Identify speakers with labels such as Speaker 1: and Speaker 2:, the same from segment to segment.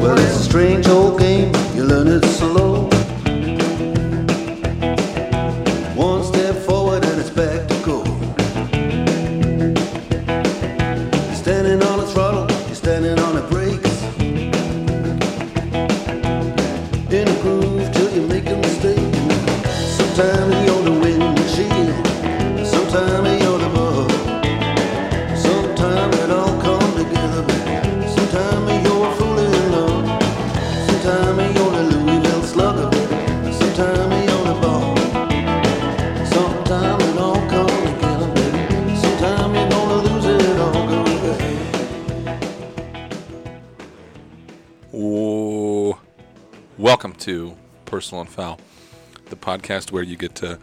Speaker 1: Well, it's a strange old game, you learn it slow. One step forward and it's back to go. You're standing on a throttle, you're standing on the brakes. In a groove till you make a mistake. Sometimes you're the windshield, sometimes you're the bug. Sometime it all come together, baby. Sometime you're fooling in love. Sometime you're the Louisville slugger, baby. Sometime you're the ball. Sometime it all come together, baby. Sometime you're gonna lose it all, girl.
Speaker 2: Ooh. Welcome to Personal and Foul, the podcast where you get to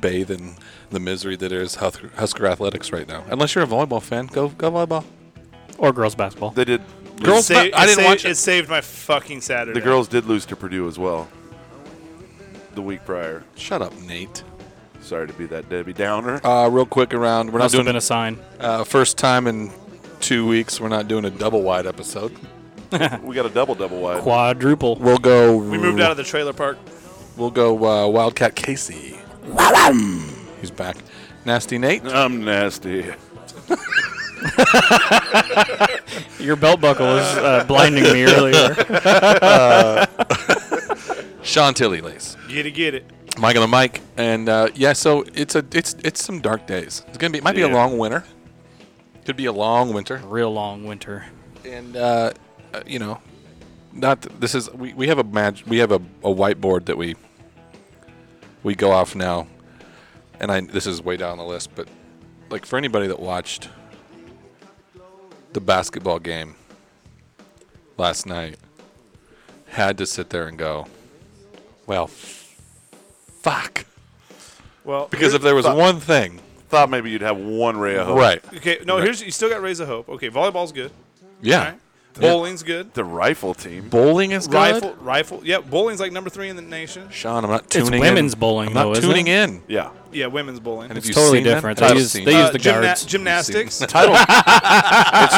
Speaker 2: bathe in the misery that is Hus- Husker athletics right now. Unless you're a volleyball fan, go go volleyball.
Speaker 3: or girls basketball.
Speaker 4: They did.
Speaker 2: Girls,
Speaker 5: Sa-
Speaker 2: ba- I didn't
Speaker 5: saved,
Speaker 2: watch it.
Speaker 5: It saved my fucking Saturday.
Speaker 4: The girls did lose to Purdue as well. The week prior.
Speaker 2: Shut up, Nate.
Speaker 4: Sorry to be that Debbie Downer.
Speaker 2: Uh, real quick around. We're not
Speaker 3: Must have
Speaker 2: doing
Speaker 3: been a sign.
Speaker 2: uh, first time in two weeks. We're not doing a double wide episode.
Speaker 4: we got a double double wide.
Speaker 3: Quadruple.
Speaker 2: We'll go.
Speaker 5: We moved out of the trailer park.
Speaker 2: We'll go uh, Wildcat Casey. He's back. Nasty Nate.
Speaker 4: I'm nasty.
Speaker 3: Your belt buckle was uh, blinding me earlier.
Speaker 2: Sean Tilly Lace.
Speaker 5: Get it, get it.
Speaker 2: Michael and Mike, and uh, yeah, so it's a it's it's some dark days. It's gonna be it might be a
Speaker 4: Yeah.
Speaker 2: long winter. Could be a long winter,
Speaker 3: Real long winter.
Speaker 2: and uh, uh, you know, not th- this is we, we have a mag- we have a, a whiteboard that we we go off now, and I this is way down the list, but like for anybody that watched the basketball game last night, had to sit there and go, well, fuck.
Speaker 5: Well,
Speaker 2: Because
Speaker 5: here-
Speaker 2: if there was one thing,
Speaker 4: Thought maybe you'd have one ray
Speaker 2: Oh.
Speaker 4: of hope.
Speaker 5: okay, no, here's you still got rays of hope. Okay, volleyball's good.
Speaker 2: Yeah.
Speaker 5: Right? Bowling's good.
Speaker 4: The rifle team.
Speaker 2: Bowling is good.
Speaker 5: Rifle, rifle. Yeah, bowling's like number three in the nation.
Speaker 2: Sean, I'm not tuning in.
Speaker 3: women's bowling,
Speaker 2: I'm not
Speaker 3: though, isn't
Speaker 2: tuning
Speaker 3: it?
Speaker 2: in.
Speaker 4: Yeah.
Speaker 5: Yeah, women's bowling.
Speaker 2: And if
Speaker 3: It's
Speaker 2: you've
Speaker 3: totally
Speaker 2: seen that-
Speaker 3: different.
Speaker 2: I've
Speaker 3: They use-
Speaker 2: seen
Speaker 3: they
Speaker 2: it.
Speaker 3: use
Speaker 5: Uh,
Speaker 3: the
Speaker 5: gymna-
Speaker 3: guards.
Speaker 5: gymnastics.
Speaker 4: Title. it's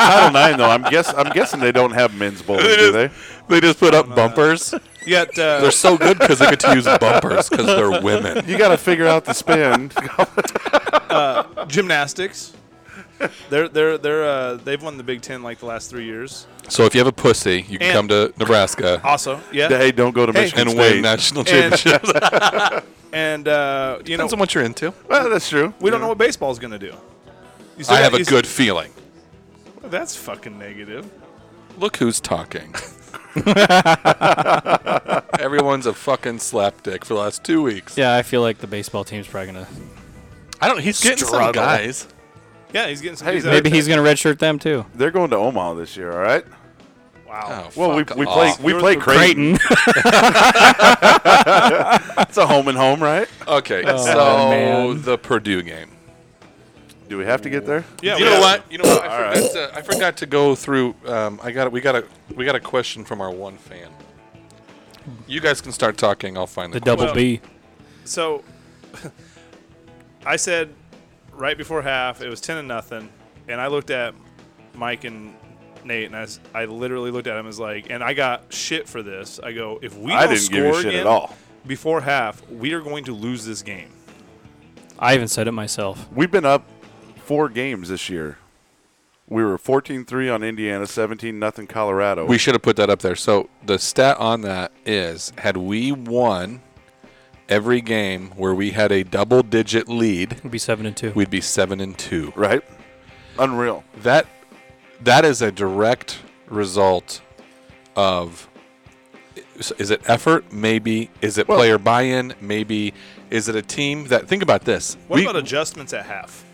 Speaker 4: Title Nine though. I'm guess. I'm guessing they don't have men's bowling, do they?
Speaker 2: They just put up bumpers.
Speaker 5: You got uh,
Speaker 2: They're so good because they get to use bumpers because they're women.
Speaker 4: You got to figure out the spin.
Speaker 5: gymnastics. They're they're they're uh, they've won the Big Ten like the last three years.
Speaker 2: So if you have a pussy, you can
Speaker 5: And-
Speaker 2: come to Nebraska
Speaker 5: Also, yeah,
Speaker 4: hey, don't go to
Speaker 5: Hey.
Speaker 4: Michigan
Speaker 2: and
Speaker 4: State.
Speaker 2: win national
Speaker 5: And-
Speaker 2: championships.
Speaker 5: and uh, you know
Speaker 2: Depends on what you're into.
Speaker 4: Well, that's true.
Speaker 5: we don't know what baseball's gonna do. You still
Speaker 2: I
Speaker 5: got-
Speaker 2: have
Speaker 5: you
Speaker 2: a
Speaker 5: s-
Speaker 2: good feeling.
Speaker 5: That's fucking negative.
Speaker 2: Look who's talking. Everyone's a fucking slapdick for the last two weeks.
Speaker 3: Yeah, I feel like the baseball team's probably gonna.
Speaker 2: I don't. He's getting some
Speaker 3: Struggle.
Speaker 2: guys.
Speaker 5: Yeah, he's getting some.
Speaker 4: Hey,
Speaker 5: he's out-
Speaker 3: Maybe he's gonna redshirt them too.
Speaker 4: They're going to Omaha this year. All right.
Speaker 5: Wow.
Speaker 2: Oh,
Speaker 4: Well, we,
Speaker 2: fuck
Speaker 4: we
Speaker 2: off.
Speaker 4: play we
Speaker 5: You're
Speaker 4: play
Speaker 5: the-
Speaker 4: Creighton. It's a home and home, right?
Speaker 2: Okay, so
Speaker 3: man.
Speaker 2: the Purdue game.
Speaker 4: Do we have to get there?
Speaker 5: Yeah,
Speaker 2: you
Speaker 5: we
Speaker 2: know
Speaker 5: got-
Speaker 2: what? You know what? I,
Speaker 4: All
Speaker 2: forgot to, I forgot to go through. Um, I got we got a we got a question from our one fan. You guys can start talking. I'll find the,
Speaker 3: The double
Speaker 5: Well-
Speaker 3: B.
Speaker 5: So, I said right before half it was ten to nothing, and I looked at Mike and Nate, and I, s- I literally looked at him as like, and I got shit for this. I go, if we
Speaker 4: I
Speaker 5: don't
Speaker 4: didn't
Speaker 5: score
Speaker 4: give a shit
Speaker 5: again
Speaker 4: at all.
Speaker 5: before half, we are going to lose this game.
Speaker 3: I even said it myself.
Speaker 4: We've been up four games this year. We were 14-3 on Indiana, 17 nothing Colorado.
Speaker 2: We should have put that up there. So the stat on that is: had we won every game where we had a double-digit lead,
Speaker 3: It'd be seven and two.
Speaker 2: we'd be seven and two.
Speaker 4: right? Unreal.
Speaker 2: That that is a direct result of is- is it effort? Maybe. Is it
Speaker 4: Well-
Speaker 2: player buy-in? Maybe. Is it a team that? Think about this.
Speaker 5: What
Speaker 2: We-
Speaker 5: about adjustments at half?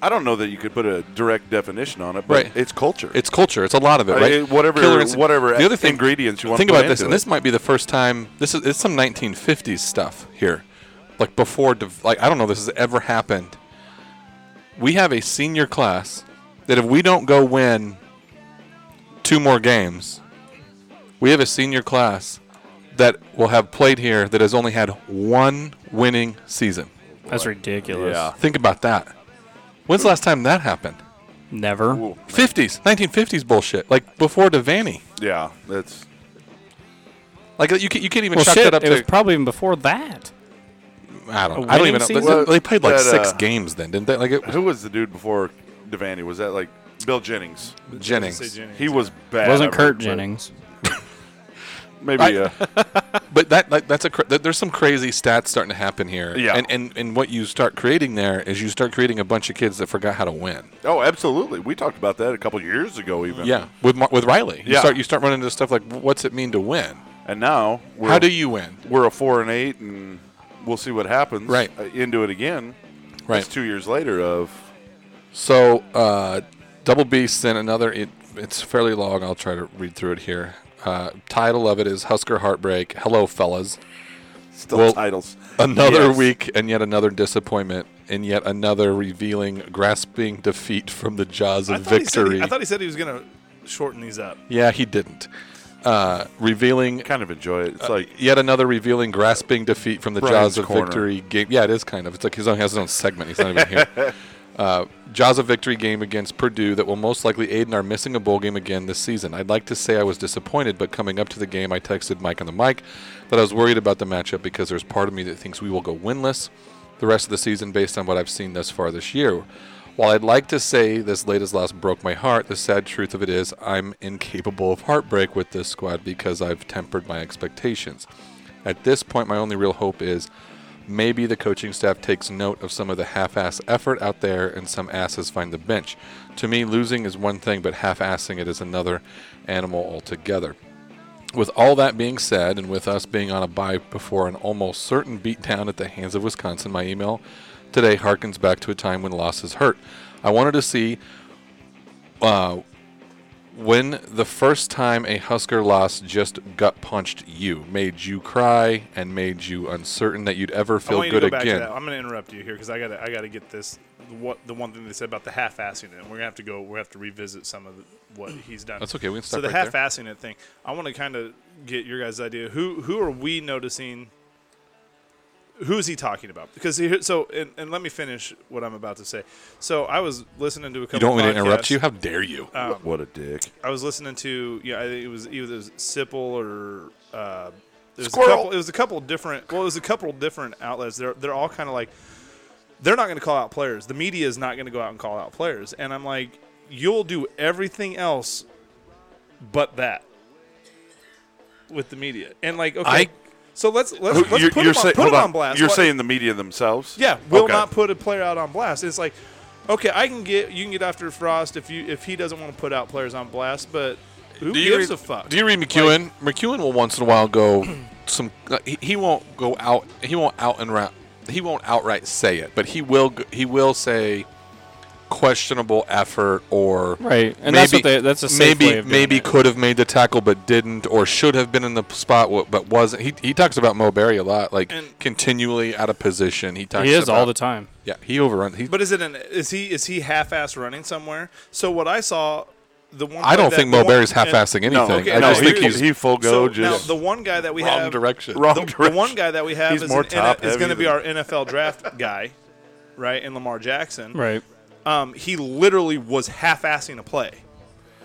Speaker 4: I don't know that you could put a direct definition on it, but
Speaker 2: Right.
Speaker 4: it's culture.
Speaker 2: It's culture. It's a lot of it,
Speaker 4: Uh,
Speaker 2: right?
Speaker 4: it- whatever-
Speaker 2: Killer instinct.
Speaker 4: whatever
Speaker 2: The other thing,
Speaker 4: ingredients you wanna
Speaker 2: think
Speaker 4: put
Speaker 2: about this,
Speaker 4: into
Speaker 2: and
Speaker 4: it.
Speaker 2: this might be the first time. This is it's some 1950s stuff here, like before. div- Like I don't know this has ever happened. We have a senior class that if we don't go win two more games, we have a senior class that will have played here that has only had one winning season.
Speaker 3: That's ridiculous.
Speaker 4: Yeah.
Speaker 2: Think about that. When's the last time that happened?
Speaker 3: Never.
Speaker 2: 50s, 1950s bullshit. Like before Devaney.
Speaker 4: Yeah, that's
Speaker 2: Like you can't, you can't even
Speaker 3: Well,
Speaker 2: chuck
Speaker 3: shit,
Speaker 2: that up
Speaker 3: it was
Speaker 2: to.
Speaker 3: probably even before that.
Speaker 2: I
Speaker 3: a
Speaker 2: don't. I don't
Speaker 3: winning
Speaker 2: even know. They-
Speaker 3: season?
Speaker 2: They, played like
Speaker 4: That,
Speaker 2: six
Speaker 4: uh,
Speaker 2: games then, didn't they? Like it,
Speaker 4: who was the dude before Devaney? Was that like Bill Jennings?
Speaker 5: Say
Speaker 2: Jennings.
Speaker 5: Jennings.
Speaker 4: He was bad.
Speaker 3: Wasn't
Speaker 4: I
Speaker 3: Kurt
Speaker 4: remember,
Speaker 3: Jennings?
Speaker 4: but Maybe. uh,
Speaker 2: But that, that that's a cra- that- there's some crazy stats starting to happen here.
Speaker 4: Yeah.
Speaker 2: And, and and what you start creating there is you start creating a bunch of kids that forgot how to win.
Speaker 4: oh, absolutely. We talked about that a couple years ago, even.
Speaker 2: Yeah. With Mar- with Riley, you
Speaker 4: Yeah.
Speaker 2: start you start running into stuff like what's it mean to win?
Speaker 4: And now we're
Speaker 2: How do you win?
Speaker 4: we're a four and eight, and we'll see what happens.
Speaker 2: Right.
Speaker 4: uh, into it again.
Speaker 2: Right.
Speaker 4: It's two years later of
Speaker 2: So, uh, Double B sent another. It, it's fairly long. I'll try to read through it here. Uh, title of it is Husker Heartbreak. Hello, fellas.
Speaker 4: still
Speaker 2: Well,
Speaker 4: titles.
Speaker 2: Another
Speaker 4: Yes.
Speaker 2: week and yet another disappointment and yet another revealing, grasping defeat from the jaws
Speaker 5: I
Speaker 2: of
Speaker 5: thought he said he-
Speaker 2: victory.
Speaker 5: I thought he said he was gonna shorten these up.
Speaker 2: yeah, he didn't. Uh, revealing
Speaker 4: Kind of enjoy it. It's
Speaker 5: Uh,
Speaker 4: like
Speaker 2: yet another revealing, grasping defeat from the
Speaker 4: Brian's
Speaker 2: jaws of
Speaker 4: corner.
Speaker 2: victory game. Yeah, it is kind of. It's like his own has his own segment. He's not even here. Uh, jaws of victory game against Purdue that will most likely aid in our missing a bowl game again this season. I'd like to say I was disappointed, but coming up to the game, I texted Mike on the mic that I was worried about the matchup because there's part of me that thinks we will go winless the rest of the season based on what I've seen thus far this year. While I'd like to say this latest loss broke my heart, the sad truth of it is I'm incapable of heartbreak with this squad because I've tempered my expectations. At this point, my only real hope is maybe the coaching staff takes note of some of the half-ass effort out there and some asses find the bench. To me, losing is one thing, but half-assing it is another animal altogether. With all that being said, and with us being on a bye before an almost certain beatdown at the hands of Wisconsin, my email today harkens back to a time when losses hurt. I wanted to see uh, when the first time a Husker loss just gut punched you, made you cry, and made you uncertain that you'd ever
Speaker 5: I
Speaker 2: feel
Speaker 5: want you
Speaker 2: good
Speaker 5: to go back to
Speaker 2: again.
Speaker 5: that. I'm going to interrupt you here because I got to I got to get this the what the one thing they said about the half-assing it. We're gonna have to go. We are have to revisit some of the, what he's done.
Speaker 2: That's okay, we can
Speaker 5: So
Speaker 2: stop
Speaker 5: the
Speaker 2: right there.
Speaker 5: half-assing it thing. I want to kind of get your guys' idea. Who who are we noticing? Who is he talking about? Because he, so and, and let me finish what I'm about to say. So I was listening to a couple.
Speaker 2: You don't want me to
Speaker 5: podcasts.
Speaker 2: interrupt you? How dare you?
Speaker 4: what a dick.
Speaker 5: I was listening to yeah, I think it was either it was Sipple or uh, it was
Speaker 4: Squirrel.
Speaker 5: a couple. It was a couple different. Well, it was a couple different outlets. They're they're all kind of like they're not going to call out players. The media is not going to go out and call out players. And I'm like, you'll do everything else, but that with the media. And like, okay,
Speaker 2: I-
Speaker 5: so let's let's, let's
Speaker 4: Oh, you're
Speaker 5: put,
Speaker 4: you're
Speaker 5: them,
Speaker 4: say-
Speaker 5: on, put
Speaker 4: hold
Speaker 5: them on blast.
Speaker 4: You're
Speaker 5: What-
Speaker 4: saying the media themselves?
Speaker 5: yeah, will
Speaker 4: Okay.
Speaker 5: not put a player out on blast. It's like, okay, I can get you can get after Frost if you if he doesn't want to put out players on blast, but who
Speaker 2: do you
Speaker 5: gives
Speaker 2: read,
Speaker 5: a fuck?
Speaker 2: Do you read McEwen? McEwen will once in a while go some. uh, He, he won't go out. He won't out and ra- He won't outright say it, but he will. g- He will say questionable effort or
Speaker 3: Right, and that's what they- that's a safe
Speaker 2: maybe
Speaker 3: way of doing
Speaker 2: maybe
Speaker 3: it.
Speaker 2: could have made the tackle but didn't or should have been in the spot wa- but wasn't. He, he talks about Mo Berry a lot, like
Speaker 5: And-
Speaker 2: continually out of position. He talks.
Speaker 3: He is all
Speaker 2: about-
Speaker 3: the time.
Speaker 2: Yeah, he overruns. He,
Speaker 5: but is it an is he is he half ass running somewhere? So what I saw, the one
Speaker 2: I don't
Speaker 5: play
Speaker 2: think
Speaker 5: that- the
Speaker 2: Mo
Speaker 5: one-
Speaker 2: Berry's
Speaker 5: and-
Speaker 2: half-assing anything.
Speaker 4: okay,
Speaker 2: I
Speaker 4: no,
Speaker 2: just
Speaker 4: he-
Speaker 2: think
Speaker 4: he-
Speaker 2: he's
Speaker 4: he full
Speaker 5: So
Speaker 4: go
Speaker 5: now
Speaker 4: just-
Speaker 5: the one guy that we
Speaker 2: wrong
Speaker 5: have
Speaker 2: direction.
Speaker 4: Wrong
Speaker 5: the, the
Speaker 4: direction.
Speaker 5: one guy that we have
Speaker 4: He's
Speaker 5: is,
Speaker 4: more
Speaker 5: an N-
Speaker 4: top
Speaker 5: is going to
Speaker 4: heavy
Speaker 5: be
Speaker 4: than-
Speaker 5: our NFL draft guy, right? And Lamar Jackson,
Speaker 3: Right.
Speaker 5: Um, he literally was half-assing a play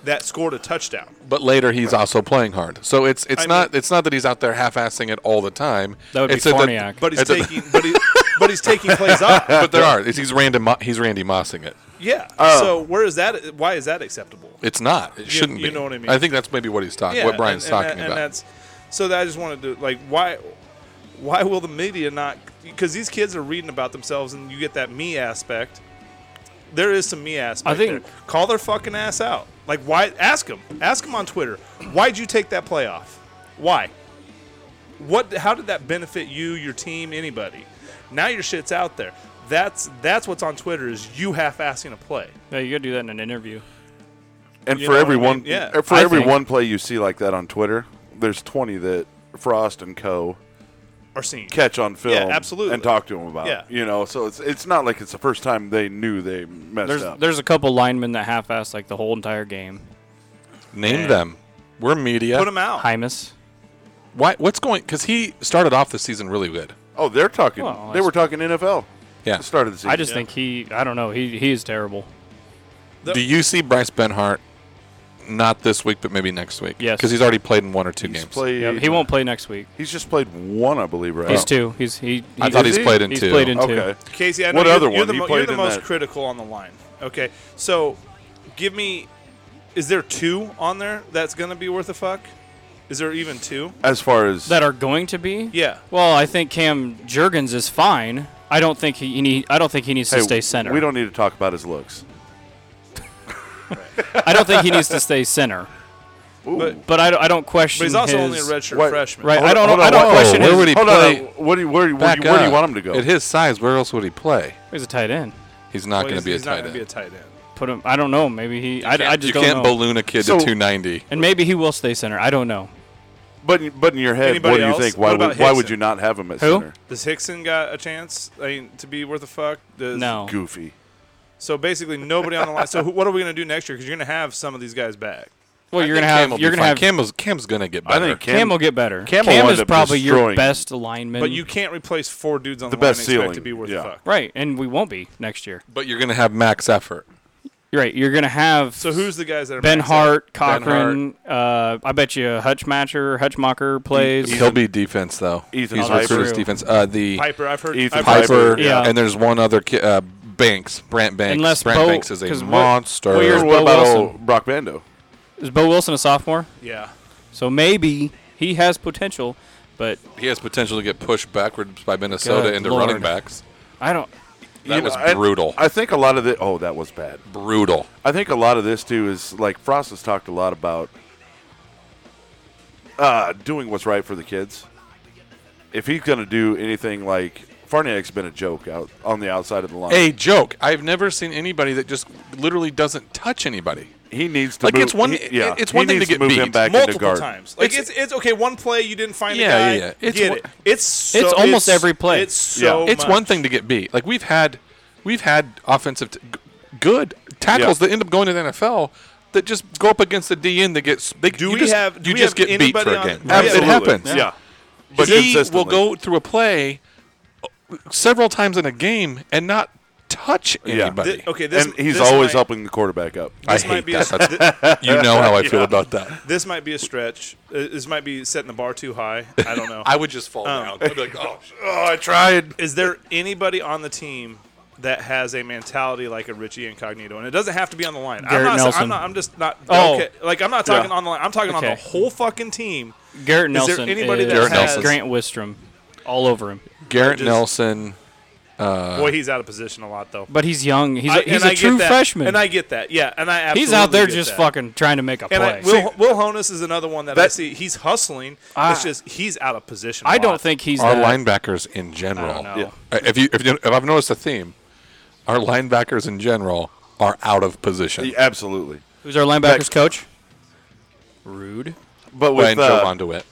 Speaker 5: that scored a touchdown.
Speaker 2: but later he's also playing hard. So it's it's
Speaker 5: I
Speaker 2: not
Speaker 5: mean-
Speaker 2: it's not that he's out there half-assing it all the time.
Speaker 3: That would be
Speaker 2: It's that-
Speaker 3: Farniak.
Speaker 5: But he's
Speaker 2: It's a-
Speaker 5: taking, but, he, but he's taking plays off.
Speaker 2: but there are. It's, he's Randy. Mo- he's Randy Mossing it.
Speaker 5: yeah. So where is that? Why is that acceptable?
Speaker 2: It's not. It shouldn't
Speaker 5: you
Speaker 2: be.
Speaker 5: know what I mean.
Speaker 2: I think that's maybe what he's talking.
Speaker 5: Yeah,
Speaker 2: what Brian's
Speaker 5: and, and
Speaker 2: talking
Speaker 5: that- and
Speaker 2: about.
Speaker 5: that's so. That I just wanted to like why, why will the media not? Because these kids are reading about themselves, and you get that me aspect. There is some me aspect.
Speaker 3: I think-
Speaker 5: there. call their fucking ass out. Like why? Ask them. Ask them on Twitter. Why'd you take that play off? Why? What? How did that benefit you, your team, anybody? Now your shit's out there. That's that's what's on Twitter is you half-assing a play.
Speaker 3: Yeah, you gotta do that in an interview.
Speaker 4: And
Speaker 5: You
Speaker 4: for
Speaker 5: know
Speaker 4: every
Speaker 5: what I
Speaker 4: one,
Speaker 5: mean? Yeah.
Speaker 4: er, for
Speaker 3: I
Speaker 4: every
Speaker 3: think-
Speaker 4: one play you see like that on Twitter, there's 20 that Frost and Co.
Speaker 5: Or seen.
Speaker 4: catch on film,
Speaker 5: absolutely.
Speaker 4: and talk to him about.
Speaker 5: Yeah.
Speaker 4: you know, so it's it's not like it's the first time they knew they messed
Speaker 3: There's
Speaker 4: up.
Speaker 3: there's a couple linemen that half-ass like the whole entire game.
Speaker 2: Name them. We're media.
Speaker 5: Put them out.
Speaker 3: Hymus,
Speaker 2: Why? What's going? Because he started off the season really good.
Speaker 4: Oh, they're talking.
Speaker 3: Well,
Speaker 4: they
Speaker 3: I
Speaker 4: were talking NFL.
Speaker 2: Yeah.
Speaker 4: At the start of the season.
Speaker 3: I just
Speaker 5: Yeah.
Speaker 3: think he. I don't know. He he is terrible.
Speaker 5: The-
Speaker 2: Do you see Bryce Benhart? Not this week, but maybe next week.
Speaker 3: Yes.
Speaker 2: Because he's already played in one or two
Speaker 4: he's
Speaker 2: games.
Speaker 4: played.
Speaker 3: Yeah, he won't play next week.
Speaker 4: He's just played one, I believe. Right.
Speaker 3: He's two. He's he. he
Speaker 2: I thought
Speaker 4: Is
Speaker 2: he's
Speaker 4: he?
Speaker 2: played in
Speaker 3: he's
Speaker 2: two.
Speaker 3: played in two.
Speaker 4: Okay.
Speaker 5: Casey, I know
Speaker 4: What
Speaker 5: you're,
Speaker 4: other
Speaker 5: you're
Speaker 4: one?
Speaker 5: the,
Speaker 4: He
Speaker 5: mo- you're
Speaker 4: played
Speaker 5: the
Speaker 4: in
Speaker 5: most
Speaker 4: that-
Speaker 5: critical on the line. Okay, so give me. Is there two on there that's going to be worth a fuck? Is there even two?
Speaker 4: As far as
Speaker 3: That are going to be.
Speaker 5: Yeah.
Speaker 3: Well, I think Cam Jurgens is fine. I don't think he, he need. I don't think he needs
Speaker 4: hey,
Speaker 3: to stay center.
Speaker 4: We don't need to talk about his looks.
Speaker 3: I don't think he needs to stay center.
Speaker 5: But,
Speaker 3: But I, don't- I don't question.
Speaker 5: but he's also
Speaker 3: his,
Speaker 5: only a redshirt
Speaker 4: Wait,
Speaker 5: freshman.
Speaker 3: Right.
Speaker 4: Hold
Speaker 3: I
Speaker 4: on,
Speaker 3: don't.
Speaker 4: hold
Speaker 3: I
Speaker 4: on,
Speaker 3: don't
Speaker 4: whoa,
Speaker 3: question.
Speaker 2: where
Speaker 3: his,
Speaker 2: would he
Speaker 4: Hold
Speaker 2: play?
Speaker 4: on. What do you where, do you- where,
Speaker 2: Back
Speaker 4: do you- where do you
Speaker 2: up.
Speaker 4: want him to go?
Speaker 2: At his size, where else would he play?
Speaker 3: He's a tight end.
Speaker 2: He's not
Speaker 5: Well,
Speaker 2: going
Speaker 5: he's-
Speaker 2: to be a
Speaker 5: he's not
Speaker 2: tight
Speaker 5: gonna
Speaker 2: end.
Speaker 5: be a tight end.
Speaker 3: Put him. I don't know. Maybe he. I, I just
Speaker 2: you
Speaker 3: don't
Speaker 2: can't
Speaker 3: know.
Speaker 2: balloon a kid
Speaker 4: So-
Speaker 2: to 290.
Speaker 3: and maybe he will stay center. I don't know.
Speaker 4: But in- but in your head,
Speaker 5: Anybody
Speaker 4: what do you
Speaker 5: else?
Speaker 4: think? Why
Speaker 5: What
Speaker 4: would
Speaker 5: about
Speaker 4: why would
Speaker 5: Hickson?
Speaker 4: you not have him at
Speaker 3: Who?
Speaker 4: center?
Speaker 5: Does Hickson got a chance I mean, to be worth a fuck? Does,
Speaker 2: Oh.
Speaker 3: No.
Speaker 4: Goofy.
Speaker 5: So basically, nobody on the line. So who, what are we going to do next year? Because you're going to have some of these guys back.
Speaker 3: Well, you're
Speaker 2: I think
Speaker 3: gonna
Speaker 2: Cam
Speaker 3: have.
Speaker 2: will be
Speaker 3: You're gonna
Speaker 2: fine.
Speaker 3: have.
Speaker 2: Cam's Cam's going to get
Speaker 4: I
Speaker 2: better.
Speaker 4: think Cam,
Speaker 3: Cam will get better.
Speaker 4: Cam will
Speaker 3: Cam
Speaker 4: wind
Speaker 3: is
Speaker 4: up
Speaker 3: probably your
Speaker 4: destroying-
Speaker 3: best lineman.
Speaker 5: But you can't replace four dudes on the,
Speaker 4: The best
Speaker 5: line and expect
Speaker 4: ceiling,
Speaker 5: to be worth
Speaker 4: yeah.
Speaker 5: a fuck.
Speaker 3: right, and we won't be next year.
Speaker 2: but you're going to have max effort.
Speaker 3: You're right. You're gonna have.
Speaker 5: So who's the guys that are
Speaker 3: Ben
Speaker 5: maxed out?
Speaker 3: Hart,
Speaker 2: Hart.
Speaker 3: Cochran. Uh, I bet you Hutchmatcher, Hutchmacher plays.
Speaker 2: He'll be defense though.
Speaker 4: Ethan
Speaker 2: He's
Speaker 4: Piper.
Speaker 2: recruited as defense. Uh, the
Speaker 5: Piper? I've heard.
Speaker 4: Ethan
Speaker 5: I've heard
Speaker 4: Piper.
Speaker 2: Piper,
Speaker 3: Yeah.
Speaker 2: and there's one other kid, uh, Banks, Brant Banks.
Speaker 3: Unless
Speaker 2: Brant
Speaker 3: Bo-
Speaker 2: Banks is
Speaker 3: 'cause
Speaker 2: a
Speaker 3: what-
Speaker 2: monster.
Speaker 3: what year's
Speaker 4: Or
Speaker 3: Bo
Speaker 4: what about
Speaker 3: Wilson?
Speaker 4: old Brock Bando?
Speaker 3: Is Bo Wilson a sophomore?
Speaker 5: Yeah.
Speaker 3: So maybe he has potential, but
Speaker 2: he has potential to get pushed backwards by Minnesota
Speaker 3: Good
Speaker 2: into
Speaker 3: Lord.
Speaker 2: running backs.
Speaker 3: I don't.
Speaker 2: That
Speaker 4: You
Speaker 2: was
Speaker 4: know, I-
Speaker 2: brutal.
Speaker 4: I, think a lot of the oh, that was bad.
Speaker 2: brutal.
Speaker 4: I think a lot of this too is like Frost has talked a lot about uh, doing what's right for the kids. If he's going to do anything like Farniak's been a joke out on the outside of the line.
Speaker 2: A joke. I've never seen anybody that just literally doesn't touch anybody.
Speaker 4: he needs to
Speaker 2: Like,
Speaker 4: move.
Speaker 2: it's one-
Speaker 4: he- yeah,
Speaker 2: it's
Speaker 4: he
Speaker 2: one thing
Speaker 4: needs
Speaker 2: to get
Speaker 4: move him
Speaker 2: beat
Speaker 4: back
Speaker 5: multiple
Speaker 4: into guard.
Speaker 5: times. Like it's, it's okay. One play you didn't find
Speaker 2: Yeah,
Speaker 5: a guy.
Speaker 2: yeah, yeah. It's
Speaker 5: get
Speaker 2: one-
Speaker 5: it. It's so,
Speaker 3: It's almost every play.
Speaker 5: It's so.
Speaker 2: it's
Speaker 5: much.
Speaker 2: one thing to get beat. Like we've had, we've had offensive t- g- good tackles
Speaker 4: Yeah.
Speaker 2: that end up going to the NFL that just go up against the DN that gets. They,
Speaker 5: Do
Speaker 2: you
Speaker 5: we
Speaker 2: just,
Speaker 5: have- do
Speaker 2: You
Speaker 5: we
Speaker 2: just
Speaker 5: have
Speaker 2: get beat for
Speaker 5: anybody
Speaker 2: a
Speaker 5: on-
Speaker 2: game.
Speaker 5: Yeah.
Speaker 2: It
Speaker 5: Absolutely.
Speaker 2: happens.
Speaker 4: Yeah. But
Speaker 2: he will
Speaker 4: consistently.
Speaker 2: go through a play several times in a game and not touch
Speaker 4: Yeah.
Speaker 2: anybody.
Speaker 5: Thi- okay, this
Speaker 4: and he's
Speaker 5: this
Speaker 4: always
Speaker 5: might,
Speaker 4: helping the quarterback up.
Speaker 2: I
Speaker 5: This might
Speaker 2: hate
Speaker 5: be
Speaker 2: that.
Speaker 5: a,
Speaker 2: That's-
Speaker 5: thi-
Speaker 2: you know how I feel about that.
Speaker 5: this might be a stretch. Uh, This might be setting the bar too high. I don't know. Um,
Speaker 2: I would just fall down. I'd be like, oh,
Speaker 4: Oh, I tried.
Speaker 5: Is there anybody on the team that has a mentality like a Richie Incognito? And it doesn't have to be on the line. I'm
Speaker 3: Garrett
Speaker 5: not,
Speaker 3: Nelson.
Speaker 5: I'm not. I'm just not.
Speaker 3: Oh.
Speaker 5: Okay. Like I'm not talking
Speaker 4: Yeah.
Speaker 5: on the line. I'm talking on
Speaker 3: Okay.
Speaker 5: the whole fucking team.
Speaker 3: Garrett
Speaker 5: Is there
Speaker 3: Nelson.
Speaker 5: anybody that
Speaker 3: is-
Speaker 2: Garrett has- Nelson.
Speaker 3: Grant Wistrom, all over him.
Speaker 2: Garrett
Speaker 5: just-
Speaker 2: Nelson. Uh.
Speaker 5: Boy, he's out of position a lot though.
Speaker 3: But he's young. He's
Speaker 5: I-
Speaker 3: a, he's
Speaker 5: and
Speaker 3: a
Speaker 5: I get
Speaker 3: true
Speaker 5: that.
Speaker 3: freshman.
Speaker 5: and I get that. Yeah, and I absolutely
Speaker 3: he's out there
Speaker 5: get
Speaker 3: just
Speaker 5: that.
Speaker 3: fucking trying to make a
Speaker 5: And
Speaker 3: play.
Speaker 5: I, Will, Will Honus is another one that, I
Speaker 4: That-
Speaker 5: see. He's hustling.
Speaker 3: Ah.
Speaker 5: it's just he's out of position. I
Speaker 3: I don't think he's
Speaker 2: our
Speaker 3: that.
Speaker 2: linebackers in general.
Speaker 3: know. Yeah.
Speaker 2: Uh, If you if you if I've noticed a theme, our linebackers in general are out of position.
Speaker 4: absolutely.
Speaker 3: Who's our linebackers coach? Rude.
Speaker 4: But with
Speaker 2: Brian
Speaker 4: uh,
Speaker 2: Jovan DeWitt.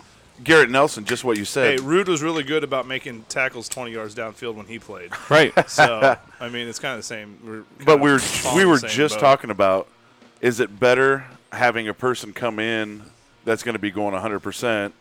Speaker 4: Garrett Nelson, just what you said.
Speaker 5: Hey, Rude was really good about making tackles 20 yards downfield when he played.
Speaker 3: Right.
Speaker 5: So I mean, it's kind of the same. We're
Speaker 4: but
Speaker 5: kinda
Speaker 4: we were
Speaker 5: falling
Speaker 4: we
Speaker 5: in the
Speaker 4: were
Speaker 5: same
Speaker 4: just
Speaker 5: boat.
Speaker 4: talking about is it better having a person come in that's going to be going 100%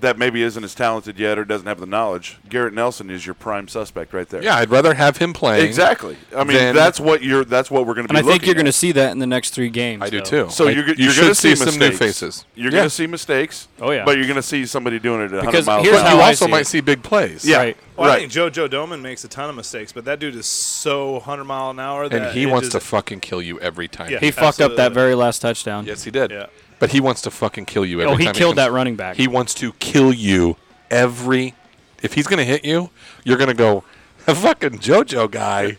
Speaker 4: that maybe isn't as talented yet or doesn't have the knowledge. Garrett Nelson is your prime suspect right there.
Speaker 2: Yeah, I'd rather have him playing.
Speaker 4: Exactly. I mean,
Speaker 2: Then-
Speaker 4: that's what you're that's what we're going to be
Speaker 3: And I think
Speaker 4: looking
Speaker 3: you're going to
Speaker 4: at.
Speaker 3: see that in the next three games.
Speaker 2: I do
Speaker 3: though.
Speaker 2: too.
Speaker 4: so
Speaker 2: Oh, I-
Speaker 4: you're, g-
Speaker 2: you
Speaker 4: you're
Speaker 2: should
Speaker 4: going to
Speaker 2: see,
Speaker 4: see,
Speaker 2: some new
Speaker 4: mistakes.
Speaker 2: faces.
Speaker 4: You're
Speaker 2: Yeah.
Speaker 4: going to see mistakes.
Speaker 3: Oh, yeah.
Speaker 4: But you're going to see somebody doing it at 100
Speaker 3: Because
Speaker 4: miles
Speaker 3: here's
Speaker 4: an
Speaker 2: But
Speaker 3: how
Speaker 2: you
Speaker 3: I
Speaker 2: also
Speaker 3: see
Speaker 2: might
Speaker 3: it.
Speaker 2: see big plays.
Speaker 4: Yeah.
Speaker 3: Right.
Speaker 5: Well, I
Speaker 4: Right.
Speaker 5: think JoJo Doman makes a ton of mistakes, but that dude is so 100 mile an hour that
Speaker 2: And he
Speaker 5: it
Speaker 2: wants to
Speaker 5: just-
Speaker 2: fucking kill you every time.
Speaker 5: Yeah.
Speaker 3: He fucked up that
Speaker 5: Absolutely.
Speaker 3: very last touchdown.
Speaker 2: yes, he did.
Speaker 5: Yeah.
Speaker 2: But he wants to fucking kill you every
Speaker 3: Oh,
Speaker 2: time.
Speaker 3: he killed
Speaker 2: comes-
Speaker 3: that running back.
Speaker 2: He wants to kill you every. If he's going to hit you, you're going to go, fucking JoJo guy.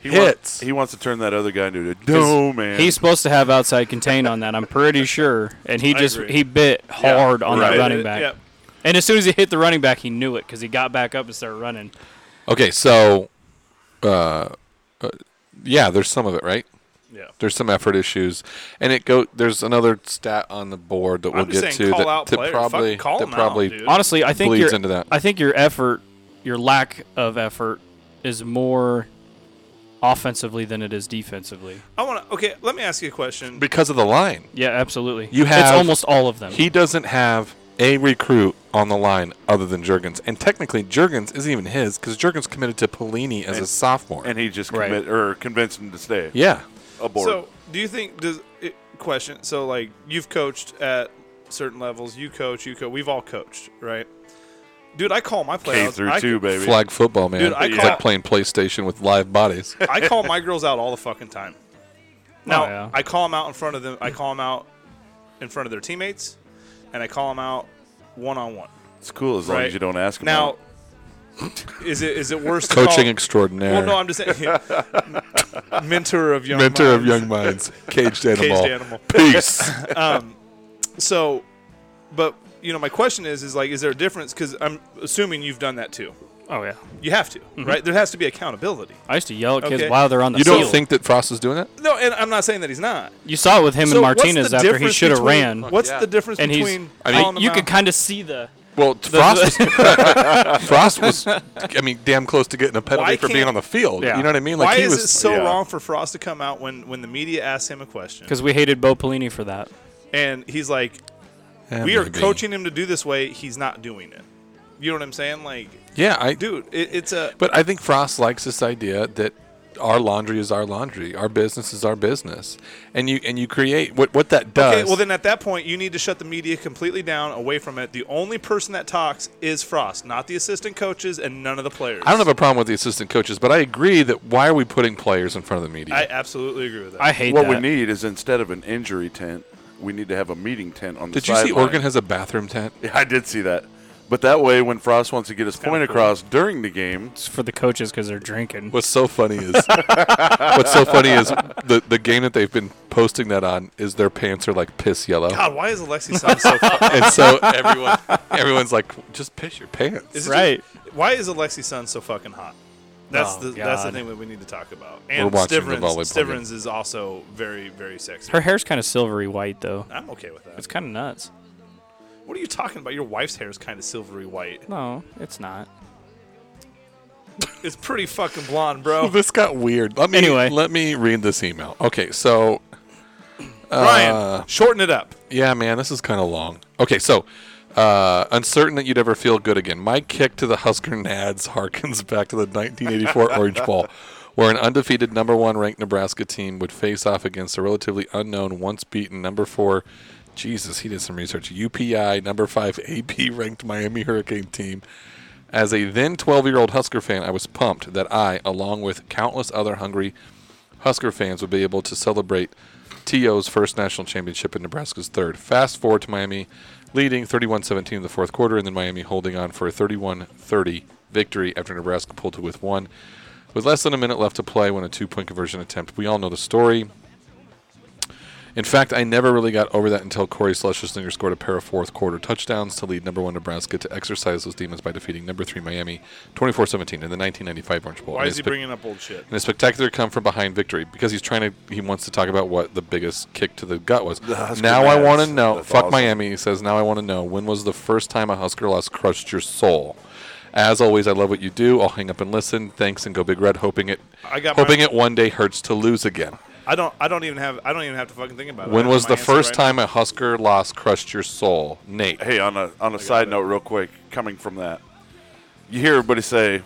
Speaker 4: he,
Speaker 2: hits.
Speaker 4: wants, he wants to turn that other guy into a
Speaker 5: Oh,
Speaker 4: no man.
Speaker 3: He's supposed to have outside contain on that. I'm pretty sure, and he
Speaker 5: I
Speaker 3: just
Speaker 5: agree.
Speaker 3: he bit hard on
Speaker 4: right.
Speaker 3: that running back.
Speaker 5: Yeah.
Speaker 3: And as soon as he hit the running back, he knew it because he got back up and started running.
Speaker 2: Okay, so, uh, uh, yeah, there's some of it, right?
Speaker 5: Yeah.
Speaker 2: There's some effort issues, and it go. There's another stat on the board that we'll
Speaker 5: I'm just
Speaker 2: get
Speaker 5: saying
Speaker 2: to
Speaker 5: call
Speaker 2: that,
Speaker 5: out
Speaker 2: that
Speaker 5: players.
Speaker 2: probably
Speaker 5: Fucking call
Speaker 2: that
Speaker 5: 'em out,
Speaker 2: probably
Speaker 5: dude.
Speaker 3: Honestly, I think
Speaker 2: Bleeds
Speaker 3: your
Speaker 2: into that.
Speaker 3: I think your effort, your lack of effort, is more offensively than it is defensively.
Speaker 5: I want to. Okay, let me ask you a question.
Speaker 2: because of the line.
Speaker 3: Yeah, absolutely.
Speaker 2: You
Speaker 3: it's
Speaker 2: have-
Speaker 3: almost all of them.
Speaker 2: He doesn't have a recruit on the line other than Jurgens, and technically Jurgens isn't even his because Jurgens committed to Pelini as a sophomore.
Speaker 4: and he just
Speaker 3: Right.
Speaker 4: commit or convinced him to stay
Speaker 2: yeah,
Speaker 4: aboard.
Speaker 5: So, do you think does it, question? So, like you've coached at certain levels, you coach, you coach. We've all coached, right? Dude, I call my
Speaker 4: K
Speaker 5: playouts.
Speaker 4: through
Speaker 5: I,
Speaker 4: two, baby.
Speaker 2: flag football, man.
Speaker 5: Dude, I
Speaker 2: it's
Speaker 5: call-
Speaker 2: like playing PlayStation with live bodies.
Speaker 5: I call my girls out all the fucking time. Now
Speaker 3: yeah.
Speaker 5: I call them out in front of them. I call them out in front of their teammates, and I call them out one on one.
Speaker 4: It's cool as long
Speaker 5: Right.
Speaker 4: as you don't ask him.
Speaker 5: Now,
Speaker 4: out.
Speaker 5: is it is it worse to
Speaker 2: Coaching
Speaker 5: call-
Speaker 2: extraordinaire.
Speaker 5: Well, no, I'm just saying. mentor of young
Speaker 2: Mentor of
Speaker 5: minds.
Speaker 2: young minds, caged animal.
Speaker 5: caged animal.
Speaker 2: Peace.
Speaker 5: So, but you know, my question is, is like, is there a difference? Because I'm assuming you've done that too.
Speaker 3: Oh yeah.
Speaker 5: You have to, right? There has to be accountability.
Speaker 3: I used to yell at kids
Speaker 5: Okay.
Speaker 3: while they're on the
Speaker 2: you don't
Speaker 3: field.
Speaker 2: think that Frost is doing it?
Speaker 5: No, and I'm not saying that he's not.
Speaker 3: you saw it with him
Speaker 5: So
Speaker 3: and
Speaker 5: what's
Speaker 3: Martinez
Speaker 5: the
Speaker 3: after he
Speaker 5: difference
Speaker 3: should have
Speaker 5: between-
Speaker 3: ran.
Speaker 5: What's
Speaker 2: yeah.
Speaker 5: the difference
Speaker 3: and he's,
Speaker 5: between?
Speaker 2: I mean,
Speaker 5: calling him
Speaker 3: you could
Speaker 5: out-
Speaker 3: kind of see the.
Speaker 2: Well, Frost was Frost was I mean damn close to getting a penalty
Speaker 5: Why
Speaker 2: for being
Speaker 5: can't-
Speaker 2: on the field.
Speaker 3: Yeah.
Speaker 2: You know what I mean?
Speaker 5: Why
Speaker 2: he
Speaker 5: is
Speaker 2: was
Speaker 5: it so
Speaker 4: yeah.
Speaker 5: wrong for Frost to come out when when the media asks him a question
Speaker 3: Because we hated Bo Pelini for that.
Speaker 5: and he's like,
Speaker 2: Yeah,
Speaker 5: "We are
Speaker 2: maybe.
Speaker 5: coaching him to do this way. He's not doing it." You know what I'm saying? Like,
Speaker 2: Yeah, I do.
Speaker 5: dude, it, it's a
Speaker 2: But I think Frost likes this idea that our laundry is our laundry, our business is our business, and you and you create what what that does.
Speaker 5: Okay, well then at that point you need to shut the media completely down, away from it. The only person that talks is Frost, not the assistant coaches and none of the players.
Speaker 2: I don't have a problem with the assistant coaches, but I agree that why are we putting players in front of the media?
Speaker 5: I absolutely agree with that.
Speaker 3: I hate
Speaker 4: what
Speaker 3: that.
Speaker 4: we need is instead of an injury tent, we need to have a meeting tent on the
Speaker 2: Did you see
Speaker 4: sideline.
Speaker 2: Oregon has a bathroom tent?
Speaker 4: Yeah, I did see that. But that way, when Frost wants to get his point across during the game,
Speaker 3: It's for the coaches because they're drinking.
Speaker 2: What's so funny is what's so funny is the the game that they've been posting that on is their pants are like piss yellow.
Speaker 5: God, why is Alexi sound so? Fu-
Speaker 2: and so everyone everyone's like, just piss your pants.
Speaker 5: Is it
Speaker 3: Right.
Speaker 5: just- why is Alexi Sun so fucking hot? That's
Speaker 3: Oh,
Speaker 5: the that's the
Speaker 3: God.
Speaker 5: thing that we need to talk about. And
Speaker 2: watching the
Speaker 5: Stiverins,
Speaker 2: volleyball game.
Speaker 5: Stiverins is also very very sexy.
Speaker 3: Her hair's kind of silvery white though.
Speaker 5: I'm okay with that.
Speaker 3: It's kind of nuts.
Speaker 5: What are you talking about? Your wife's hair is kind of silvery white.
Speaker 3: No, it's not.
Speaker 5: It's pretty fucking blonde, bro.
Speaker 2: this got weird. Let me
Speaker 3: Anyway.
Speaker 2: let me read this email. Okay, so Uh,
Speaker 5: Ryan, shorten it up.
Speaker 2: yeah, man, this is kind of long. Okay, so uh, uncertain that you'd ever feel good again. My kick to the Husker Nads harkens back to the 1984 Orange Bowl, where an undefeated number one ranked Nebraska team would face off against a relatively unknown, once beaten number four. Jesus, he did some research. UPI number five AP ranked Miami Hurricane team. As a then 12 year old Husker fan, I was pumped that I, along with countless other hungry Husker fans, would be able to celebrate TO's first national championship and Nebraska's third. Fast forward to Miami leading 31 17 in the fourth quarter, and then Miami holding on for a 31 30 victory after Nebraska pulled it with one. With less than a minute left to play when a two point conversion attempt. We all know the story. In fact, I never really got over that until Corey Schlesinger scored a pair of fourth quarter touchdowns to lead number one Nebraska to exercise those demons by defeating number three Miami 24 17 in the 1995 Orange Bowl.
Speaker 5: Why
Speaker 2: And
Speaker 5: is he
Speaker 2: it's been-
Speaker 5: bringing up old shit?
Speaker 2: and a spectacular come from behind victory because he's trying to he wants to talk about what the biggest kick to the gut was.
Speaker 4: Husker
Speaker 2: now I
Speaker 4: Mavs.
Speaker 2: want to know.
Speaker 4: That's
Speaker 2: fuck
Speaker 4: awesome.
Speaker 2: Miami. He says now I want to know when was the first time a Husker loss crushed your soul. As always, I love what you do. I'll hang up and listen. Thanks and go Big Red. Hoping it
Speaker 5: I got
Speaker 2: hoping
Speaker 5: my-
Speaker 2: it one day hurts to lose again.
Speaker 5: I don't. I don't even have. I don't even have to fucking think about it.
Speaker 2: When
Speaker 5: I have
Speaker 2: was
Speaker 5: my
Speaker 2: the
Speaker 5: answer
Speaker 2: first
Speaker 5: Uh, right now.
Speaker 2: time a Husker loss crushed your soul, Nate?
Speaker 4: hey, on a on a side note, real quick, coming from that, you hear everybody say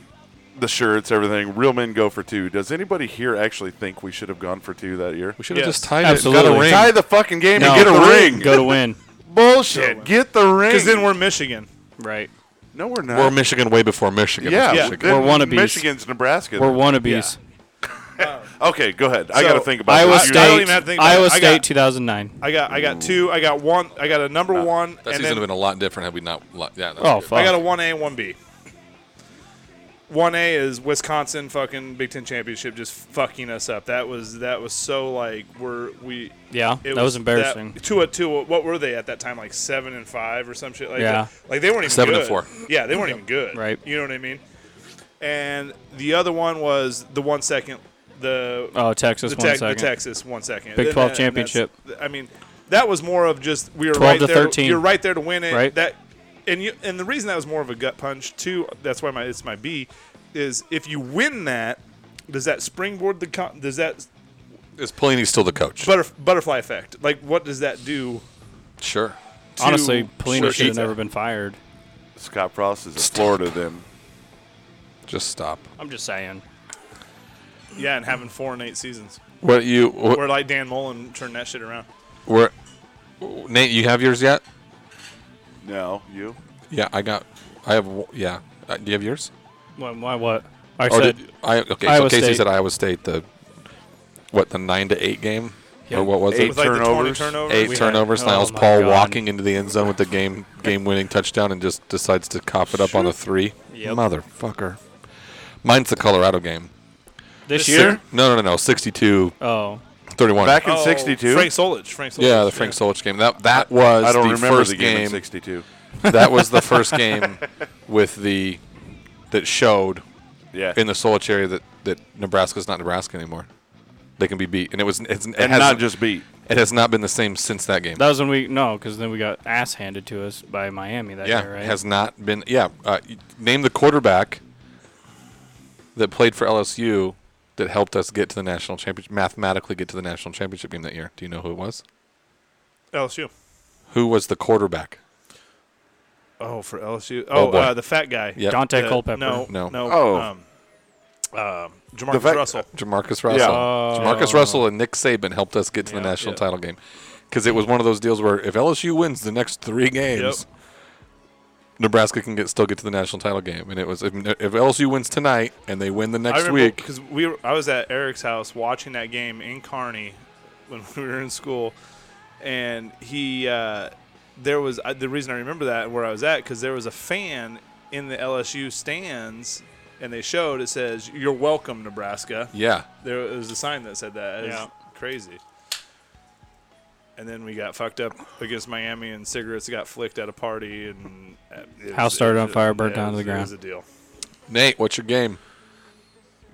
Speaker 4: the shirts, everything. Real men go for two. Does anybody here actually think we should have gone for two that year?
Speaker 2: We should have
Speaker 5: Yes,
Speaker 2: just tied it.
Speaker 3: absolutely.
Speaker 2: and Got a
Speaker 4: Tie
Speaker 2: ring.
Speaker 4: the fucking game
Speaker 3: No,
Speaker 4: and get a ring.
Speaker 3: Go to win.
Speaker 4: Bullshit. Get the ring.
Speaker 5: Because then we're Michigan.
Speaker 3: Right.
Speaker 4: no, we're not.
Speaker 2: We're Michigan way before Michigan.
Speaker 4: yeah,
Speaker 2: That's
Speaker 5: Yeah.
Speaker 2: Michigan.
Speaker 4: then
Speaker 3: We're wannabes.
Speaker 4: Michigan's Nebraska.
Speaker 3: We're wannabes.
Speaker 4: okay, go ahead. I
Speaker 5: So,
Speaker 4: got to think about
Speaker 3: Iowa
Speaker 4: this.
Speaker 5: I
Speaker 3: State.
Speaker 5: don't even have to think about
Speaker 3: Iowa
Speaker 5: it. I
Speaker 3: State,
Speaker 5: got-
Speaker 3: 2009.
Speaker 5: I got. I got two. I got one. I got a number one.
Speaker 2: That
Speaker 5: and
Speaker 2: season
Speaker 5: then
Speaker 2: would have been a lot different had we not. lo- Yeah, that was
Speaker 3: Oh
Speaker 2: good.
Speaker 3: fuck.
Speaker 5: I got a one A and one B. One A is Wisconsin fucking Big Ten championship just fucking us up. That was that was so like we're we
Speaker 3: yeah,
Speaker 5: it
Speaker 3: that was embarrassing.
Speaker 5: That, to a to a, what were they at that time like seven and five or some shit like
Speaker 3: Yeah.
Speaker 5: that. Like they weren't even
Speaker 2: Seven and
Speaker 5: good.
Speaker 2: four.
Speaker 5: Yeah, they weren't even good.
Speaker 3: Right.
Speaker 5: You know what I mean? And the other one was the one second the
Speaker 3: oh, Texas
Speaker 5: the,
Speaker 3: one
Speaker 5: Tex- the
Speaker 3: second.
Speaker 5: Texas one second.
Speaker 3: Big
Speaker 5: Then
Speaker 3: 12
Speaker 5: that- and that's-
Speaker 3: championship.
Speaker 5: I mean, that was more of just we were
Speaker 3: 12
Speaker 5: right
Speaker 3: to
Speaker 5: there.
Speaker 3: 13.
Speaker 5: You're right there to win it.
Speaker 3: Right.
Speaker 5: That and you and the reason that was more of a gut punch too. That's why my it's my B is if you win that, does that springboard the con- does that
Speaker 2: Is Pelini's still the coach?
Speaker 5: butter, butterfly effect? Like what does that do?
Speaker 2: sure.
Speaker 3: Honestly, Polino
Speaker 2: sure,
Speaker 3: should have
Speaker 2: he's a-
Speaker 3: never been fired.
Speaker 4: Scott Frost is in
Speaker 2: Stop.
Speaker 4: Florida then.
Speaker 2: Just stop.
Speaker 3: I'm just saying.
Speaker 5: Yeah, and having four and eight seasons.
Speaker 2: What you? What,
Speaker 5: Where like Dan Mullen turned that shit around.
Speaker 2: where, Nate, you have yours yet?
Speaker 4: No, you.
Speaker 2: Yeah, I got. I have. w- Yeah. Uh, do you have yours?
Speaker 3: Why, why what? I
Speaker 5: Oh,
Speaker 2: Or
Speaker 3: said
Speaker 2: did I? Okay.
Speaker 3: Iowa
Speaker 2: so Casey
Speaker 3: State.
Speaker 2: said Iowa State. The what? The nine to eight game.
Speaker 3: Yeah.
Speaker 2: Or what was
Speaker 4: Eight
Speaker 2: it?
Speaker 5: With like
Speaker 4: turnovers.
Speaker 5: the 20 turnovers.
Speaker 2: Eight
Speaker 3: we had-
Speaker 2: turnovers.
Speaker 3: oh
Speaker 2: Niles
Speaker 3: my
Speaker 2: Paul
Speaker 3: God.
Speaker 2: walking into the end zone with the game game winning touchdown and just decides to cough it up on a three.
Speaker 3: Yep.
Speaker 2: Motherfucker. Mine's the Colorado game.
Speaker 3: this
Speaker 5: This
Speaker 3: year.
Speaker 2: No, no, no, no. 62
Speaker 3: Oh,
Speaker 2: 31.
Speaker 4: Back in
Speaker 5: Oh,
Speaker 4: 62.
Speaker 5: Frank Solich. Frank Solich.
Speaker 2: yeah, the Frank Solich game. That that was
Speaker 4: I don't
Speaker 2: the
Speaker 4: remember
Speaker 2: first
Speaker 4: the game, in
Speaker 2: game
Speaker 4: 62.
Speaker 2: that was the first game with the that showed
Speaker 4: Yeah.
Speaker 2: in the Solich area that that Nebraska's not Nebraska anymore. They can be beat, and it was it's, it
Speaker 4: and
Speaker 2: hasn't-
Speaker 4: not just beat.
Speaker 2: it has not been the same since that game.
Speaker 3: that was when we no, because then we got ass handed to us by Miami that
Speaker 2: yeah,
Speaker 3: year, right?
Speaker 2: it has not been. Yeah, uh, y- name the quarterback that played for LSU that helped us get to the national championship, mathematically get to the national championship game that year. Do you know who it was?
Speaker 5: LSU.
Speaker 2: Who was the quarterback?
Speaker 5: Oh, for LSU.
Speaker 2: Oh,
Speaker 5: Oh,
Speaker 2: boy.
Speaker 5: uh, the fat guy.
Speaker 2: Yep.
Speaker 3: Dante
Speaker 5: The-
Speaker 3: Culpepper.
Speaker 5: No,
Speaker 2: No.
Speaker 5: no. No.
Speaker 4: Oh.
Speaker 5: Um, um,
Speaker 4: The
Speaker 5: Jamarcus
Speaker 4: fact-
Speaker 5: Russell.
Speaker 2: Jamarcus Russell.
Speaker 3: Oh.
Speaker 2: Jamarcus Russell and Nick Saban helped us get to the
Speaker 5: Yeah,
Speaker 2: national
Speaker 5: yeah.
Speaker 2: title game because it was one of those deals where if LSU wins the next three games, Nebraska can get still get to the national title game. And it was if, if LSU wins tonight and they win the next
Speaker 5: I
Speaker 2: week,
Speaker 5: because we were, I was at Eric's house watching that game in Kearney when we were in school, and he uh, there was I, the reason I remember that where I was at because there was a fan in the LSU stands, and they showed it says "You're welcome, Nebraska."
Speaker 2: yeah,
Speaker 5: There was a sign that said that. It was
Speaker 3: Yeah.
Speaker 5: crazy. And then we got fucked up against Miami, and cigarettes got flicked at a party, and uh, it
Speaker 3: House
Speaker 5: was-
Speaker 3: started
Speaker 5: it
Speaker 3: on
Speaker 5: was-
Speaker 3: fire, burnt
Speaker 5: yeah,
Speaker 3: down to
Speaker 5: it
Speaker 3: the
Speaker 5: was- It was a
Speaker 3: ground.
Speaker 5: deal.
Speaker 2: Nate, what's your game?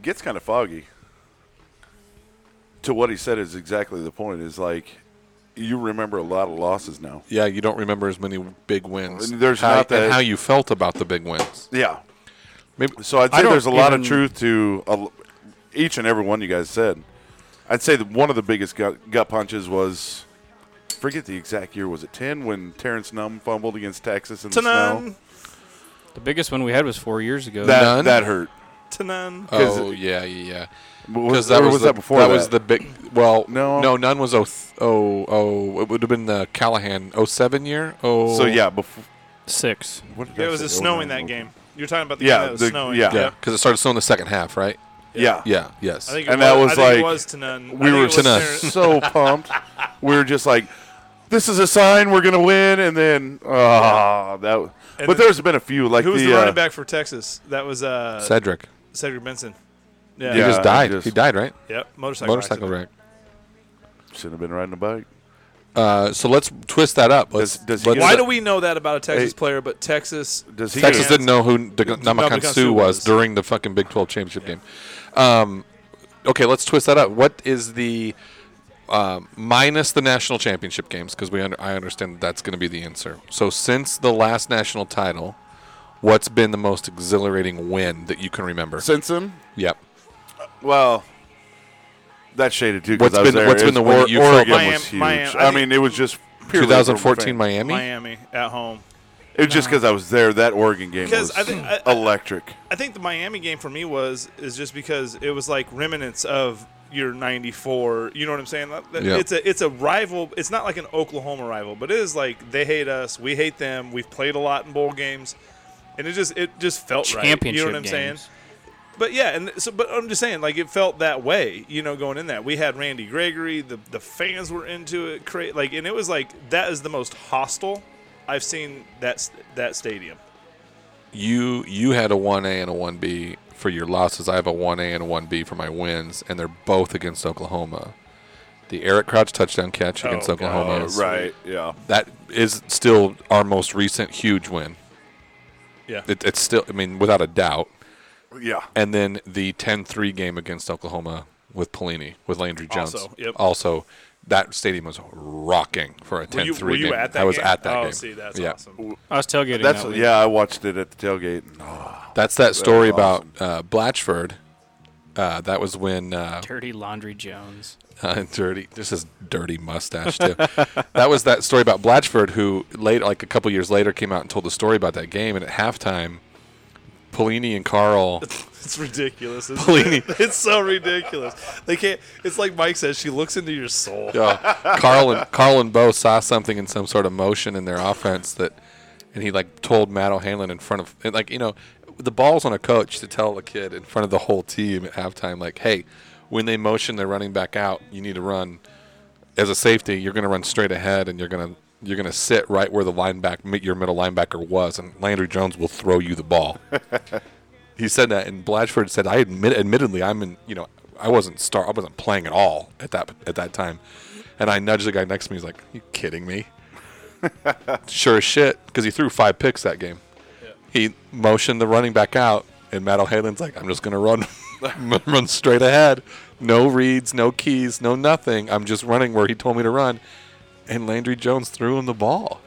Speaker 4: gets kind of foggy. To what he said is exactly the point. Is like you remember a lot of losses now.
Speaker 2: Yeah, you don't remember as many big wins.
Speaker 4: And there's
Speaker 2: how,
Speaker 4: not that-
Speaker 2: and how you felt about the big wins.
Speaker 4: Yeah.
Speaker 2: Maybe
Speaker 4: So I'd
Speaker 3: I
Speaker 4: say
Speaker 3: don't
Speaker 4: there's a lot of
Speaker 3: even-
Speaker 4: truth to a, each and every one you guys said. I'd say that one of the biggest gut, gut punches was forget the exact year was it ten when Terrence Numb fumbled against Texas in the snow.
Speaker 5: Ta-nun,
Speaker 3: The biggest one we had was four years ago.
Speaker 4: That
Speaker 2: Nunn?
Speaker 4: that hurt.
Speaker 5: ta-nun.
Speaker 4: Because-
Speaker 2: oh yeah, yeah,
Speaker 4: Was,
Speaker 2: because that
Speaker 4: or
Speaker 2: was,
Speaker 4: was
Speaker 2: the,
Speaker 4: that before
Speaker 2: that, was the big. Well,
Speaker 4: No.
Speaker 2: no, none was oh th- oh oh. It would have been the Callahan 07 year. Oh,
Speaker 4: so yeah before
Speaker 3: Six.
Speaker 4: what did I
Speaker 5: There was
Speaker 4: say?
Speaker 5: a snow in that
Speaker 4: 09.
Speaker 5: game. You're talking about the
Speaker 4: Yeah,
Speaker 5: game that was
Speaker 4: the-
Speaker 5: snowing.
Speaker 4: yeah.
Speaker 2: yeah, because it started snowing the second half, right?
Speaker 4: Yeah,
Speaker 2: Yeah, yes.
Speaker 5: I think
Speaker 4: And
Speaker 5: it
Speaker 4: that
Speaker 5: was,
Speaker 4: was
Speaker 5: I think
Speaker 4: like-
Speaker 5: it was to none. I
Speaker 4: we
Speaker 5: think
Speaker 4: were
Speaker 5: it was
Speaker 2: Tanan.
Speaker 5: Ter-
Speaker 4: so pumped. We were just like, "This is a sign we're gonna win," and then ah, that. w-
Speaker 5: And
Speaker 4: but
Speaker 5: then-
Speaker 4: there's been a few like
Speaker 5: Who was the,
Speaker 4: uh,
Speaker 5: running back for Texas? That was uh,
Speaker 2: Cedric,
Speaker 5: Cedric Benson.
Speaker 2: he
Speaker 4: Yeah,
Speaker 5: Yeah.
Speaker 2: just died.
Speaker 4: he just-
Speaker 2: he died, right?
Speaker 5: Yep. Motorcycle.
Speaker 2: Motorcycle
Speaker 5: accident.
Speaker 2: wreck.
Speaker 4: Shouldn't have been riding a bike.
Speaker 2: Uh, so let's twist that up. Let's,
Speaker 4: Does- does he
Speaker 2: let's-
Speaker 4: get
Speaker 5: Why
Speaker 4: Is
Speaker 5: do
Speaker 4: it-
Speaker 5: we know that about a Texas
Speaker 4: Hey.
Speaker 5: player, but Texas?
Speaker 4: Does he?
Speaker 2: Texas
Speaker 5: get-
Speaker 2: didn't know who Nd- Namakan
Speaker 5: Namakan
Speaker 2: Sue
Speaker 5: Sue
Speaker 2: was
Speaker 5: was.
Speaker 2: during the fucking Big 12 championship game. Um, okay, let's twist that up. What is the um, minus the national championship games? Because we under, I understand that's going to be the answer. So since the last national title, what's been the most exhilarating win that you can remember?
Speaker 4: Simpson?
Speaker 2: yep.
Speaker 4: Well, that's shaded too. 'cause
Speaker 2: What's
Speaker 4: I was
Speaker 2: been-
Speaker 4: there.
Speaker 2: what's been the
Speaker 4: It's-
Speaker 2: one that
Speaker 4: Or-
Speaker 2: you felt
Speaker 4: Oregon
Speaker 5: the
Speaker 4: was
Speaker 5: most?
Speaker 4: huge.
Speaker 5: Miami- Miami-
Speaker 4: I mean, it was just purely from a
Speaker 2: 2014
Speaker 4: fan.
Speaker 2: Miami.
Speaker 5: Miami at home.
Speaker 4: It was just because I was there. That Oregon game
Speaker 5: Because
Speaker 4: was
Speaker 5: I think- I- I-
Speaker 4: electric.
Speaker 5: I think the Miami game for me was is just because it was like remnants of your '94. You know what I'm saying? Like, that-
Speaker 2: Yeah.
Speaker 5: It's a it's a rival. It's not like an Oklahoma rival, but it is like they hate us, we hate them. We've played a lot in bowl games, and it just it just felt right.
Speaker 3: Championship
Speaker 5: You know what I'm saying?
Speaker 3: games.
Speaker 5: But yeah, and so but I'm just saying like it felt that way. You know, going in that we had Randy Gregory, the the fans were into it, cra- like, and it was like that is the most hostile I've seen that s- that stadium.
Speaker 2: You you had a 1A and a 1B for your losses. I have a 1A and a 1B for my wins, and they're both against Oklahoma. The Eric Crouch touchdown catch against
Speaker 5: God.
Speaker 2: Oklahoma.
Speaker 5: Oh,
Speaker 4: Right? Yeah.
Speaker 2: that is still our most recent huge win.
Speaker 5: Yeah.
Speaker 2: It, it's still, I mean, without a doubt.
Speaker 4: Yeah.
Speaker 2: And then the 10-3 game against Oklahoma with Pelini, with Landry Jones.
Speaker 5: Also, yep.
Speaker 2: Also, that stadium was rocking for a 10-3
Speaker 5: Were you- were you
Speaker 2: game.
Speaker 5: at that
Speaker 2: I was
Speaker 5: game?
Speaker 2: at that
Speaker 5: oh,
Speaker 2: game.
Speaker 5: see, that's
Speaker 2: yeah.
Speaker 5: awesome.
Speaker 3: I was tailgating.
Speaker 4: That's
Speaker 3: that week.
Speaker 4: yeah. I watched it at the tailgate. Oh,
Speaker 2: That's that story
Speaker 4: awesome.
Speaker 2: about uh, Blatchford Uh, that was when uh,
Speaker 3: Dirty Laundry Jones.
Speaker 2: Uh, dirty. This is dirty mustache too. that was that story about Blatchford, who late, like a couple years later, came out and told the story about that game. And at halftime, Pelini and Carl,
Speaker 5: It's ridiculous. isn't
Speaker 2: Bellini.
Speaker 5: it? It's so ridiculous. They can't. It's like Mike says. She looks into your soul.
Speaker 2: uh, Carl and Carl and Bo saw something in some sort of motion in their offense that, and he like told Matt O'Hanlon in front of, and, like you know, the ball's on a coach to tell a kid in front of the whole team at halftime, like, hey, when they motion their running back out, you need to run. As a safety, you're going to run straight ahead, and you're going to you're going to sit right where the linebacker, mi- your middle linebacker was, and Landry Jones will throw you the ball. he said that, and Blatchford said, "I admit, admittedly, I'm in. You know, I wasn't star. I wasn't playing at all at that at that time." And I nudged the guy next to me. He's like, "You kidding me?" sure as shit, because he threw five picks that game. He motioned the running back out, and Matt O'Halen's like, "I'm just gonna run, run straight ahead. No reads, no keys, no nothing. I'm just running where he told me to run." And Landry Jones threw him the ball.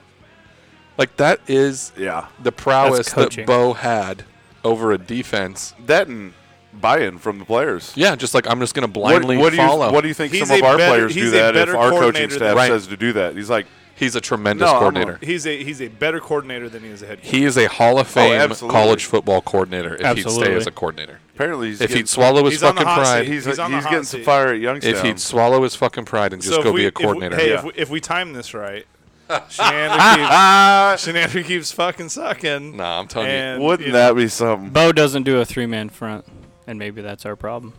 Speaker 2: Like that is
Speaker 4: Yeah.
Speaker 2: the prowess that
Speaker 3: coaching.
Speaker 2: Bo had over a defense.
Speaker 4: That and buy-in from the players.
Speaker 2: Yeah, just like I'm just going to blindly
Speaker 4: what, what do you,
Speaker 2: follow.
Speaker 4: What do you think
Speaker 5: He's
Speaker 4: some of
Speaker 5: a
Speaker 4: our
Speaker 5: better-
Speaker 4: players do
Speaker 5: he's a
Speaker 4: that if
Speaker 5: better
Speaker 4: our coaching
Speaker 5: coordinator than-
Speaker 4: staff
Speaker 2: Right.
Speaker 4: says to do that? He's like,
Speaker 2: he's a tremendous
Speaker 4: No, I'm a-
Speaker 2: coordinator.
Speaker 5: He's a he's a better coordinator than he is a head. coach.
Speaker 2: he is a Hall
Speaker 5: Oh,
Speaker 2: of Fame
Speaker 4: absolutely.
Speaker 2: college football coordinator if he'd stay
Speaker 3: Absolutely.
Speaker 2: as a coordinator.
Speaker 4: apparently he's
Speaker 2: if
Speaker 4: getting
Speaker 2: he'd swallow his
Speaker 5: He's on the
Speaker 2: fucking
Speaker 5: hot seat.
Speaker 2: pride,
Speaker 4: he's,
Speaker 5: He's
Speaker 4: he's,
Speaker 5: on the hot
Speaker 4: getting some
Speaker 5: seat.
Speaker 4: fire at Youngstown.
Speaker 2: if he'd swallow his fucking pride and just
Speaker 5: so
Speaker 2: go
Speaker 5: if we,
Speaker 2: be a
Speaker 5: if we-
Speaker 2: coordinator.
Speaker 5: hey,
Speaker 2: yeah.
Speaker 5: if, we, if we time this right, Shenander keeps, Shenander keeps fucking sucking.
Speaker 2: Nah, I'm telling you.
Speaker 5: And,
Speaker 4: Wouldn't
Speaker 5: you know,
Speaker 4: that be something?
Speaker 3: Bo doesn't do a three man front, and maybe that's our problem.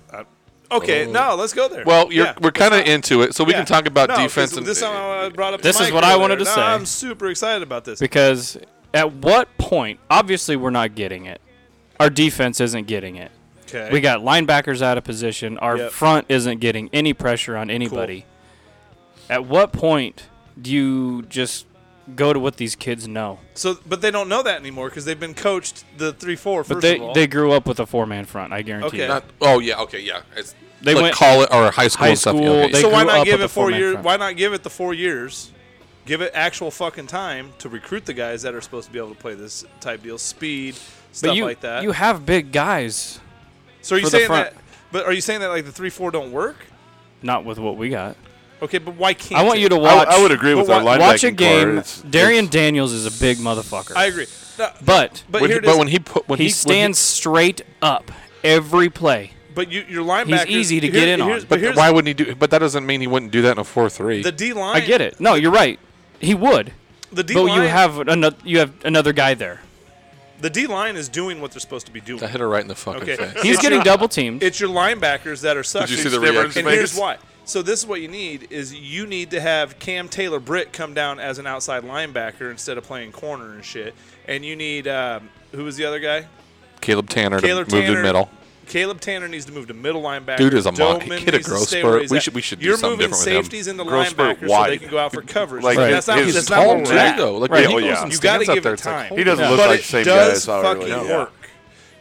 Speaker 5: Okay, no, let's go there.
Speaker 2: Mm. well, you're,
Speaker 5: Yeah,
Speaker 2: we're
Speaker 5: let's
Speaker 2: kind of
Speaker 5: not-
Speaker 2: into it, so we
Speaker 5: yeah.
Speaker 2: can talk about
Speaker 5: No, 'cause
Speaker 2: defense. And,
Speaker 5: this is something I brought up. to
Speaker 3: This is
Speaker 5: Mike
Speaker 3: what I
Speaker 5: earlier.
Speaker 3: wanted to
Speaker 5: No,
Speaker 3: say.
Speaker 5: I'm super excited about this.
Speaker 3: Because at what point, obviously, we're not getting it. Our defense isn't getting it.
Speaker 5: Okay.
Speaker 3: We got linebackers out of position. Our
Speaker 5: Yep.
Speaker 3: front isn't getting any pressure on anybody. At what point do you just go to what these kids know?
Speaker 5: so, but they don't know that anymore because they've been coached the three four. First
Speaker 3: But they,
Speaker 5: of all,
Speaker 3: they grew up with a four man front, I guarantee
Speaker 5: Okay.
Speaker 3: you.
Speaker 2: not, oh yeah, okay, yeah. It's,
Speaker 3: They
Speaker 2: like
Speaker 3: went-
Speaker 2: college or high school
Speaker 3: high
Speaker 2: and stuff. yeah,
Speaker 3: school,
Speaker 2: okay,
Speaker 3: they
Speaker 5: so why
Speaker 3: grew up
Speaker 5: not give
Speaker 3: with
Speaker 5: it
Speaker 3: a
Speaker 5: four
Speaker 3: four-man
Speaker 5: years?
Speaker 3: front.
Speaker 5: Why not give it the four years? Give it actual fucking time to recruit the guys that are supposed to be able to play this type deal, speed,
Speaker 3: But
Speaker 5: stuff
Speaker 3: you,
Speaker 5: like that.
Speaker 3: you have big guys,
Speaker 5: so are you
Speaker 3: for the
Speaker 5: saying
Speaker 3: front.
Speaker 5: that? But are you saying that like the three four don't work?
Speaker 3: not with what we got.
Speaker 5: Okay, but why can't?
Speaker 3: I want you
Speaker 5: it?
Speaker 3: to
Speaker 4: I,
Speaker 3: watch.
Speaker 4: I would agree with
Speaker 5: But
Speaker 4: our
Speaker 5: wa-
Speaker 4: linebacking
Speaker 3: Watch a
Speaker 4: core.
Speaker 3: game.
Speaker 4: It's-
Speaker 3: Darian
Speaker 4: it's-
Speaker 3: Daniels is a big motherfucker.
Speaker 5: I agree. No,
Speaker 3: But
Speaker 5: but
Speaker 2: when
Speaker 5: here
Speaker 2: he,
Speaker 5: it is.
Speaker 2: but when he put when
Speaker 3: he
Speaker 2: when
Speaker 3: stands straight up every play.
Speaker 5: but you, your linebacker.
Speaker 3: easy to get in on.
Speaker 5: But,
Speaker 2: but
Speaker 5: here's
Speaker 2: why wouldn't he do? But that doesn't mean he wouldn't do that in a four three.
Speaker 5: the D line.
Speaker 3: I get it. No, you're right. He would.
Speaker 5: The D
Speaker 3: But
Speaker 5: line.
Speaker 3: you have another you have another guy there.
Speaker 5: the D line is doing what they're supposed to be doing.
Speaker 2: I hit her right in the fucking
Speaker 5: Okay.
Speaker 2: face.
Speaker 3: He's
Speaker 5: It's
Speaker 3: getting
Speaker 5: your-
Speaker 3: double teamed.
Speaker 5: It's your linebackers that are sucking.
Speaker 2: you see the
Speaker 5: Difference
Speaker 2: reaction
Speaker 5: And here's
Speaker 2: face?
Speaker 5: why. So this is what you need is you need to have Cam Taylor Britt come down as an outside linebacker instead of playing corner and shit. And you need um, who was the other guy?
Speaker 2: Caleb Tanner to
Speaker 5: Taylor
Speaker 2: move to
Speaker 5: Tanner.
Speaker 2: middle.
Speaker 5: Caleb Tanner needs to move to middle linebacker.
Speaker 2: Dude is a mock.
Speaker 5: Doman
Speaker 2: Get a
Speaker 5: needs to
Speaker 2: growth
Speaker 5: stay
Speaker 2: spurt.
Speaker 5: where he's
Speaker 2: We
Speaker 5: at.
Speaker 2: should- we should do
Speaker 5: You're
Speaker 2: something
Speaker 5: moving
Speaker 2: different with him.
Speaker 5: safeties into
Speaker 4: Growth spurt
Speaker 5: linebackers so they
Speaker 4: wide.
Speaker 5: can go out for coverage.
Speaker 4: Like,
Speaker 5: Like, that's not,
Speaker 4: his
Speaker 5: that's
Speaker 4: tall
Speaker 5: not what we're
Speaker 4: leg,
Speaker 5: at.
Speaker 2: though. Like,
Speaker 4: Right.
Speaker 2: when he
Speaker 4: Oh,
Speaker 2: goes
Speaker 4: yeah.
Speaker 2: and
Speaker 5: You got to
Speaker 2: stands up
Speaker 5: give
Speaker 2: there,
Speaker 5: it
Speaker 2: it's like,
Speaker 5: time.
Speaker 2: holy
Speaker 4: He doesn't
Speaker 2: cow.
Speaker 4: look
Speaker 5: but
Speaker 4: like
Speaker 5: it
Speaker 4: same guy
Speaker 5: does
Speaker 4: as I really
Speaker 5: fucking
Speaker 4: know.
Speaker 5: work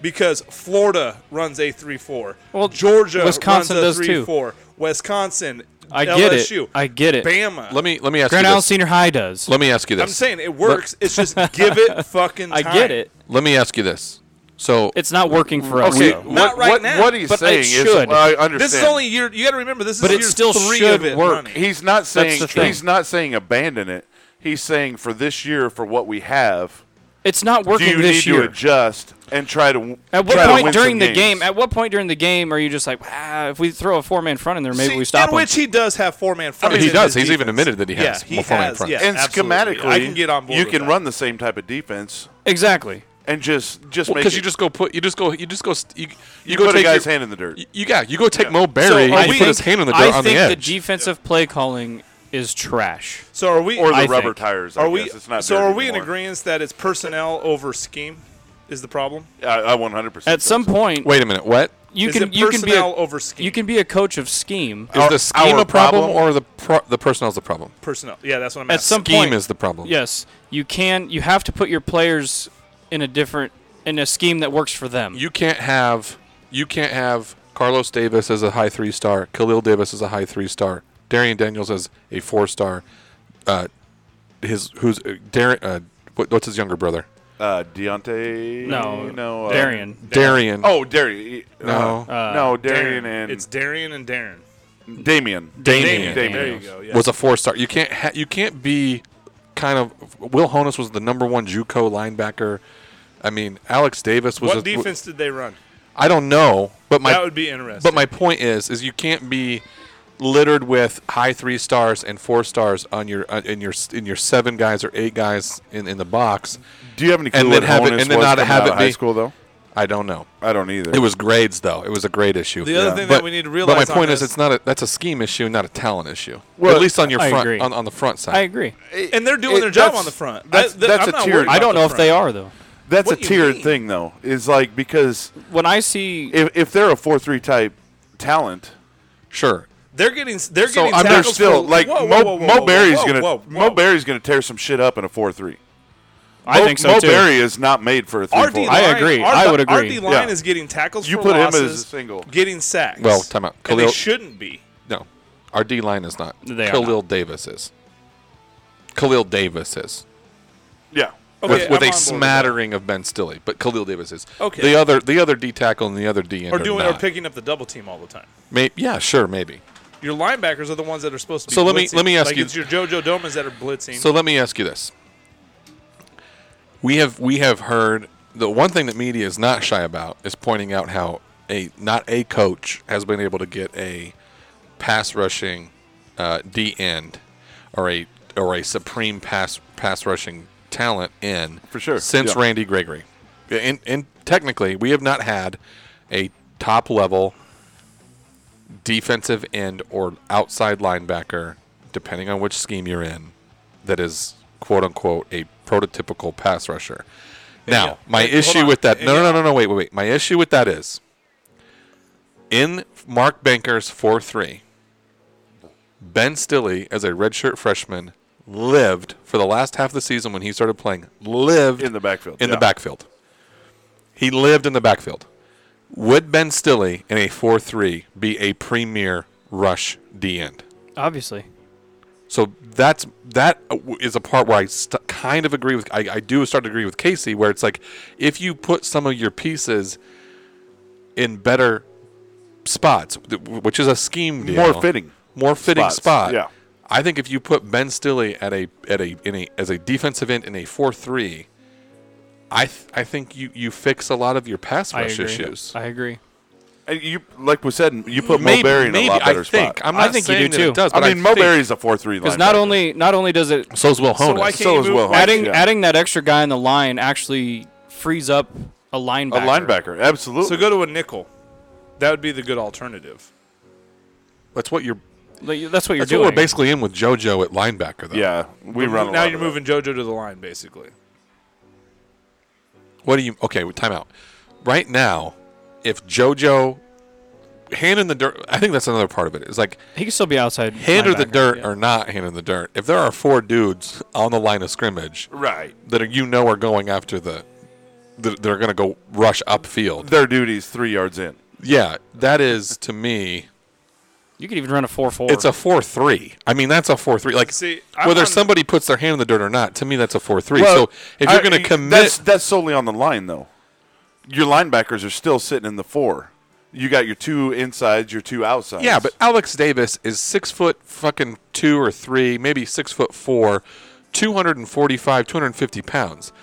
Speaker 5: because Florida runs a three-four.
Speaker 3: Well,
Speaker 5: Georgia,
Speaker 3: Wisconsin
Speaker 5: runs
Speaker 3: does
Speaker 5: a
Speaker 3: too.
Speaker 5: three-four. Wisconsin,
Speaker 3: I get
Speaker 5: LSU,
Speaker 3: it. I get it.
Speaker 5: Bama.
Speaker 2: Let me let me ask
Speaker 3: Grand
Speaker 2: you
Speaker 3: Island
Speaker 2: this.
Speaker 3: Senior High does.
Speaker 2: Let me ask you this.
Speaker 5: I'm saying it works. it's just give it fucking.
Speaker 3: I
Speaker 5: Time.
Speaker 3: get it.
Speaker 2: Let me ask you this. So
Speaker 3: It's not working for us.
Speaker 4: Okay,
Speaker 3: though.
Speaker 4: what,
Speaker 5: Not right
Speaker 4: what,
Speaker 5: now,
Speaker 4: what he's
Speaker 3: but it
Speaker 4: saying is,
Speaker 3: should.
Speaker 4: I understand.
Speaker 5: This is only year. You got to remember this is
Speaker 3: But it
Speaker 5: year
Speaker 3: still
Speaker 5: three
Speaker 3: should
Speaker 5: of it
Speaker 3: work.
Speaker 5: running.
Speaker 4: He's not saying
Speaker 3: the thing.
Speaker 4: he's not saying abandon it. He's saying for this year, for what we have,
Speaker 3: It's not
Speaker 4: do
Speaker 3: working
Speaker 4: you need
Speaker 3: this
Speaker 4: to
Speaker 3: year.
Speaker 4: adjust and try to w-
Speaker 3: At what
Speaker 4: try to
Speaker 3: point
Speaker 4: win some
Speaker 3: during the
Speaker 4: games?
Speaker 3: game? At what point during the game are you just like, ah, if we throw a four man front in there, maybe
Speaker 5: See,
Speaker 3: we stop
Speaker 5: in
Speaker 3: him?
Speaker 5: which he does have four man front.
Speaker 2: mean, he does. He's even admitted that he has
Speaker 5: Yeah, he
Speaker 2: more four-man
Speaker 5: has.
Speaker 2: front.
Speaker 5: Yeah,
Speaker 4: and
Speaker 5: absolutely.
Speaker 4: schematically,
Speaker 5: I can get on board.
Speaker 4: You
Speaker 5: with
Speaker 4: can
Speaker 5: that.
Speaker 4: run the same type of defense
Speaker 3: exactly.
Speaker 4: and just just make
Speaker 2: because
Speaker 4: it,
Speaker 2: you just go put you just go you just go st- you, you,
Speaker 4: you
Speaker 2: go
Speaker 4: put a
Speaker 2: take
Speaker 4: guy's
Speaker 2: your-
Speaker 4: hand in the dirt.
Speaker 2: You, you got you go take Mo Berry
Speaker 5: So
Speaker 2: and
Speaker 5: I
Speaker 2: you put
Speaker 5: think-
Speaker 2: his hand on the dirt
Speaker 3: I
Speaker 2: on the
Speaker 3: think
Speaker 2: edge.
Speaker 3: defensive play calling is trash.
Speaker 5: So are we?
Speaker 4: or the
Speaker 3: I
Speaker 4: rubber
Speaker 3: think.
Speaker 4: tires. I
Speaker 5: Are we?
Speaker 4: guess. It's not
Speaker 5: So
Speaker 4: dirty
Speaker 5: are we in
Speaker 4: anymore.
Speaker 5: agreement that it's personnel over scheme? Is the problem?
Speaker 4: I, I 100. percent
Speaker 3: At some point,
Speaker 2: Wait a minute. What
Speaker 3: you
Speaker 5: is
Speaker 3: can
Speaker 5: it
Speaker 3: you can be a,
Speaker 5: personnel over scheme?
Speaker 3: you can be a coach of scheme.
Speaker 2: is
Speaker 4: Our-
Speaker 2: the scheme
Speaker 4: our
Speaker 2: a problem,
Speaker 4: problem-
Speaker 2: or the pro- the personnel's the problem?
Speaker 5: personnel. Yeah, that's what I'm
Speaker 3: At
Speaker 5: asking.
Speaker 3: some
Speaker 2: Scheme
Speaker 3: point,
Speaker 2: is the problem.
Speaker 3: Yes, you can. You have to put your players in a different in a scheme that works for them.
Speaker 2: you can't have you can't have Carlos Davis as a high three star, Khalil Davis as a high three star, Darian Daniels as a four star. Uh, his who's uh, Darren? Uh, what, what's his younger brother?
Speaker 4: uh, Deontay.
Speaker 3: No,
Speaker 4: no, uh,
Speaker 3: Darian.
Speaker 2: Darian.
Speaker 4: Oh, Darian.
Speaker 2: No.
Speaker 4: uh, no, Darian and
Speaker 5: It's Darian and Darren.
Speaker 4: Damian.
Speaker 2: Damien.
Speaker 5: Damien. There
Speaker 4: Damien.
Speaker 5: you go. Yeah.
Speaker 2: was a four star. You can't ha- you can't be kind of Will Honus was the number one JUCO linebacker. I mean, Alex Davis was
Speaker 5: what
Speaker 2: a,
Speaker 5: defense did they run?
Speaker 2: I don't know, but my
Speaker 5: that would be interesting.
Speaker 2: but my point is is you can't be littered with high three stars and four stars on your uh, in your in your seven guys or eight guys in, in the box.
Speaker 4: Do you have any clue
Speaker 2: And
Speaker 4: what
Speaker 2: then have it-
Speaker 4: Honus
Speaker 2: and then
Speaker 4: was
Speaker 2: not
Speaker 4: coming
Speaker 2: have
Speaker 4: out
Speaker 2: it
Speaker 4: of high
Speaker 2: be-
Speaker 4: school though?
Speaker 2: I don't know.
Speaker 4: I don't either.
Speaker 2: It was grades though. It was a grade issue.
Speaker 5: the other thing that we need to realize.
Speaker 2: but my point
Speaker 5: on
Speaker 2: is,
Speaker 5: this-
Speaker 2: it's not a that's a scheme issue, not a talent issue.
Speaker 4: Well,
Speaker 2: at least on your
Speaker 3: I
Speaker 2: front
Speaker 3: agree.
Speaker 2: on, on the front side.
Speaker 3: I agree.
Speaker 5: and they're doing
Speaker 4: it-
Speaker 5: their job
Speaker 4: that's-
Speaker 5: on the front.
Speaker 4: that's-
Speaker 5: I, th-
Speaker 4: that's
Speaker 5: I'm
Speaker 4: a
Speaker 5: not
Speaker 4: tier-
Speaker 5: worried
Speaker 3: I
Speaker 5: about
Speaker 3: don't
Speaker 5: the
Speaker 3: know if
Speaker 5: front.
Speaker 3: they are though.
Speaker 4: That's
Speaker 5: What
Speaker 4: a
Speaker 5: do you
Speaker 4: tiered
Speaker 5: mean?
Speaker 4: thing though. Is like because
Speaker 3: When I see
Speaker 4: if, if they're a four three type talent,
Speaker 2: sure.
Speaker 5: They're getting. They're
Speaker 2: So,
Speaker 5: getting.
Speaker 2: I'm-
Speaker 5: I'm,
Speaker 2: they're
Speaker 4: they're still like
Speaker 5: whoa, whoa,
Speaker 4: Mo,
Speaker 5: whoa,
Speaker 4: Mo
Speaker 5: whoa, whoa,
Speaker 4: Berry's
Speaker 5: whoa,
Speaker 4: gonna
Speaker 5: whoa,
Speaker 4: Mo
Speaker 5: whoa.
Speaker 4: Berry's gonna tear some shit up in a four three.
Speaker 3: I think so
Speaker 4: Mo
Speaker 3: too.
Speaker 4: Berry is not made for a three
Speaker 5: our
Speaker 4: four.
Speaker 5: D
Speaker 3: I
Speaker 5: line,
Speaker 3: agree.
Speaker 5: Our,
Speaker 3: I would
Speaker 5: Our
Speaker 3: agree.
Speaker 5: D line
Speaker 4: Yeah.
Speaker 5: is getting tackles.
Speaker 4: You
Speaker 5: for
Speaker 4: put him as
Speaker 5: losses,
Speaker 4: a single.
Speaker 5: Getting sacks.
Speaker 2: Well, time out.
Speaker 5: And they
Speaker 2: Khalil-
Speaker 5: shouldn't be.
Speaker 2: No, our D line is not.
Speaker 3: They are
Speaker 2: Khalil Davis is. Khalil Davis is
Speaker 4: Yeah.
Speaker 5: Okay,
Speaker 2: with, with
Speaker 5: I'm
Speaker 2: a
Speaker 5: on board that.
Speaker 2: smattering of Ben Stilley, but Khalil Davis is.
Speaker 5: Okay.
Speaker 2: The other the other D tackle and the other D end
Speaker 5: Or
Speaker 2: are
Speaker 5: doing or
Speaker 2: not.
Speaker 5: picking up the double team all the time.
Speaker 2: May- yeah, sure, maybe.
Speaker 5: Your linebackers are the ones that are supposed to be.
Speaker 2: So let me-
Speaker 5: blitzing.
Speaker 2: let me ask
Speaker 5: Like,
Speaker 2: you-
Speaker 5: It's your JoJo Domas that are blitzing.
Speaker 2: So let me ask you this: We have we have heard the one thing that media is not shy about is pointing out how a not a coach has been able to get a pass rushing uh, D end or a or a supreme pass pass rushing talent in
Speaker 4: For sure,
Speaker 2: since
Speaker 4: yeah.
Speaker 2: Randy Gregory, and and technically we have not had a top level defensive end or outside linebacker, depending on which scheme you're in, that is quote unquote a prototypical pass rusher. Now,
Speaker 5: yeah.
Speaker 2: my
Speaker 5: Wait, hold
Speaker 2: issue
Speaker 5: on.
Speaker 2: with that
Speaker 5: And
Speaker 2: no,
Speaker 5: yeah.
Speaker 2: no, no, no, wait, wait, wait. My issue with that is in Mark Banker's four three, Ben Stilley as a redshirt freshman lived for the last half of the season when he started playing, lived
Speaker 4: In the backfield.
Speaker 2: in
Speaker 4: Yeah.
Speaker 2: the backfield. He lived in the backfield. Would Ben Stilley in a 4 3 be a premier rush D end?
Speaker 3: obviously.
Speaker 2: So that's that is a part where I st- kind of agree with. I, I do start to agree with Casey, where it's like if you put some of your pieces in better spots, th- which is a scheme deal,
Speaker 4: More fitting.
Speaker 2: more fitting
Speaker 4: Spots,
Speaker 2: spot.
Speaker 4: yeah.
Speaker 2: I think if you put Ben Stilley at a at a in a as a defensive end in a four three, I th- I think you you fix a lot of your pass
Speaker 3: I
Speaker 2: rush
Speaker 3: agree.
Speaker 2: issues.
Speaker 3: I agree.
Speaker 4: And Uh, you like we said, you put Mo
Speaker 2: maybe,
Speaker 4: Berry in
Speaker 2: maybe,
Speaker 4: a lot better
Speaker 2: I think.
Speaker 4: spot.
Speaker 2: I'm not
Speaker 3: I think you
Speaker 2: saying
Speaker 3: do
Speaker 2: that it
Speaker 3: too.
Speaker 2: does,
Speaker 4: I
Speaker 2: but
Speaker 4: mean, Mo
Speaker 2: think-
Speaker 4: Berry's a four three line.
Speaker 3: Because not only not only does it
Speaker 2: so is Will
Speaker 5: So
Speaker 2: Honus.
Speaker 5: why can't
Speaker 4: So
Speaker 5: you
Speaker 4: is
Speaker 5: move
Speaker 4: Will Honus.
Speaker 5: Max-
Speaker 3: adding
Speaker 4: yeah.
Speaker 3: adding that extra guy in the line actually frees up a linebacker.
Speaker 4: a linebacker, absolutely.
Speaker 5: So go to a nickel. That would be the good alternative.
Speaker 2: that's what you're.
Speaker 3: Like, That's what you're
Speaker 2: That's
Speaker 3: doing.
Speaker 2: what we're basically in with JoJo at linebacker, though.
Speaker 4: yeah, we run. a
Speaker 5: now
Speaker 4: lot
Speaker 5: you're
Speaker 4: of that.
Speaker 5: moving JoJo to the line, basically.
Speaker 2: What do you? Okay, well, time out. Right now, if JoJo hand in the dirt, I think that's another part of it. It's like
Speaker 3: he can still be outside.
Speaker 2: hand in the
Speaker 3: linebacker.
Speaker 2: dirt
Speaker 3: Yeah.
Speaker 2: or not hand in the dirt. If there are four dudes on the line of scrimmage
Speaker 4: right.
Speaker 2: that are, you know are going after the, that that are going to go rush upfield.
Speaker 4: Their duty's three yards in.
Speaker 2: Yeah, that is to me.
Speaker 3: You could even run a four four.
Speaker 2: It's a four three. I mean, that's a four three. Like
Speaker 5: See, I'm
Speaker 2: whether
Speaker 5: on-
Speaker 2: somebody puts their hand in the dirt or not, to me that's a four three.
Speaker 4: Well,
Speaker 2: so if you're
Speaker 4: I-
Speaker 2: going to commit,
Speaker 4: that's, that's solely on the line though. Your linebackers are still sitting in the four. You got your two insides, your two outsides.
Speaker 2: Yeah, but Alex Davis is six foot fucking two or three, maybe six foot four, 245, 250 pounds.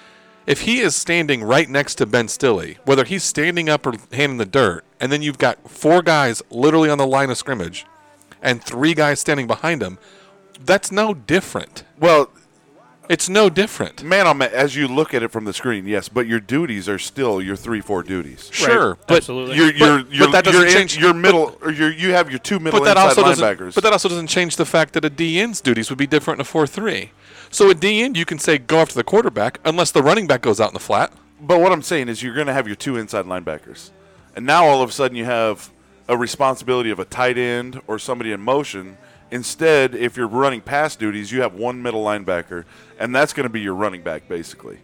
Speaker 2: If he is standing right next to Ben Stilley, whether he's standing up or hand in the dirt, and then you've got four guys literally on the line of scrimmage and three guys standing behind him, that's no different.
Speaker 4: well,
Speaker 2: It's no different.
Speaker 4: man, on man, as you look at it from the screen, yes, but your duties are still your three four duties.
Speaker 2: Sure, but
Speaker 3: Absolutely.
Speaker 4: Your your
Speaker 2: but
Speaker 4: your,
Speaker 2: that doesn't
Speaker 4: your, in-
Speaker 2: change-
Speaker 4: your middle or your you have your two middle
Speaker 2: but that also
Speaker 4: inside linebackers.
Speaker 2: doesn't. But that also doesn't change the fact that a DN's duties would be different in a four-three. So a DN, you can say go after the quarterback unless the running back goes out in the flat.
Speaker 4: But what I'm saying is you're going to have your two inside linebackers. And now all of a sudden you have a responsibility of a tight end or somebody in motion. Instead, if you're running pass duties, you have one middle linebacker, and that's going to be your running back basically.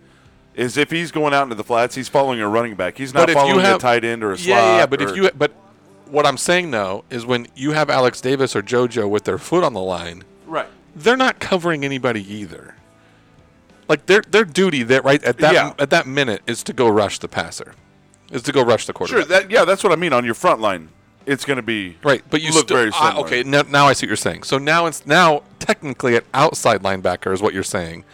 Speaker 4: Is if he's going out into the flats, he's following a running back. He's not
Speaker 2: But if you
Speaker 4: following a
Speaker 2: have-
Speaker 4: tight end or a slot.
Speaker 2: Yeah, yeah, yeah, but if
Speaker 4: or-
Speaker 2: you but what I'm saying though is when you have Alex Davis or JoJo with their foot on the line,
Speaker 4: right,
Speaker 2: they're not covering anybody either. Like their their duty that right at that
Speaker 4: Yeah.
Speaker 2: at that minute is to go rush the passer, is to go rush the
Speaker 4: Sure.
Speaker 2: quarterback.
Speaker 4: That yeah, that's what I mean. On your front line, it's going to be
Speaker 2: right, but you
Speaker 4: look
Speaker 2: still-
Speaker 4: very
Speaker 2: ah,
Speaker 4: similar.
Speaker 2: okay, now, now I see what you're saying. So now it's now technically an outside linebacker is what you're saying,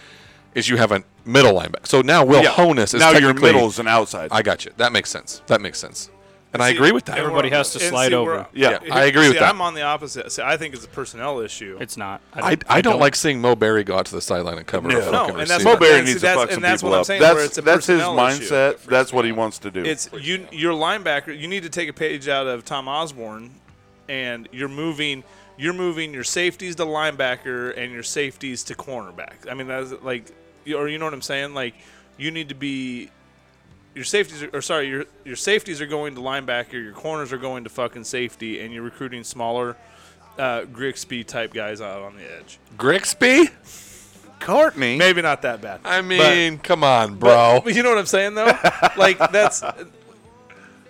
Speaker 2: is you have a middle linebacker. So now Will
Speaker 4: Yeah.
Speaker 2: Honus is
Speaker 4: now your
Speaker 2: technically-
Speaker 4: middles and outside.
Speaker 2: I got you. That makes sense. That makes sense, and I
Speaker 5: See,
Speaker 2: agree with that.
Speaker 5: and
Speaker 3: Everybody
Speaker 5: we're-
Speaker 3: has to
Speaker 5: and
Speaker 3: slide
Speaker 5: see,
Speaker 3: over.
Speaker 5: we're-
Speaker 4: Yeah,
Speaker 5: here-
Speaker 2: I agree with
Speaker 5: see,
Speaker 2: that.
Speaker 5: I'm on the opposite. See, I think it's a personnel issue.
Speaker 3: It's not.
Speaker 2: I, I don't like seeing Mo Berry go out to the sideline and cover a
Speaker 4: No. No,
Speaker 2: fucking
Speaker 5: and that's
Speaker 2: receiver.
Speaker 4: Mo
Speaker 5: what-
Speaker 4: Berry
Speaker 5: and see,
Speaker 4: needs to
Speaker 5: that's-
Speaker 4: fuck some
Speaker 5: and that's
Speaker 4: people
Speaker 5: what I'm
Speaker 4: up.
Speaker 5: saying, where
Speaker 4: that's
Speaker 5: it's a
Speaker 4: that's his
Speaker 5: personnel issue.
Speaker 4: mindset. That's what he wants to do.
Speaker 5: It's you. Your linebacker. You need to take a page out of Tom Osborne, and you're moving. You're moving your safeties to linebacker and your safeties to cornerback. I mean, that's like, you- or you know what I'm saying? Like, you need to be. Your safeties, are, or sorry, your your safeties are going to linebacker. Your corners are going to fucking safety, and you're recruiting smaller, uh, Grixby type guys out on the edge.
Speaker 2: Grixby?
Speaker 4: Courtney.
Speaker 5: Maybe not that bad.
Speaker 2: I
Speaker 5: But-
Speaker 2: mean, come on, bro.
Speaker 5: But you know what I'm saying, though. like that's,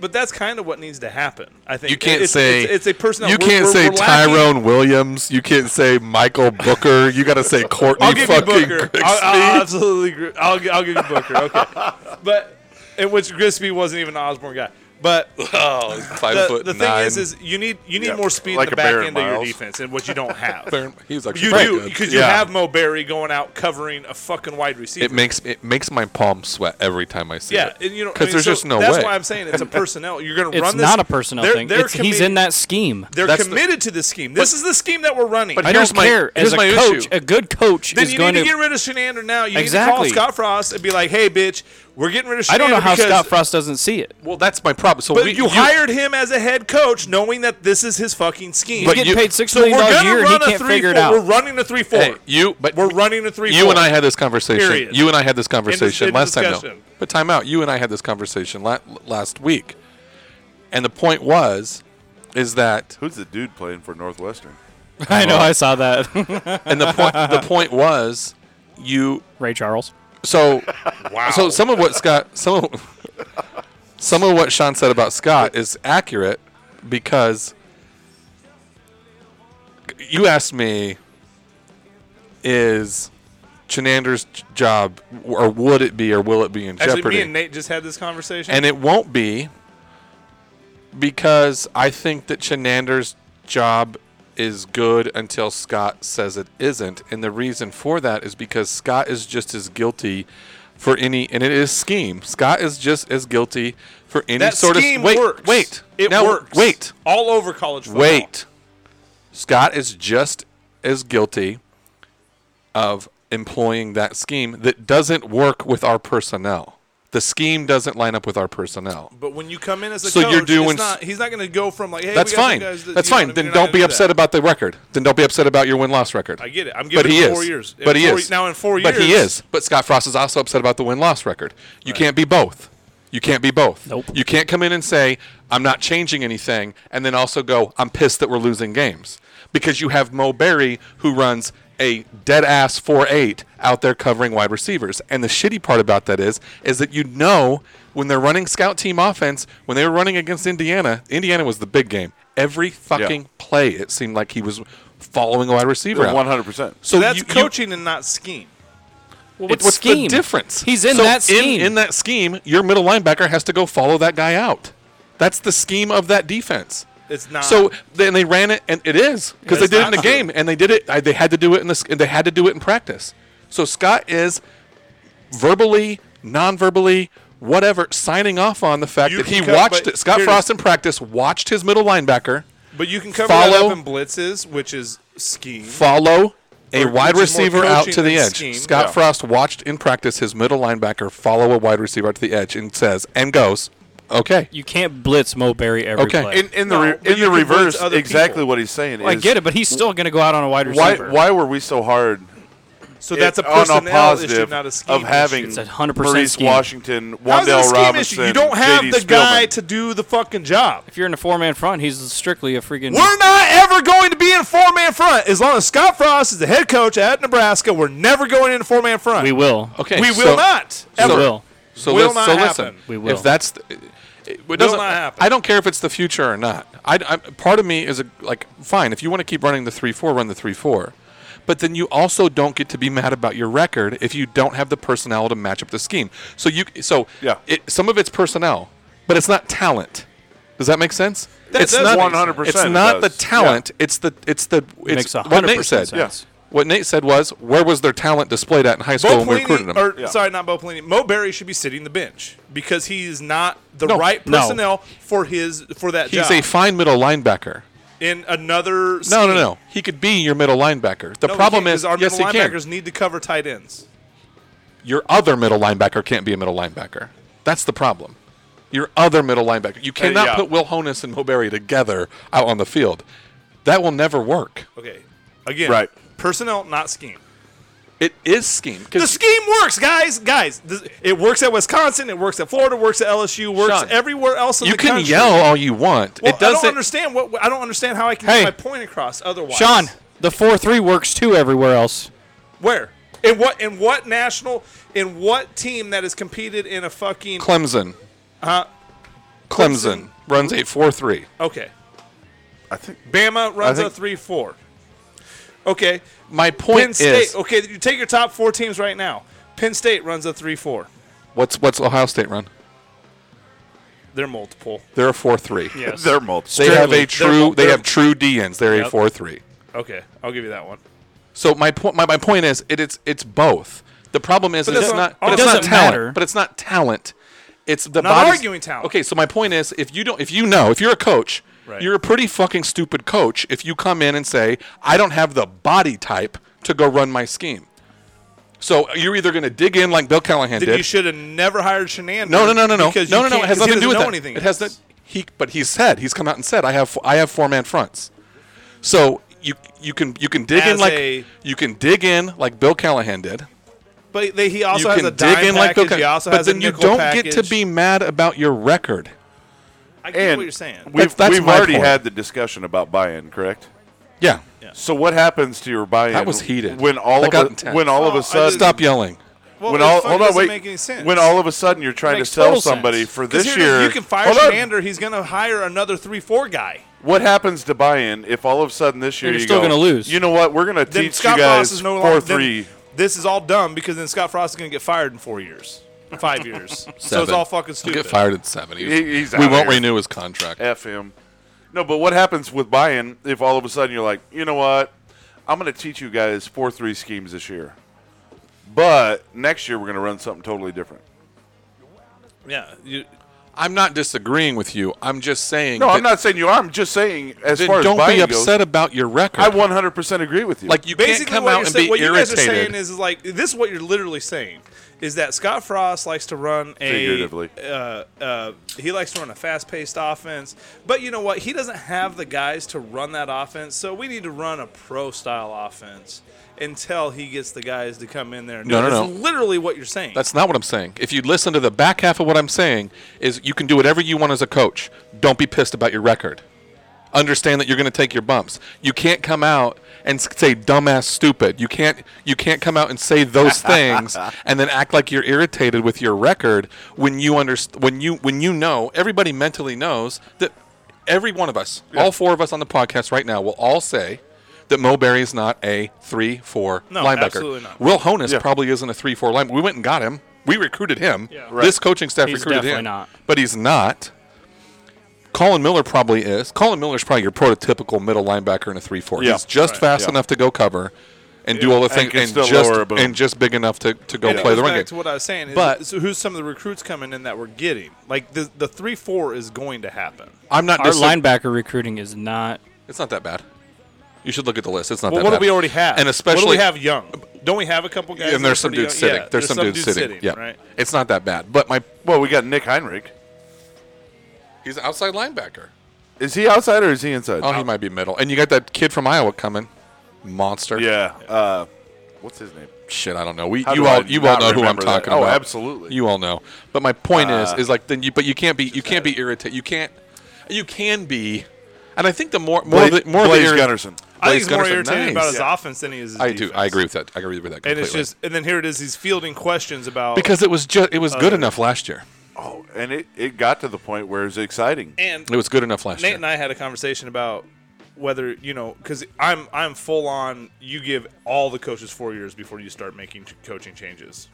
Speaker 5: but that's kind of what needs to happen. I think
Speaker 2: you can't
Speaker 5: it's,
Speaker 2: say
Speaker 5: it's, it's a personal.
Speaker 2: You
Speaker 5: we're-
Speaker 2: can't
Speaker 5: we're-
Speaker 2: say
Speaker 5: we're lacking-
Speaker 2: Tyrone Williams. You can't say Michael Booker. You got to say Courtney
Speaker 5: I'll give you
Speaker 2: fucking
Speaker 5: Booker.
Speaker 2: Grixby.
Speaker 5: I'll, I'll absolutely. agree. I'll, gi- I'll give you Booker. Okay, but in which Grisby wasn't even an Osborne guy. But
Speaker 2: oh, five
Speaker 5: the,
Speaker 2: foot
Speaker 5: the thing
Speaker 2: nine.
Speaker 5: is, is you need you need
Speaker 4: Yeah,
Speaker 5: more speed
Speaker 4: like
Speaker 5: in the
Speaker 4: a
Speaker 5: back
Speaker 4: Baron
Speaker 5: end of your
Speaker 4: Miles.
Speaker 5: defense, and what you don't have.
Speaker 2: Baron- he's actually
Speaker 5: You
Speaker 2: pretty
Speaker 5: do
Speaker 2: good.
Speaker 5: because you
Speaker 4: Yeah.
Speaker 5: have Mo Berry going out covering a fucking wide receiver.
Speaker 2: It makes it makes my palm sweat every time I see
Speaker 5: Yeah,
Speaker 2: it.
Speaker 5: and you know, I
Speaker 2: because
Speaker 5: mean,
Speaker 2: there's
Speaker 5: so
Speaker 2: just no
Speaker 5: that's
Speaker 2: way.
Speaker 5: why I'm saying it's a personnel. You're going to
Speaker 3: It's
Speaker 5: run.
Speaker 3: not a
Speaker 5: this,
Speaker 3: personnel
Speaker 5: they're-
Speaker 3: thing.
Speaker 5: They're
Speaker 3: It's- he's
Speaker 5: commi-
Speaker 3: in that scheme.
Speaker 5: They're
Speaker 2: That's the-
Speaker 5: committed to this scheme. This is the scheme that we're running.
Speaker 2: But
Speaker 3: I
Speaker 2: here's
Speaker 3: don't
Speaker 2: my-
Speaker 3: care.
Speaker 2: here's
Speaker 3: As a
Speaker 2: my
Speaker 3: coach,
Speaker 2: issue.
Speaker 3: a good coach
Speaker 5: then
Speaker 3: is
Speaker 5: you
Speaker 3: going
Speaker 5: need to get rid of Shenander now. You
Speaker 3: Exactly.
Speaker 5: need to call Scott Frost and be like, "Hey, bitch, we're getting rid of." Shenander
Speaker 3: I don't know how
Speaker 5: because-
Speaker 3: Scott Frost doesn't see it.
Speaker 2: well, that's my problem. So
Speaker 5: But
Speaker 2: we,
Speaker 5: you, hired him as a head coach, knowing that this is his fucking scheme.
Speaker 3: He's
Speaker 2: But
Speaker 3: getting
Speaker 2: you-
Speaker 3: paid six
Speaker 5: so we're
Speaker 3: million dollars a
Speaker 5: gonna
Speaker 3: year, and he
Speaker 5: run a
Speaker 3: can't
Speaker 5: three
Speaker 3: figure
Speaker 5: four.
Speaker 3: it out.
Speaker 5: We're running a three four.
Speaker 2: Hey, you but
Speaker 5: we're running a three
Speaker 2: You
Speaker 5: four.
Speaker 2: and I had this conversation.
Speaker 5: Period.
Speaker 2: You and I had this conversation
Speaker 5: end of
Speaker 2: last time. No,
Speaker 5: discussion.
Speaker 2: but time out. You and I had this conversation la- last week, and the point was, is that
Speaker 4: Who's the dude playing for Northwestern?
Speaker 3: I know. I saw that.
Speaker 2: and the point the point was, you
Speaker 3: Ray Charles.
Speaker 2: so wow. So some of what Scott some of, some of what Sean said about Scott is accurate because you asked me is Chenander's j- job or would it be or will it be in
Speaker 5: Actually,
Speaker 2: jeopardy?
Speaker 5: me and Nate just had this conversation.
Speaker 2: and it won't be because I think that Chenander's job is good until Scott says it isn't, and the reason for that is because Scott is just as guilty for any, and it is scheme. Scott is just as guilty for any
Speaker 5: that
Speaker 2: sort
Speaker 5: scheme
Speaker 2: of wait,
Speaker 5: works.
Speaker 2: wait,
Speaker 5: it
Speaker 2: now,
Speaker 5: works.
Speaker 2: wait,
Speaker 5: all over college football.
Speaker 2: Wait. Scott is just as guilty of employing that scheme that doesn't work with our personnel. The scheme doesn't line up with our personnel.
Speaker 5: But when you come in as a
Speaker 2: So
Speaker 5: coach,
Speaker 2: you're
Speaker 5: it's
Speaker 2: doing-
Speaker 5: not- he's not going to go from like, hey,
Speaker 2: That's
Speaker 5: we got some
Speaker 2: fine.
Speaker 5: guys that-
Speaker 2: That's
Speaker 5: you know
Speaker 2: fine.
Speaker 5: what I
Speaker 2: Then
Speaker 5: mean? You're not
Speaker 2: don't be
Speaker 5: gonna do
Speaker 2: upset
Speaker 5: that.
Speaker 2: about the record. Then don't be upset about your win loss record.
Speaker 5: I get it. I'm
Speaker 2: But
Speaker 5: giving
Speaker 2: he
Speaker 5: him
Speaker 2: is.
Speaker 5: four years. In
Speaker 2: But he
Speaker 5: four-
Speaker 2: is.
Speaker 5: now in four
Speaker 2: But he
Speaker 5: years-
Speaker 2: is. But Scott Frost is also upset about the win loss record. You can't be both. You can't be both.
Speaker 3: Nope.
Speaker 2: You can't come in and say, I'm not changing anything, and then also go, I'm pissed that we're losing games. Because you have Mo Berry, who runs a dead ass 4 8 out there covering wide receivers. And the shitty part about that is, is that you know when they're running scout team offense, when they were running against Indiana, Indiana was the big game. Every fucking play, it seemed like he was following a wide receiver. out.
Speaker 4: One hundred percent.
Speaker 2: So
Speaker 5: that's
Speaker 2: you- you-
Speaker 5: coaching and not scheme.
Speaker 3: Well,
Speaker 2: What's,
Speaker 3: what's
Speaker 2: the
Speaker 3: scheme?
Speaker 2: difference?
Speaker 3: He's in
Speaker 2: So
Speaker 3: that scheme.
Speaker 2: In, in that scheme, your middle linebacker has to go follow that guy out. That's the scheme of that defense.
Speaker 5: It's not.
Speaker 2: So then they ran it, and it is because they
Speaker 5: It's
Speaker 2: did it in
Speaker 5: not
Speaker 2: the
Speaker 5: true.
Speaker 2: game, and they did it. I, they had to do it in this. And they had to do it in practice. So Scott is verbally, non-verbally, whatever, signing off on the fact
Speaker 5: You
Speaker 2: that
Speaker 5: can
Speaker 2: he
Speaker 5: cut,
Speaker 2: watched
Speaker 5: but
Speaker 2: it. Scott
Speaker 5: here it
Speaker 2: Frost
Speaker 5: is.
Speaker 2: in practice watched his middle linebacker
Speaker 5: But you can cover that
Speaker 2: Follow-
Speaker 5: up in blitzes, which is scheme.
Speaker 2: follow a
Speaker 5: Or-
Speaker 2: wide
Speaker 5: which is more
Speaker 2: receiver out
Speaker 5: coaching
Speaker 2: to the
Speaker 5: than
Speaker 2: edge.
Speaker 5: scheme.
Speaker 2: Scott
Speaker 5: Yeah.
Speaker 2: Frost watched in practice his middle linebacker follow a wide receiver out to the edge and says and goes, "Okay,
Speaker 3: You can't blitz Mo Berry every
Speaker 2: Okay.
Speaker 3: play.
Speaker 4: In, in the
Speaker 5: No,
Speaker 4: re-
Speaker 5: but
Speaker 4: in
Speaker 5: you
Speaker 4: the
Speaker 5: can blitz
Speaker 4: reverse,
Speaker 5: other
Speaker 4: exactly
Speaker 5: people.
Speaker 4: what he's saying.
Speaker 3: I
Speaker 4: is,
Speaker 3: get it, but he's still going to go out on a wide
Speaker 4: Why
Speaker 3: receiver.
Speaker 4: why were we so hard?
Speaker 5: So that's a
Speaker 4: on
Speaker 5: personnel issue,
Speaker 4: positive
Speaker 5: not a scheme
Speaker 4: of having
Speaker 5: issue.
Speaker 3: It's a 100%
Speaker 4: Maurice
Speaker 3: scheme.
Speaker 4: Washington,
Speaker 5: How's that a
Speaker 4: Wandell
Speaker 5: scheme
Speaker 4: Robinson.
Speaker 5: issue? You don't have
Speaker 4: JD
Speaker 5: the guy
Speaker 4: Spielman.
Speaker 5: to do the fucking job.
Speaker 3: If you're in a four man front, he's strictly a freaking.
Speaker 5: We're not ever going to be in a four man front as long as Scott Frost is the head coach at Nebraska. We're never going in a four man front.
Speaker 3: We will.
Speaker 2: okay,
Speaker 5: We will
Speaker 2: so-
Speaker 5: not.
Speaker 3: We
Speaker 5: Ever.
Speaker 3: will.
Speaker 2: So,
Speaker 5: Will
Speaker 2: lis-
Speaker 5: not
Speaker 2: so
Speaker 5: happen.
Speaker 2: listen,
Speaker 3: We will.
Speaker 2: if that's the, it, it doesn't,
Speaker 5: not happen.
Speaker 2: I don't care if it's the future or not. I, I- part of me is a, like, fine, if you want to keep running the three four, run the three four, But then you also don't get to be mad about your record if you don't have the personnel to match up the scheme. So you so
Speaker 4: Yeah.
Speaker 2: it, some of it's personnel, but it's not talent. Does that make sense?
Speaker 4: That
Speaker 2: it's
Speaker 4: does
Speaker 2: not
Speaker 4: make sense.
Speaker 2: It's
Speaker 4: 100%
Speaker 2: not the
Speaker 4: does. Yeah.
Speaker 2: talent. It's the it's the it's
Speaker 3: Makes a
Speaker 2: what
Speaker 3: hundred
Speaker 2: Nate said.
Speaker 3: percent sense.
Speaker 2: What Nate said was, where was their talent displayed at in high school
Speaker 5: Bo
Speaker 2: when we recruited
Speaker 5: Pelini,
Speaker 2: them?
Speaker 5: or
Speaker 4: Yeah.
Speaker 5: sorry, not Bo Pelini. Mo Berry should be sitting the bench because he's not the
Speaker 2: No,
Speaker 5: right
Speaker 3: no.
Speaker 5: personnel for his for that
Speaker 2: He's
Speaker 5: job.
Speaker 2: a fine middle linebacker.
Speaker 5: in another. Scheme.
Speaker 2: No, no, no. He could be your middle linebacker. The
Speaker 5: No, he
Speaker 2: problem
Speaker 5: can't,
Speaker 2: is,
Speaker 5: 'cause our
Speaker 2: yes, he
Speaker 5: middle
Speaker 2: can.
Speaker 5: linebackers need to cover tight ends.
Speaker 2: Your other middle linebacker can't be a middle linebacker. That's the problem. Your other middle linebacker. You cannot
Speaker 5: yeah.
Speaker 2: put Will Honus and Mulberry together out on the field. That will never work.
Speaker 5: Okay, again,
Speaker 4: Right.
Speaker 5: Personnel, not scheme.
Speaker 2: It is scheme.
Speaker 5: The
Speaker 2: Because
Speaker 5: scheme works, guys. Guys, this, it works at Wisconsin. It works at Florida. Works at LSU. Works
Speaker 2: Sean,
Speaker 5: everywhere else in
Speaker 2: you
Speaker 5: the
Speaker 2: can
Speaker 5: country.
Speaker 2: yell all you want.
Speaker 5: Well,
Speaker 2: it doesn't.
Speaker 5: I don't understand what I don't understand how I can
Speaker 3: Hey.
Speaker 5: get my point across. Otherwise,
Speaker 3: Sean, the four three works too everywhere else.
Speaker 5: where in what in what national in what team that has competed in a fucking
Speaker 2: Clemson.
Speaker 5: Uh,
Speaker 2: Clemson, runs a 4 3.
Speaker 5: okay?
Speaker 4: I think
Speaker 5: Bama runs
Speaker 4: I think-
Speaker 5: a three four. Okay,
Speaker 2: My
Speaker 5: Penn
Speaker 2: point
Speaker 5: State.
Speaker 2: is
Speaker 5: Okay, you take your top four teams right now. Penn State runs a three four.
Speaker 2: what's, what's Ohio State run?
Speaker 5: They're multiple.
Speaker 2: They're a 4 3.
Speaker 5: Yes.
Speaker 4: they're multiple.
Speaker 2: They have a
Speaker 3: Strictly.
Speaker 2: true.
Speaker 5: They're-
Speaker 2: They have true DNs. They're a
Speaker 5: Yep.
Speaker 2: four three.
Speaker 5: okay, I'll give you that one.
Speaker 2: So my point. My, my point is, it, it's it's both. The problem is,
Speaker 5: that's
Speaker 2: it's
Speaker 5: what-
Speaker 2: not.
Speaker 5: it
Speaker 2: But it's not
Speaker 3: doesn't
Speaker 2: talent.
Speaker 3: matter.
Speaker 2: But it's not talent. It's the
Speaker 5: not
Speaker 2: body's-
Speaker 5: arguing talent.
Speaker 2: Okay, so my point is, if you don't, if you know, if you're a coach,
Speaker 5: Right.
Speaker 2: you're a pretty fucking stupid coach if you come in and say, I don't have the body type to go run my scheme. So you're either going to dig in like Bill Callahan
Speaker 5: Then
Speaker 2: did,
Speaker 5: you should have never hired Shenandoah.
Speaker 2: no, no, no, no, no,
Speaker 5: Because
Speaker 2: no,
Speaker 5: you
Speaker 2: no, no.
Speaker 5: can't-
Speaker 2: It has
Speaker 5: 'cause
Speaker 2: nothing
Speaker 5: he
Speaker 2: to do with
Speaker 5: doesn't know
Speaker 2: that.
Speaker 5: anything.
Speaker 2: It has
Speaker 5: else.
Speaker 2: not. He, but he's said he's come out and said I have I have four man fronts. So you you can you can dig in
Speaker 5: As
Speaker 2: like
Speaker 5: a-
Speaker 2: you can dig in like Bill Callahan did.
Speaker 5: But they, he also
Speaker 2: You
Speaker 5: has
Speaker 2: can
Speaker 5: a
Speaker 2: dig
Speaker 5: dime
Speaker 2: in like Bill
Speaker 5: package.
Speaker 2: Callahan,
Speaker 5: he also
Speaker 2: but
Speaker 5: has
Speaker 2: then
Speaker 5: a
Speaker 2: you
Speaker 5: nickel
Speaker 2: don't
Speaker 5: package.
Speaker 2: get to be mad about your record.
Speaker 5: I get
Speaker 4: And
Speaker 5: what you're saying.
Speaker 4: We've,
Speaker 2: that's
Speaker 4: we've
Speaker 2: my
Speaker 4: already
Speaker 2: point.
Speaker 4: had the discussion about buy-in, correct?
Speaker 2: Yeah,
Speaker 4: So what happens to your buy-in?
Speaker 2: That was heated.
Speaker 4: When all
Speaker 2: That got
Speaker 4: of a,
Speaker 2: intense.
Speaker 4: when all
Speaker 5: Well,
Speaker 4: of
Speaker 5: Oh, I
Speaker 4: a sudden
Speaker 5: just-
Speaker 2: stop yelling.
Speaker 5: well,
Speaker 4: when
Speaker 5: it
Speaker 4: all
Speaker 5: fucking
Speaker 4: hold on
Speaker 5: doesn't
Speaker 4: wait
Speaker 5: make any sense.
Speaker 4: when all of a sudden you're trying to
Speaker 3: Makes
Speaker 4: sell
Speaker 3: total sense.
Speaker 4: somebody for
Speaker 5: 'Cause here
Speaker 4: this
Speaker 5: it is,
Speaker 4: year
Speaker 5: you can fire
Speaker 4: hold on.
Speaker 5: Shenander. He's going to hire another three four guy.
Speaker 4: What happens to buy-in if all of a sudden this year
Speaker 3: You're
Speaker 4: you
Speaker 3: still
Speaker 4: go,
Speaker 3: gonna lose.
Speaker 4: You know what? We're going to
Speaker 5: Then
Speaker 4: teach
Speaker 5: Scott
Speaker 4: you
Speaker 5: Frost
Speaker 4: guys
Speaker 5: is no
Speaker 4: four
Speaker 5: longer then
Speaker 4: three.
Speaker 5: This is all dumb because then Scott Frost is going to get fired in four years, five years. so it's
Speaker 2: Seven.
Speaker 5: all fucking
Speaker 2: He'll
Speaker 5: stupid.
Speaker 2: get fired at seventy.
Speaker 4: He- he's
Speaker 2: we
Speaker 4: out
Speaker 2: won't
Speaker 4: here.
Speaker 2: renew his contract.
Speaker 4: F him. No, but what happens with buy-in if all of a sudden you're like, you know what? I'm going to teach you guys four three schemes this year, but next year we're going to run something totally different.
Speaker 5: Yeah, you,
Speaker 2: I'm not disagreeing with you. I'm just saying.
Speaker 4: No,
Speaker 2: that
Speaker 4: I'm not saying you are. I'm just saying as
Speaker 2: then
Speaker 4: far as
Speaker 2: don't
Speaker 4: buy-in
Speaker 2: be upset about your record.
Speaker 4: goes, I 100 percent agree with you.
Speaker 2: like you
Speaker 5: basically
Speaker 2: can't come
Speaker 5: what,
Speaker 2: out
Speaker 5: you're
Speaker 2: and
Speaker 5: saying-
Speaker 2: be
Speaker 5: what you guys are
Speaker 2: irritated.
Speaker 5: saying is, is like this is what you're literally saying is that Scott Frost likes to run a
Speaker 4: Figuratively.
Speaker 5: Uh, uh, he likes to run a fast-paced offense, but you know what? He doesn't have the guys to run that offense, so we need to run a pro-style offense until he gets the guys to come in there. And
Speaker 2: No,
Speaker 5: do it.
Speaker 2: no,
Speaker 5: That's
Speaker 2: no.
Speaker 5: Literally, what you're saying.
Speaker 2: That's not what I'm saying. If you listen to the back half of what I'm saying, is you can do whatever you want as a coach. Don't be pissed about your record. Understand that you're going to take your bumps. You can't come out and s- say dumbass stupid. You can't you can't come out and say those things and then act like you're irritated with your record when you underst- when you when you know everybody mentally knows that every one of us, all four of us on the podcast right now will all say that Mo Berry is not a 3-4
Speaker 5: No,
Speaker 2: linebacker.
Speaker 5: absolutely not.
Speaker 2: Will Honus
Speaker 4: Yeah.
Speaker 2: probably isn't a three-four line. We went and got him. We recruited him.
Speaker 5: Yeah.
Speaker 2: This coaching staff
Speaker 3: He's
Speaker 2: recruited
Speaker 3: definitely
Speaker 2: him,
Speaker 3: not.
Speaker 2: but he's not. Colin Miller probably is. Colin Miller's probably your prototypical middle linebacker in a three-four.
Speaker 4: Yeah.
Speaker 2: He's just
Speaker 5: Right.
Speaker 2: fast
Speaker 4: Yeah.
Speaker 2: enough to go cover and do all the
Speaker 4: And
Speaker 2: things,
Speaker 4: can
Speaker 2: and,
Speaker 4: still
Speaker 2: just
Speaker 4: lower a boom.
Speaker 2: and just big enough to, to go
Speaker 5: And it
Speaker 2: play
Speaker 5: goes
Speaker 2: the run
Speaker 5: back
Speaker 2: game.
Speaker 5: to what I was saying. Is
Speaker 2: But-
Speaker 5: so who's some of the recruits coming in that we're getting? Like the the three four is going to happen.
Speaker 2: I'm not.
Speaker 3: Our
Speaker 2: disa-
Speaker 3: linebacker recruiting is not.
Speaker 2: it's not that bad. You should look at the list. It's not
Speaker 5: Well,
Speaker 2: that
Speaker 5: what
Speaker 2: bad.
Speaker 5: do we already have?
Speaker 2: And
Speaker 5: what do
Speaker 2: especially
Speaker 5: we have young. Don't we have a couple guys?
Speaker 2: and
Speaker 5: that are
Speaker 2: there's some
Speaker 5: pretty
Speaker 2: dudes
Speaker 5: young?
Speaker 2: sitting.
Speaker 5: Yeah,
Speaker 2: there's, some, dudes sitting. Yeah,
Speaker 5: right.
Speaker 2: it's not that bad. But my
Speaker 4: well, we got Nick Heinrich.
Speaker 2: he's an outside linebacker.
Speaker 4: Is he outside or is he inside?
Speaker 2: Oh, he might be middle. And you got that kid from Iowa coming, monster.
Speaker 4: yeah. Uh, what's his name?
Speaker 2: Shit, I don't know. We
Speaker 4: How
Speaker 2: you
Speaker 4: do I
Speaker 2: all you all
Speaker 4: not
Speaker 2: know who I'm
Speaker 4: remember that?
Speaker 2: talking
Speaker 4: Oh,
Speaker 2: about.
Speaker 4: absolutely.
Speaker 2: You all know. But my point
Speaker 4: Uh,
Speaker 2: is, is like then you but you can't be you can't be irritated. You can't. You can be, and I think the more more of
Speaker 4: Bla-
Speaker 2: the, more
Speaker 4: Blaze
Speaker 2: of the irri-
Speaker 4: Gunnerson.
Speaker 5: I think
Speaker 2: Blaze
Speaker 5: he's more
Speaker 2: Gunnerson,
Speaker 5: irritated about
Speaker 2: nice.
Speaker 5: his offense than he is. His
Speaker 2: I
Speaker 5: defense.
Speaker 2: do. I agree with that. I agree with that completely.
Speaker 5: And it's just, and then here it is. He's fielding questions about
Speaker 2: because it was just it was good enough last year.
Speaker 4: Oh, and it, it got to the point where it was exciting.
Speaker 5: and
Speaker 2: It was good enough last
Speaker 5: Nate
Speaker 2: year.
Speaker 5: and I had a conversation about whether you know because I'm I'm full on. You give all the coaches four years before you start making ch- coaching changes.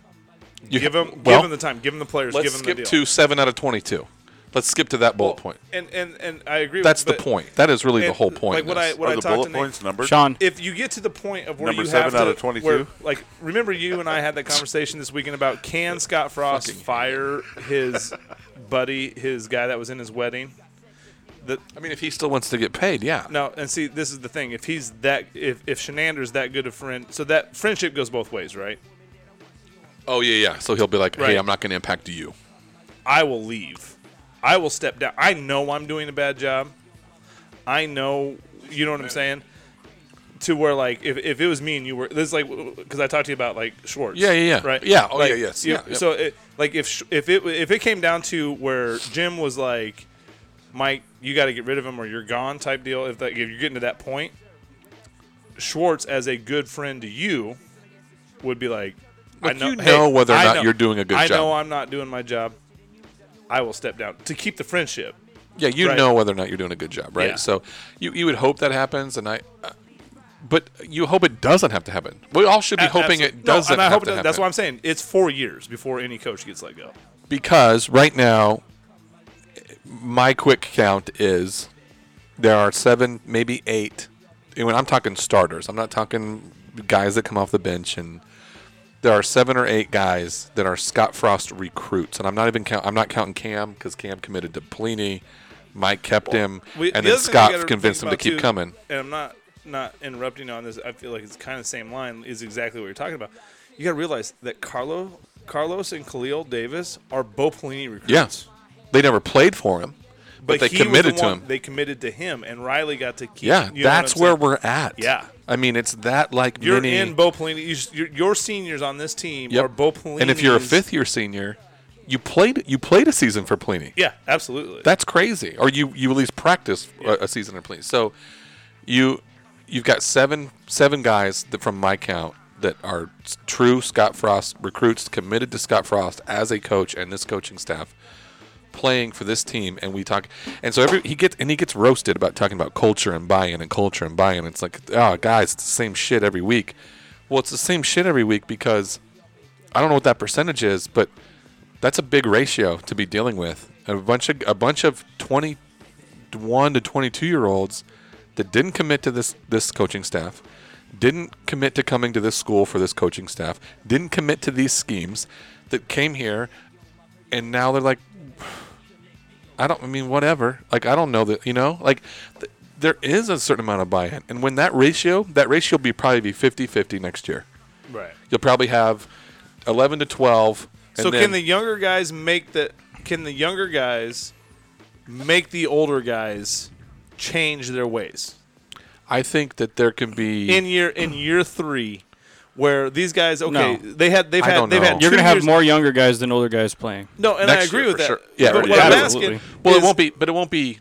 Speaker 2: You
Speaker 5: give them
Speaker 2: well,
Speaker 5: give them the time. Give them the players.
Speaker 2: Let's
Speaker 5: give them
Speaker 2: skip
Speaker 5: the deal.
Speaker 2: to seven out of twenty-two. Let's skip to that bullet point.
Speaker 5: And and and I agree.
Speaker 2: That's
Speaker 5: with,
Speaker 2: the
Speaker 5: but-
Speaker 2: point. That is really the
Speaker 5: and,
Speaker 2: whole point.
Speaker 5: Like
Speaker 2: in
Speaker 5: what
Speaker 2: this.
Speaker 5: I what
Speaker 4: Are
Speaker 5: I
Speaker 4: the
Speaker 5: talked
Speaker 4: bullet
Speaker 5: to Nate-
Speaker 4: points numbered?
Speaker 3: Sean,
Speaker 5: if you get to the point of where
Speaker 4: Number
Speaker 5: you
Speaker 4: seven
Speaker 5: have to,
Speaker 4: out of 22?
Speaker 5: where, like remember you and I had that conversation this weekend about can Scott Frost fire his buddy, his guy that was in his wedding? That
Speaker 2: I mean, if he still wants to get paid, yeah.
Speaker 5: no, and see, this is the thing. If he's that, if if Shenander's that good a friend, so that friendship goes both ways, right?
Speaker 2: Oh yeah, yeah. So he'll be like, "Hey,
Speaker 5: Right.
Speaker 2: I'm not going to impact you."
Speaker 5: I will leave. I will step down. I know I'm doing a bad job. I know, you know what I'm saying? To where, like, if, if it was me and you were, this is like, because I talked to you about, like, Schwartz.
Speaker 2: Yeah, yeah, yeah.
Speaker 5: Right?
Speaker 2: Yeah, oh,
Speaker 5: Like,
Speaker 2: yeah, yes,
Speaker 5: you-
Speaker 2: yeah, yeah.
Speaker 5: So, it, like, if, Sh- if, it, if it came down to where Jim was like, Mike, you got to get rid of him or you're gone type deal, if, that, if you're getting to that point, Schwartz, as a good friend to you, would be like,
Speaker 2: Look,
Speaker 5: I know,
Speaker 2: you
Speaker 5: hey,
Speaker 2: know whether or
Speaker 5: I
Speaker 2: not
Speaker 5: know-
Speaker 2: you're doing a good
Speaker 5: I
Speaker 2: job.
Speaker 5: know I'm not doing my job. I will step down to keep the friendship.
Speaker 2: Yeah, you
Speaker 5: Right.
Speaker 2: know whether or not you're doing a good job, right?
Speaker 5: Yeah.
Speaker 2: So you you would hope that happens, and I. Uh, but you hope it doesn't have to happen. We all should be hoping
Speaker 5: Absolutely.
Speaker 2: it doesn't.
Speaker 5: No, and I
Speaker 2: have
Speaker 5: hope it
Speaker 2: to
Speaker 5: does-
Speaker 2: happen.
Speaker 5: that's why I'm saying it's four years before any coach gets let go.
Speaker 2: because right now my quick count is there are seven maybe eight and when i'm talking starters i'm not talking guys that come off the bench and there are seven or eight guys that are scott frost recruits and i'm not even count i'm not counting cam because cam committed to plini mike kept him
Speaker 5: We-
Speaker 2: and
Speaker 5: the
Speaker 2: then
Speaker 5: other thing we gotta
Speaker 2: scott convinced
Speaker 5: think
Speaker 2: him to
Speaker 5: about,
Speaker 2: keep
Speaker 5: too,
Speaker 2: coming
Speaker 5: And I'm not not interrupting on this. I feel like it's kind of the same line is exactly what you're talking about. You got to realize that Carlo, Carlos and Khalil Davis are Bo Pelini recruits.
Speaker 2: yes they never played for him but, they
Speaker 5: he was
Speaker 2: committed
Speaker 5: the
Speaker 2: to
Speaker 5: one-
Speaker 2: him
Speaker 5: They committed to him, and Riley got to keep.
Speaker 2: yeah
Speaker 5: you know what
Speaker 2: that's
Speaker 5: I'm
Speaker 2: where
Speaker 5: saying?
Speaker 2: we're at
Speaker 5: Yeah.
Speaker 2: i mean it's that like
Speaker 5: You're
Speaker 2: many
Speaker 5: in Bo Pelini. You, s- your, your seniors on this team
Speaker 2: Yep.
Speaker 5: are Bo Pelini.
Speaker 2: And if you're a fifth year senior, you played you played a season for Pliny.
Speaker 5: yeah, absolutely.
Speaker 2: That's crazy. Or you you at least practice a, a season in Pliny. So you you've got seven seven guys that from my count that are s- true Scott Frost recruits committed to Scott Frost as a coach and this coaching staff playing for this team and we talk and so every he gets and he gets roasted about talking about culture and buy-in and culture and buy-in it's like oh guys it's the same shit every week well it's the same shit every week because i don't know what that percentage is but that's a big ratio to be dealing with a bunch of a bunch of 21 to 22 year olds that didn't commit to this this coaching staff didn't commit to coming to this school for this coaching staff didn't commit to these schemes that came here and now they're like I don't. I mean, whatever. Like, I don't know that. You know, like, th- there is a certain amount of buy-in, and when that ratio, that ratio will be probably be 50-50 next year.
Speaker 5: right.
Speaker 2: You'll probably have eleven to twelve. And
Speaker 5: So
Speaker 2: then,
Speaker 5: can the younger guys make the can the younger guys make the older guys change their ways
Speaker 2: I think that there can be.
Speaker 5: in year in year three, where these guys okay
Speaker 3: No.
Speaker 5: they had they've
Speaker 2: I
Speaker 5: had
Speaker 2: don't
Speaker 5: they've
Speaker 2: know.
Speaker 5: had
Speaker 3: you're
Speaker 5: two
Speaker 3: gonna have
Speaker 5: years-
Speaker 3: more younger guys than older guys playing.
Speaker 5: no and I
Speaker 2: next
Speaker 5: agree
Speaker 2: year
Speaker 5: with
Speaker 2: for
Speaker 5: that
Speaker 2: sure. Yeah,
Speaker 5: but
Speaker 2: yeah,
Speaker 5: what I'm
Speaker 3: absolutely.
Speaker 5: asking
Speaker 2: well, it
Speaker 5: is-
Speaker 2: won't be, but it won't be.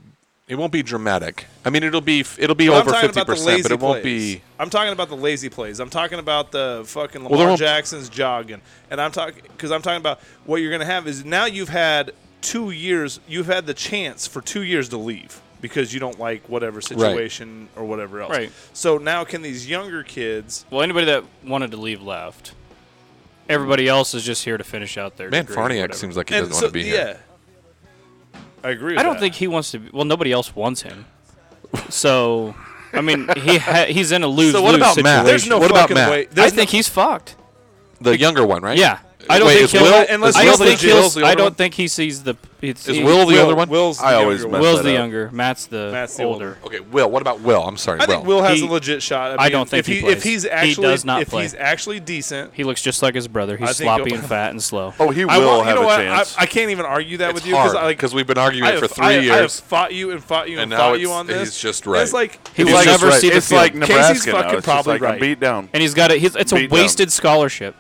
Speaker 2: It won't be dramatic. I mean, it'll be. It'll be
Speaker 5: but I'm
Speaker 2: over
Speaker 5: talking
Speaker 2: fifty
Speaker 5: about the lazy
Speaker 2: percent, but it won't
Speaker 5: plays.
Speaker 2: be.
Speaker 5: I'm talking about the lazy plays. I'm talking about the fucking
Speaker 2: there
Speaker 5: Lamar
Speaker 2: won't-
Speaker 5: Jackson's jogging, and I'm talking because I'm talking about what you're gonna have is now you've had two years. You've had the chance for two years to leave because you don't like whatever situation or whatever else.
Speaker 3: Right.
Speaker 5: So now can these younger kids?
Speaker 3: Well, anybody that wanted to leave left. Everybody else is just here to finish out their.
Speaker 2: Man,
Speaker 3: degree or
Speaker 2: Farniak
Speaker 3: whatever.
Speaker 2: seems like he
Speaker 5: And
Speaker 2: doesn't
Speaker 5: so
Speaker 2: want to be
Speaker 5: yeah,
Speaker 2: here.
Speaker 5: I agree. With
Speaker 3: I don't
Speaker 5: that.
Speaker 3: think he wants to. Be, well, nobody else wants him. So, I mean, he ha- he's in a lose.
Speaker 2: So what about Matt?
Speaker 5: there's no
Speaker 2: What about
Speaker 5: fucking
Speaker 2: Matt?
Speaker 5: way.
Speaker 3: I
Speaker 5: There's no-
Speaker 3: think he's fucked.
Speaker 2: The younger one, right?
Speaker 3: Yeah, I don't
Speaker 2: Wait,
Speaker 3: think
Speaker 2: is
Speaker 3: he'll.
Speaker 2: Will, is
Speaker 5: unless
Speaker 3: I
Speaker 2: Will
Speaker 3: don't
Speaker 2: the-
Speaker 3: think
Speaker 2: Will's the
Speaker 3: he'll. I
Speaker 2: older
Speaker 3: don't
Speaker 2: one?
Speaker 3: think he sees the. It's,
Speaker 2: Is
Speaker 3: he-
Speaker 2: Will the
Speaker 5: Will-
Speaker 2: other one?
Speaker 5: Will's the
Speaker 4: I always
Speaker 5: younger
Speaker 4: mess
Speaker 5: one.
Speaker 3: Will's
Speaker 4: that
Speaker 3: the
Speaker 4: up.
Speaker 3: younger. Matt's the
Speaker 5: Matt's the older.
Speaker 3: older.
Speaker 2: Okay, Will. What about Will? I'm sorry,
Speaker 5: I think Will has
Speaker 3: He-
Speaker 5: a legit shot.
Speaker 3: I
Speaker 5: mean,
Speaker 3: don't think
Speaker 5: if
Speaker 3: he
Speaker 5: he, if
Speaker 3: plays.
Speaker 5: he's
Speaker 3: He
Speaker 5: actually
Speaker 3: does not
Speaker 5: if
Speaker 3: play.
Speaker 5: he's actually decent.
Speaker 3: He looks just like his brother.
Speaker 5: I
Speaker 3: He's
Speaker 5: think-
Speaker 3: sloppy and fat and slow.
Speaker 4: Oh, he will
Speaker 5: I want,
Speaker 4: have
Speaker 5: you know
Speaker 4: a
Speaker 5: what?
Speaker 4: chance.
Speaker 5: I, I can't even argue that
Speaker 2: It's
Speaker 5: with you because
Speaker 2: hard,
Speaker 5: I like
Speaker 2: 'cause we've been arguing
Speaker 5: I
Speaker 2: it for
Speaker 5: have-
Speaker 2: three
Speaker 5: I, I have
Speaker 2: years.
Speaker 5: fought you and fought you and,
Speaker 2: And now
Speaker 5: fought
Speaker 2: it's-
Speaker 5: you on
Speaker 2: he's
Speaker 5: this.
Speaker 2: just
Speaker 5: And It's
Speaker 2: right.
Speaker 5: like
Speaker 3: He
Speaker 5: it's
Speaker 3: will
Speaker 5: like-
Speaker 4: He's
Speaker 3: never
Speaker 4: right.
Speaker 3: see the
Speaker 4: It's like
Speaker 3: field.
Speaker 5: Casey's
Speaker 4: Nebraska now.
Speaker 5: fucking
Speaker 4: It's just
Speaker 5: probably
Speaker 4: like I'm
Speaker 5: right.
Speaker 4: beat down.
Speaker 3: and he's got it. He's, it's a
Speaker 4: Beat down.
Speaker 3: wasted scholarship.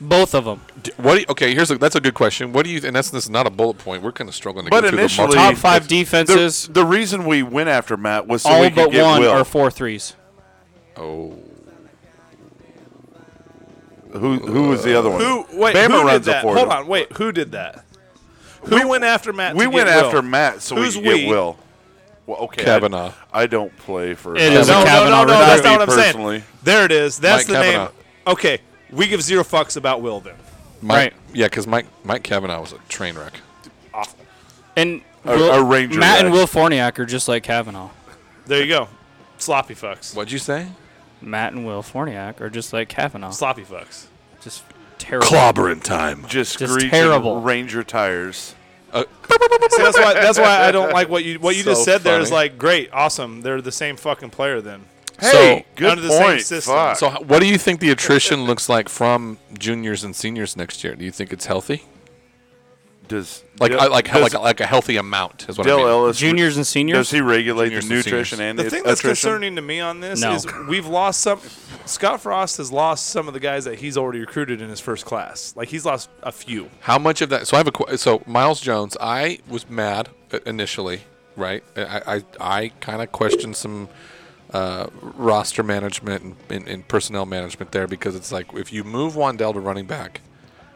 Speaker 3: Both of them.
Speaker 2: D- What? Do you, okay, here's a, that's a good question. What do you? And that's this is not a bullet point. We're kind of struggling to
Speaker 4: But
Speaker 2: get through
Speaker 4: initially-
Speaker 2: the
Speaker 3: Top
Speaker 2: multi-
Speaker 3: five
Speaker 4: The,
Speaker 3: defenses.
Speaker 4: the reason we went after Matt was so we
Speaker 3: all
Speaker 4: could
Speaker 3: but
Speaker 4: get
Speaker 3: one
Speaker 4: Will.
Speaker 3: are four threes.
Speaker 2: Oh,
Speaker 4: who who was the other one?
Speaker 5: who wait
Speaker 4: Bama
Speaker 5: who did
Speaker 4: runs
Speaker 5: that?
Speaker 4: afford
Speaker 5: Hold
Speaker 4: him.
Speaker 5: on, wait, who did that? Who went after Matt?
Speaker 4: We
Speaker 5: to
Speaker 4: went
Speaker 5: get Will?
Speaker 4: after Matt so
Speaker 5: Who's
Speaker 4: we could
Speaker 5: we?
Speaker 4: get Will. Well, okay. I-
Speaker 2: Kavanaugh.
Speaker 4: I don't play for.
Speaker 3: It is a
Speaker 5: no,
Speaker 3: Kavanaugh
Speaker 5: no, no, no,
Speaker 3: Not
Speaker 5: that's
Speaker 4: me
Speaker 5: not what I'm
Speaker 4: personally.
Speaker 5: saying. There it is. That's
Speaker 2: Mike
Speaker 5: the
Speaker 2: Kavanaugh.
Speaker 5: name. Okay, we give zero fucks about Will then.
Speaker 2: Mike,
Speaker 3: Right.
Speaker 2: Yeah, because Mike Mike Kavanaugh was a train wreck.
Speaker 3: And
Speaker 4: A-
Speaker 3: Will-
Speaker 4: a Ranger
Speaker 3: Matt and
Speaker 4: guy.
Speaker 3: Will Forniak are just like Kavanaugh.
Speaker 5: There you go. Sloppy fucks.
Speaker 2: What'd you say?
Speaker 3: Matt and Will Forniak are just like Kavanaugh.
Speaker 5: Sloppy fucks.
Speaker 3: Just terrible.
Speaker 2: Clobbering time.
Speaker 4: Just,
Speaker 3: Just
Speaker 4: screeching
Speaker 3: terrible.
Speaker 4: Ranger tires.
Speaker 5: See, that's why. That's why I don't like what you what you
Speaker 2: So
Speaker 5: just said there. Is
Speaker 2: funny.
Speaker 5: like great, awesome. They're the same fucking player then.
Speaker 4: Hey, good
Speaker 5: under the same
Speaker 4: point.
Speaker 5: system.
Speaker 4: Fuck.
Speaker 2: So, h- what do you think the attrition looks like from juniors and seniors next year? Do you think it's healthy?
Speaker 4: does
Speaker 2: Like,
Speaker 4: Del-
Speaker 2: I, like, how-
Speaker 4: does
Speaker 2: like, like a healthy amount is what
Speaker 4: Del
Speaker 2: I mean.
Speaker 4: Ellis
Speaker 3: Juniors and
Speaker 4: does
Speaker 3: seniors.
Speaker 4: he regulate the
Speaker 2: Juniors and
Speaker 4: nutrition
Speaker 2: seniors.
Speaker 4: and
Speaker 5: The
Speaker 4: it-
Speaker 5: thing that's
Speaker 4: attrition?
Speaker 5: concerning to me on this
Speaker 3: No.
Speaker 5: is we've lost some. Scott Frost has lost some of the guys that he's already recruited in his first class. Like he's lost a few.
Speaker 2: How much of that? So I have a qu- so Miles Jones. I was mad i- initially, right? I I, I kind of questioned some uh, roster management and, and, and personnel management there because it's like if you move Wandell to running back,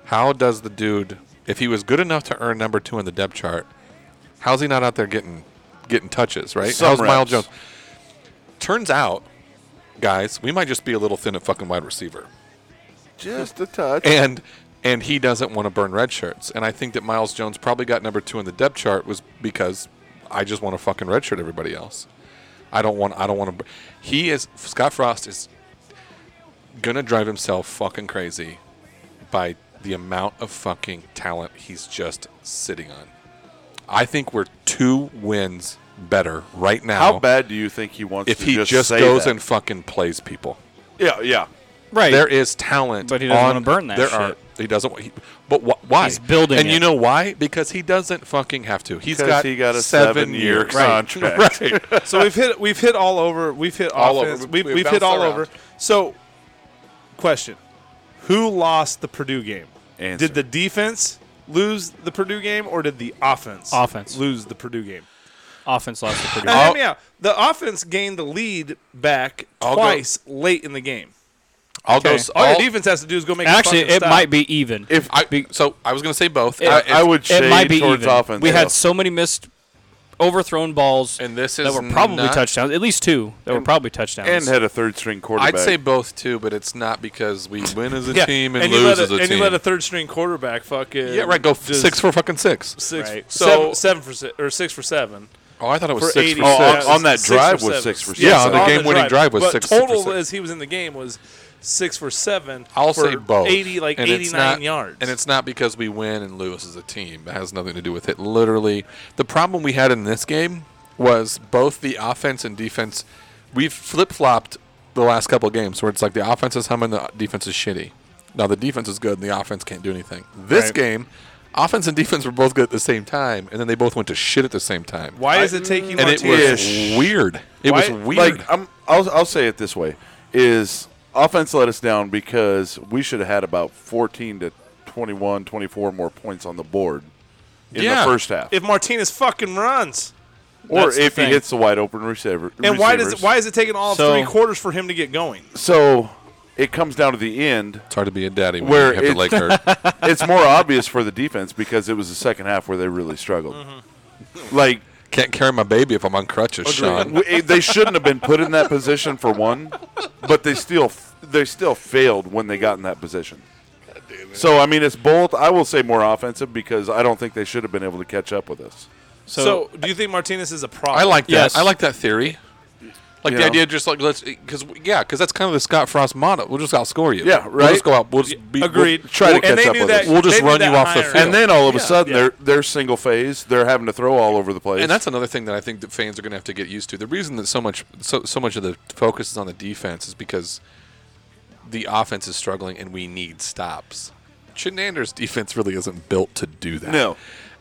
Speaker 2: how does the dude if he was good enough to earn number two in the depth chart? How's he not out there getting getting touches? Right?
Speaker 4: Some
Speaker 2: how's Miles
Speaker 4: reps.
Speaker 2: Jones? Turns out, guys, we might just be a little thin at fucking wide receiver
Speaker 4: Just a touch.
Speaker 2: and and he doesn't want to burn red shirts. And I think that Miles Jones probably got number two in the depth chart was because I just want to fucking red shirt everybody else. I don't want. I don't want to. He is Scott Frost is gonna drive himself fucking crazy by the amount of fucking talent he's just sitting on. I think we're two wins better right now.
Speaker 4: How bad do you think he wants
Speaker 2: if
Speaker 4: to
Speaker 2: he
Speaker 4: just,
Speaker 2: just,
Speaker 4: say
Speaker 2: goes
Speaker 4: that?
Speaker 2: and fucking plays people?
Speaker 4: yeah, yeah.
Speaker 3: right.
Speaker 2: There is talent,
Speaker 3: But he doesn't
Speaker 2: on-
Speaker 3: wanna burn that
Speaker 2: There
Speaker 3: shit.
Speaker 2: are. He doesn't. wa- He, but wh- why?
Speaker 3: He's building
Speaker 2: and
Speaker 3: it.
Speaker 2: you know why? Because he doesn't fucking have to. He's
Speaker 4: 'Cause
Speaker 2: got
Speaker 4: he got a
Speaker 2: seven-year
Speaker 4: seven-year contract.
Speaker 2: right?
Speaker 5: So we've hit we've hit all over. We've hit
Speaker 2: All
Speaker 5: offense.
Speaker 2: over.
Speaker 5: We've,
Speaker 2: We
Speaker 5: we've hit
Speaker 2: bounced
Speaker 5: all
Speaker 2: around.
Speaker 5: over. So, question: Who lost the Purdue game?
Speaker 4: Answer.
Speaker 5: Did the defense lose the Purdue game, or did the offense
Speaker 3: Offense.
Speaker 5: lose the Purdue game?
Speaker 3: Offense lost the pretty.
Speaker 5: Now, hear me out. The offense gained the lead back
Speaker 2: I'll go-
Speaker 5: twice late in the game.
Speaker 2: I'll go.
Speaker 3: Okay. Oh,
Speaker 2: s-
Speaker 5: All
Speaker 2: I'll-
Speaker 5: your defense has to do is go make. a
Speaker 3: Actually,
Speaker 5: fucking
Speaker 3: it
Speaker 5: stop.
Speaker 3: might be even.
Speaker 4: If
Speaker 2: I, so I was gonna say both.
Speaker 3: It-
Speaker 2: I,
Speaker 4: I would shade
Speaker 3: it might be
Speaker 4: towards
Speaker 3: even.
Speaker 4: offense.
Speaker 3: We
Speaker 4: though.
Speaker 3: had so many missed, overthrown balls
Speaker 2: And this
Speaker 3: that
Speaker 2: is
Speaker 3: were probably
Speaker 2: not-
Speaker 3: touchdowns. At least two that were probably touchdowns.
Speaker 4: and had a third string quarterback.
Speaker 2: I'd say both too, but it's not because we win as a
Speaker 5: Yeah,
Speaker 2: team and,
Speaker 5: and you
Speaker 2: lose
Speaker 5: let a,
Speaker 2: as a
Speaker 5: and
Speaker 2: team.
Speaker 5: you let a third string quarterback fucking
Speaker 2: yeah, right. Go f-
Speaker 5: just
Speaker 2: six for fucking six.
Speaker 5: six
Speaker 3: Right.
Speaker 2: So-
Speaker 5: seven, seven for six or six for seven.
Speaker 2: Oh, I thought it was
Speaker 5: for
Speaker 2: six
Speaker 5: 80.
Speaker 2: for
Speaker 4: Oh,
Speaker 2: six.
Speaker 4: on- on that
Speaker 5: for
Speaker 4: drive was
Speaker 5: seven.
Speaker 4: six for
Speaker 2: Yeah,
Speaker 4: six.
Speaker 2: on the game-winning drive was
Speaker 5: but
Speaker 2: six- six for
Speaker 5: total
Speaker 2: seven.
Speaker 5: as he was in the game was six for seven.
Speaker 2: I'll
Speaker 5: for
Speaker 2: say both.
Speaker 5: 80, like
Speaker 2: And it's
Speaker 5: 89
Speaker 2: not-
Speaker 5: yards.
Speaker 2: And it's not because we win and lose as a team. That has nothing to do with it. Literally, the problem we had in this game was both the offense and defense. We've flip flopped the last couple of games where it's like the offense is humming, the defense is shitty. Now the defense is good and the offense can't do anything. This
Speaker 3: Right.
Speaker 2: game, offense and defense were both good at the same time, and then they both went to shit at the same time.
Speaker 5: why is it taking
Speaker 2: And it was
Speaker 5: Martinez?
Speaker 4: Ish.
Speaker 2: weird. It was
Speaker 5: Why-
Speaker 2: weird.
Speaker 4: Like, I'm, I'll, I'll say it this way: is offense let us down because we should have had about 14 to 21, 24 more points on the board in
Speaker 2: Yeah.
Speaker 4: the first half,
Speaker 5: if Martinez fucking runs,
Speaker 4: or
Speaker 3: That's the
Speaker 4: if he
Speaker 3: thing.
Speaker 4: hits the wide open receiver.
Speaker 5: and why does it, why is it taking all of
Speaker 3: So-
Speaker 5: three quarters for him to get going?
Speaker 4: So it comes down to the end.
Speaker 2: it's hard to be a daddy when
Speaker 4: Where
Speaker 2: you have your
Speaker 4: it-
Speaker 2: leg hurt.
Speaker 4: It's more obvious for the defense because it was the second half where they really struggled.
Speaker 5: Mm-hmm.
Speaker 4: Like
Speaker 2: Can't carry my baby if I'm on crutches, Sean.
Speaker 4: W- it- they shouldn't have been put in that position for one, but they still f- they still failed when they got in that position. So I mean, it's both. I will say more offensive because I don't think they should have been able to catch up with us.
Speaker 5: So, do you think Martinez is a problem?
Speaker 2: I like that.
Speaker 3: Yes.
Speaker 2: I like that theory. Like the
Speaker 4: Yeah.
Speaker 2: idea, of just like let's, because yeah, because that's kind of the Scott Frost motto. We'll just outscore you.
Speaker 4: Yeah,
Speaker 2: We'll
Speaker 4: right.
Speaker 2: just go out. We'll just be,
Speaker 5: Agreed.
Speaker 2: We'll,
Speaker 4: try to
Speaker 5: and
Speaker 4: catch
Speaker 5: they
Speaker 4: up
Speaker 5: knew
Speaker 4: with
Speaker 5: that,
Speaker 4: us.
Speaker 2: We'll just
Speaker 5: they knew
Speaker 2: run
Speaker 5: that
Speaker 2: you off the
Speaker 5: higher
Speaker 2: field.
Speaker 4: And then all of a
Speaker 5: Yeah,
Speaker 4: sudden,
Speaker 5: yeah.
Speaker 4: they're they're single phase. They're having to throw all over the place.
Speaker 2: and that's another thing that I think that fans are going to have to get used to. The reason that so much, so so much of the focus is on the defense is because the offense is struggling and we need stops. Chenander's defense really isn't built to do that.
Speaker 4: No.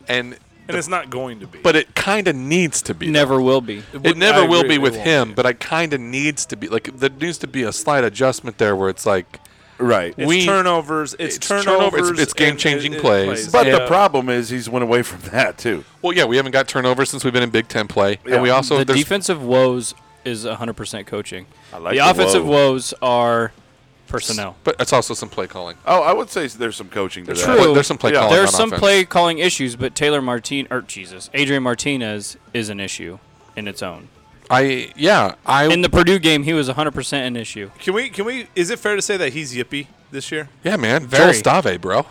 Speaker 2: and
Speaker 5: and it's not going to be.
Speaker 2: but it kind of needs to be. though.
Speaker 3: never will be.
Speaker 2: It
Speaker 5: wouldn't-
Speaker 2: never
Speaker 5: I
Speaker 2: will
Speaker 5: agree,
Speaker 2: be
Speaker 5: it
Speaker 2: with
Speaker 5: won't
Speaker 2: him, but I kind of needs to be like there needs to be a slight adjustment there where it's like
Speaker 4: right.
Speaker 5: it's
Speaker 2: we-
Speaker 5: turnovers. It's,
Speaker 2: it's turnover- it's-
Speaker 5: turnovers.
Speaker 2: it's game-changing plays.
Speaker 4: but
Speaker 5: Yeah.
Speaker 4: the problem is he's went away from that too.
Speaker 2: well, yeah, we haven't got turnovers since we've been in Big Ten play,
Speaker 4: Yeah.
Speaker 2: and we also
Speaker 3: the
Speaker 2: there's-
Speaker 3: defensive woes is 100% coaching.
Speaker 4: I like
Speaker 3: the,
Speaker 4: the
Speaker 3: offensive
Speaker 4: woe.
Speaker 3: woes are personnel.
Speaker 2: but it's also some play calling.
Speaker 4: Oh, I would say there's some coaching to that.
Speaker 3: True.
Speaker 2: There's some play
Speaker 4: Yeah.
Speaker 2: calling.
Speaker 3: There's
Speaker 2: on
Speaker 3: some
Speaker 2: offense.
Speaker 3: play calling issues, but Taylor Martin or Jesus, Adrian Martinez is an issue. in its own.
Speaker 2: I yeah I
Speaker 3: In the Purdue game, he was 100% an issue.
Speaker 5: Can we? Can we? Is it fair to say that he's yippy this year?
Speaker 2: yeah man
Speaker 3: Very.
Speaker 2: Joel Stave bro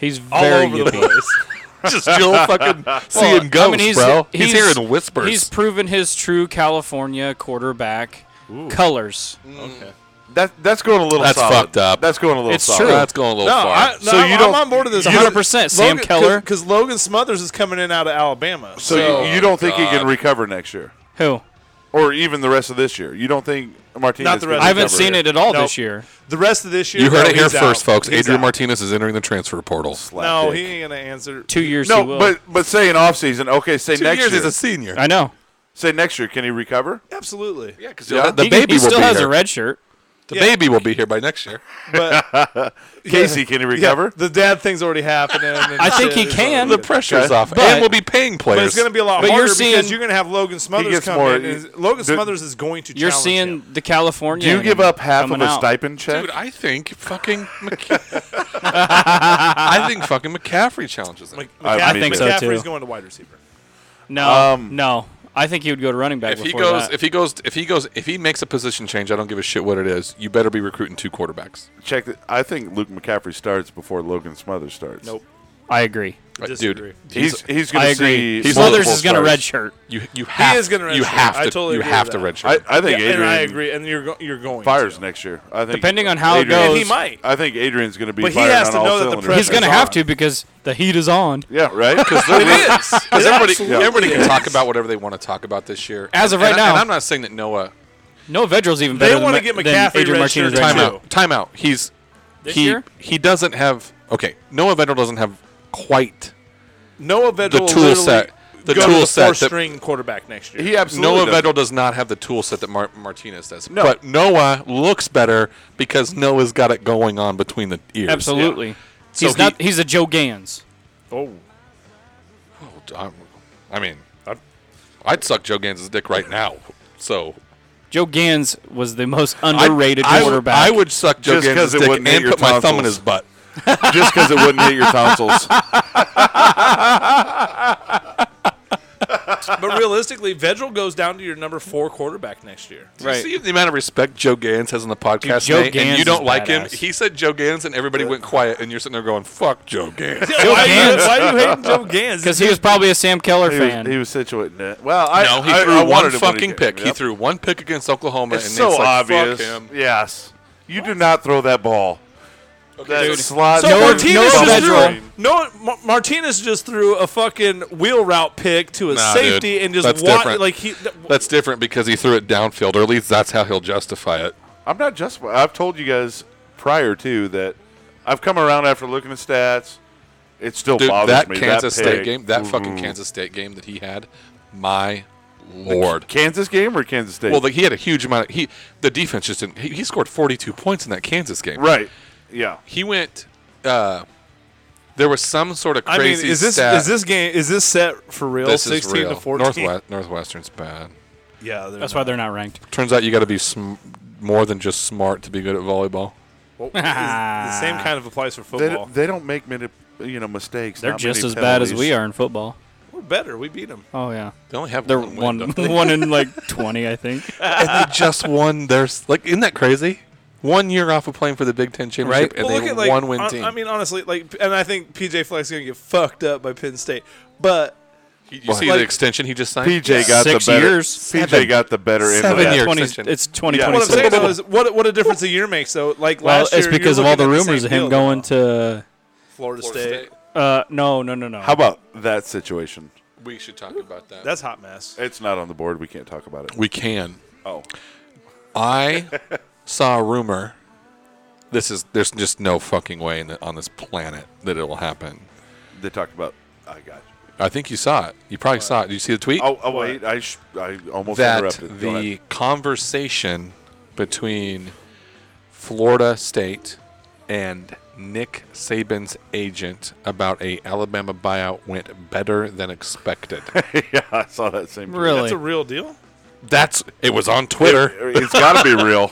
Speaker 3: He's
Speaker 5: All
Speaker 3: very
Speaker 5: over the
Speaker 3: yippy.
Speaker 5: place.
Speaker 2: just Joel fucking seeing
Speaker 3: I
Speaker 2: ghosts
Speaker 3: mean, he's-
Speaker 2: bro he's,
Speaker 3: he's-
Speaker 2: hearing whispers
Speaker 3: He's proven his true California quarterback colors.
Speaker 5: okay.
Speaker 4: That that's going a little.
Speaker 2: That's
Speaker 4: solid.
Speaker 2: fucked up.
Speaker 4: That's going a little.
Speaker 3: It's
Speaker 4: solid.
Speaker 2: True,
Speaker 3: true.
Speaker 2: that's going a little
Speaker 5: No,
Speaker 2: far
Speaker 5: I,
Speaker 4: So
Speaker 5: so
Speaker 4: you
Speaker 5: you
Speaker 4: don't-
Speaker 5: I'm on board with this.
Speaker 3: you don't- 100%, Sam Keller.
Speaker 5: because Logan Smothers is coming in out of Alabama.
Speaker 4: So,
Speaker 2: So-
Speaker 4: you, you don't think he
Speaker 2: God.
Speaker 4: can recover next year,
Speaker 3: Who?
Speaker 4: or even the rest of this year? You don't think Martinez?
Speaker 5: Not the
Speaker 4: can
Speaker 5: rest.
Speaker 3: I haven't
Speaker 4: recover
Speaker 3: seen
Speaker 4: here?
Speaker 3: it at all
Speaker 5: Nope.
Speaker 3: this year.
Speaker 5: the rest of this year,
Speaker 2: you heard
Speaker 5: no,
Speaker 2: it here
Speaker 5: he's
Speaker 2: first
Speaker 5: out.
Speaker 2: folks
Speaker 5: He's
Speaker 2: Adrian
Speaker 5: out.
Speaker 2: Martinez is entering the transfer portal
Speaker 4: Slap
Speaker 5: No, he
Speaker 4: dick.
Speaker 5: ain't gonna answer.
Speaker 3: Two years he
Speaker 4: No,
Speaker 3: will.
Speaker 4: but but say in off season. Okay, say next year.
Speaker 2: senior
Speaker 3: I know.
Speaker 4: say next year. Can he recover?
Speaker 5: Absolutely.
Speaker 2: yeah because
Speaker 4: Yeah.
Speaker 2: the
Speaker 3: he,
Speaker 2: baby
Speaker 3: he
Speaker 2: will
Speaker 3: still
Speaker 2: be
Speaker 3: has
Speaker 2: here
Speaker 3: a red shirt.
Speaker 2: the
Speaker 5: Yeah.
Speaker 2: baby will be here by next year
Speaker 5: But
Speaker 4: Casey, can he recover?
Speaker 5: the dad thing's already happening. and
Speaker 3: I think
Speaker 5: shit
Speaker 3: he
Speaker 5: is
Speaker 3: can.
Speaker 5: already-
Speaker 2: the pressure's
Speaker 4: Okay.
Speaker 2: off
Speaker 3: But-
Speaker 2: and we'll be paying
Speaker 5: But
Speaker 2: players
Speaker 5: it's going to be a lot
Speaker 3: But
Speaker 5: harder because
Speaker 3: you're seeing-
Speaker 5: you're going to have Logan Smothers
Speaker 4: gets
Speaker 5: come
Speaker 4: more-
Speaker 5: in. and Logan
Speaker 4: Do-
Speaker 5: Smothers is going to.
Speaker 3: You're
Speaker 5: challenge
Speaker 3: seeing
Speaker 5: him.
Speaker 3: the California.
Speaker 4: Do you
Speaker 3: in
Speaker 4: give
Speaker 3: him
Speaker 4: up half of
Speaker 3: coming
Speaker 4: a
Speaker 3: out.
Speaker 4: stipend check?
Speaker 2: Dude, I think fucking McC- I think fucking McCaffrey challenges him.
Speaker 5: Mc-
Speaker 4: I-
Speaker 5: McCaff-
Speaker 4: I think
Speaker 3: so,
Speaker 5: McCaffrey's
Speaker 3: too.
Speaker 5: going to wide receiver.
Speaker 3: No,
Speaker 4: Um,
Speaker 3: no. I think he would go to running back
Speaker 2: if he
Speaker 3: before
Speaker 2: goes,
Speaker 3: that.
Speaker 2: if he goes, if he goes, if he makes a position change, I don't give a shit what it is. You better be recruiting two quarterbacks.
Speaker 4: check. The, I think Luke McCaffrey starts before Logan Smothers starts.
Speaker 5: Nope.
Speaker 3: I agree.
Speaker 2: Uh,
Speaker 5: Disagree.
Speaker 2: Dude,
Speaker 4: He's
Speaker 2: he's,
Speaker 4: he's
Speaker 3: I
Speaker 4: going to see.
Speaker 3: agree.
Speaker 2: he's
Speaker 3: Smothers
Speaker 4: multiple
Speaker 3: is going to
Speaker 4: starts.
Speaker 3: red shirt.
Speaker 2: you you have
Speaker 5: is gonna
Speaker 2: you
Speaker 5: redshirt.
Speaker 2: have to
Speaker 5: I totally
Speaker 2: you
Speaker 5: agree
Speaker 2: have
Speaker 5: with
Speaker 2: to
Speaker 5: that.
Speaker 2: redshirt.
Speaker 4: I, I think
Speaker 5: Yeah,
Speaker 4: Adrian
Speaker 5: and I agree. And you're go- you're going
Speaker 4: fires
Speaker 5: to.
Speaker 4: next year. I think
Speaker 3: Depending on how it
Speaker 4: Adrian-
Speaker 3: goes.
Speaker 5: He might.
Speaker 4: I think Adrian's going to be.
Speaker 5: But he
Speaker 4: firing
Speaker 5: has
Speaker 4: on
Speaker 5: to
Speaker 4: all
Speaker 5: know that the
Speaker 4: cylinders.
Speaker 5: press
Speaker 3: He's
Speaker 5: He's
Speaker 3: going to
Speaker 5: gonna
Speaker 3: have
Speaker 5: on.
Speaker 3: to because the heat is on.
Speaker 4: Yeah, right. Because
Speaker 5: It is.
Speaker 2: Because everybody,
Speaker 5: absolutely
Speaker 2: everybody can
Speaker 5: is.
Speaker 2: talk about whatever they want to talk about this year.
Speaker 3: As of
Speaker 2: And-
Speaker 3: right
Speaker 2: and I-
Speaker 3: now-
Speaker 2: and I'm not saying that Noah.
Speaker 3: No, Vedral's even
Speaker 5: They
Speaker 3: better.
Speaker 5: wanna get
Speaker 3: than, than
Speaker 5: McCaffrey
Speaker 3: Adrian
Speaker 5: red
Speaker 3: Martinez
Speaker 5: shirt
Speaker 3: right
Speaker 2: Time
Speaker 5: too.
Speaker 3: now.
Speaker 2: out. Time out. He's
Speaker 3: This
Speaker 2: he
Speaker 3: year?
Speaker 2: he doesn't have okay. Noah Vendor doesn't have quite
Speaker 5: Noah Vedder
Speaker 2: the
Speaker 5: will
Speaker 2: tool
Speaker 5: literally
Speaker 2: set. The
Speaker 5: go
Speaker 2: tool
Speaker 5: to the
Speaker 2: set that-
Speaker 5: four-string quarterback next year.
Speaker 4: he absolutely.
Speaker 2: Noah
Speaker 4: does.
Speaker 2: Vedral does not have the tool set that Mar- Martinez does. But Noah looks better because Noah's got it going on between the ears.
Speaker 3: Absolutely.
Speaker 2: So
Speaker 3: he's not.
Speaker 2: he-
Speaker 3: He's a Joe Gans.
Speaker 5: oh,
Speaker 2: I'm- I mean, I'd, I'd suck Joe Gaines' dick right now. So
Speaker 3: Joe Gans was the most
Speaker 2: I'd-
Speaker 3: underrated
Speaker 2: I, would-
Speaker 3: quarterback.
Speaker 2: I would suck Joe
Speaker 4: Just 'cause
Speaker 2: Gaines'
Speaker 4: it
Speaker 2: dick
Speaker 4: wouldn't
Speaker 2: and
Speaker 4: hit your
Speaker 2: put my thumb in
Speaker 4: tonsils.
Speaker 2: his butt.
Speaker 4: just because it wouldn't hit your tonsils.
Speaker 5: but realistically, Vedral goes down to your number four quarterback next year.
Speaker 2: Do You see the amount of respect Joe Gaines has on the podcast,
Speaker 3: Joe
Speaker 2: Nate, and
Speaker 3: Gaines
Speaker 2: you
Speaker 3: is
Speaker 2: don't like him.
Speaker 3: badass.
Speaker 2: He said Joe Gaines, and everybody went quiet, and you're sitting there going, "Fuck Joe Gaines."
Speaker 5: Joe why,
Speaker 3: Gans.
Speaker 5: Are you, why are you hating Joe Gans?
Speaker 3: because he was probably a Sam Keller
Speaker 4: He
Speaker 3: fan.
Speaker 4: was, he was situating it. Well, I
Speaker 2: no, he
Speaker 4: I,
Speaker 2: threw
Speaker 4: I
Speaker 2: one
Speaker 4: wanted him when
Speaker 2: fucking
Speaker 4: he came.
Speaker 2: pick. He
Speaker 4: Yep.
Speaker 2: threw one pick against Oklahoma,
Speaker 4: It's
Speaker 2: and
Speaker 4: so
Speaker 2: Nate's like, "Fuck
Speaker 4: obvious.
Speaker 2: him."
Speaker 4: Yes, you do not throw that ball. that
Speaker 2: dude.
Speaker 4: slot.
Speaker 5: So
Speaker 3: Noah-
Speaker 5: Martinez
Speaker 3: Noah
Speaker 5: just
Speaker 3: Vedral.
Speaker 5: threw, no, Ma- Martinez just threw a fucking wheel route pick to a
Speaker 2: Nah,
Speaker 5: safety
Speaker 2: dude.
Speaker 5: and just
Speaker 2: That's
Speaker 5: wa-
Speaker 2: different.
Speaker 5: like he.
Speaker 2: That's different because he threw it downfield, or at least that's how he'll justify it.
Speaker 4: I'm not just. I've told you guys prior too that I've come around after looking at stats. It still
Speaker 2: Dude,
Speaker 4: bothers
Speaker 2: that Mm-hmm.
Speaker 4: me.
Speaker 2: Kansas
Speaker 4: that
Speaker 2: State
Speaker 4: pick.
Speaker 2: game, that fucking
Speaker 4: Ooh.
Speaker 2: Kansas State game that he had, my lord.
Speaker 4: Kansas game or Kansas State?
Speaker 2: Well, the, he had a huge amount. Of, he the defense just didn't. He, he scored 42 points in that Kansas game.
Speaker 4: right. Yeah.
Speaker 2: He went. Uh, there was some sort of
Speaker 5: I mean,
Speaker 2: crazy
Speaker 5: is this
Speaker 2: stat.
Speaker 5: is this game is this set for real?
Speaker 2: This is
Speaker 5: Sixteen
Speaker 2: real.
Speaker 5: to fourteen.
Speaker 2: Northwest, Northwestern's bad.
Speaker 5: Yeah, they're
Speaker 3: That's
Speaker 5: not.
Speaker 3: why they're not ranked.
Speaker 2: Turns out you got to be sm- more than just smart to be good at volleyball.
Speaker 5: Well, is- the same kind of applies for
Speaker 4: They,
Speaker 5: football.
Speaker 4: don't- they don't make many you know mistakes.
Speaker 3: They're
Speaker 4: not
Speaker 3: just
Speaker 4: many
Speaker 3: as bad as
Speaker 4: penalties.
Speaker 3: we are in football.
Speaker 5: We're better. We beat them.
Speaker 3: Oh yeah,
Speaker 2: They only have
Speaker 3: they're
Speaker 2: one. win,
Speaker 3: one
Speaker 2: don't they?
Speaker 3: one in like twenty, I think.
Speaker 2: and they just won their s- like isn't that crazy? One year off of playing for the Big Ten championship,
Speaker 3: Right?
Speaker 2: and they
Speaker 5: like
Speaker 2: one win
Speaker 5: hon-
Speaker 2: team.
Speaker 5: I mean, honestly, like, and I think PJ Fleck's gonna get fucked up by Penn State, but
Speaker 2: you
Speaker 4: Well,
Speaker 2: see
Speaker 5: like-
Speaker 2: the extension he just signed.
Speaker 4: PJ got
Speaker 3: Six
Speaker 4: the better.
Speaker 3: years.
Speaker 4: PJ
Speaker 2: Seven.
Speaker 4: got the better end
Speaker 2: Seven
Speaker 4: of that.
Speaker 2: years.
Speaker 3: 20,
Speaker 2: extension.
Speaker 3: it's twenty
Speaker 4: Yeah.
Speaker 3: twenty.
Speaker 5: what I'm saying
Speaker 2: Blah, blah,
Speaker 5: though is what what a difference a year makes. though. like
Speaker 3: well,
Speaker 5: last year,
Speaker 3: it's because
Speaker 5: you're
Speaker 3: of all the
Speaker 5: looking at
Speaker 3: rumors
Speaker 5: same
Speaker 3: of him
Speaker 5: deal,
Speaker 3: going
Speaker 5: though.
Speaker 3: to.
Speaker 5: Florida State.
Speaker 3: Uh, no, no, no, no.
Speaker 4: How about that situation?
Speaker 2: We should talk about that.
Speaker 5: That's hot mess.
Speaker 4: It's not on the board. We can't talk about it.
Speaker 2: we can.
Speaker 4: Oh,
Speaker 2: I saw a rumor. This is there's just no fucking way in the, on this planet that it will happen.
Speaker 4: they talked about. I got. You.
Speaker 2: I think you saw it. You probably saw it. Did you see the tweet?
Speaker 4: Oh, oh wait. I sh- I almost
Speaker 2: that
Speaker 4: interrupted. Go
Speaker 2: the
Speaker 4: ahead.
Speaker 2: conversation between Florida State and Nick Saban's agent about a Alabama buyout went better than expected.
Speaker 4: yeah, I saw that same. tweet.
Speaker 3: Really?
Speaker 5: That's a real deal.
Speaker 2: That's it was on
Speaker 4: It,
Speaker 2: Twitter.
Speaker 4: it's got to be real.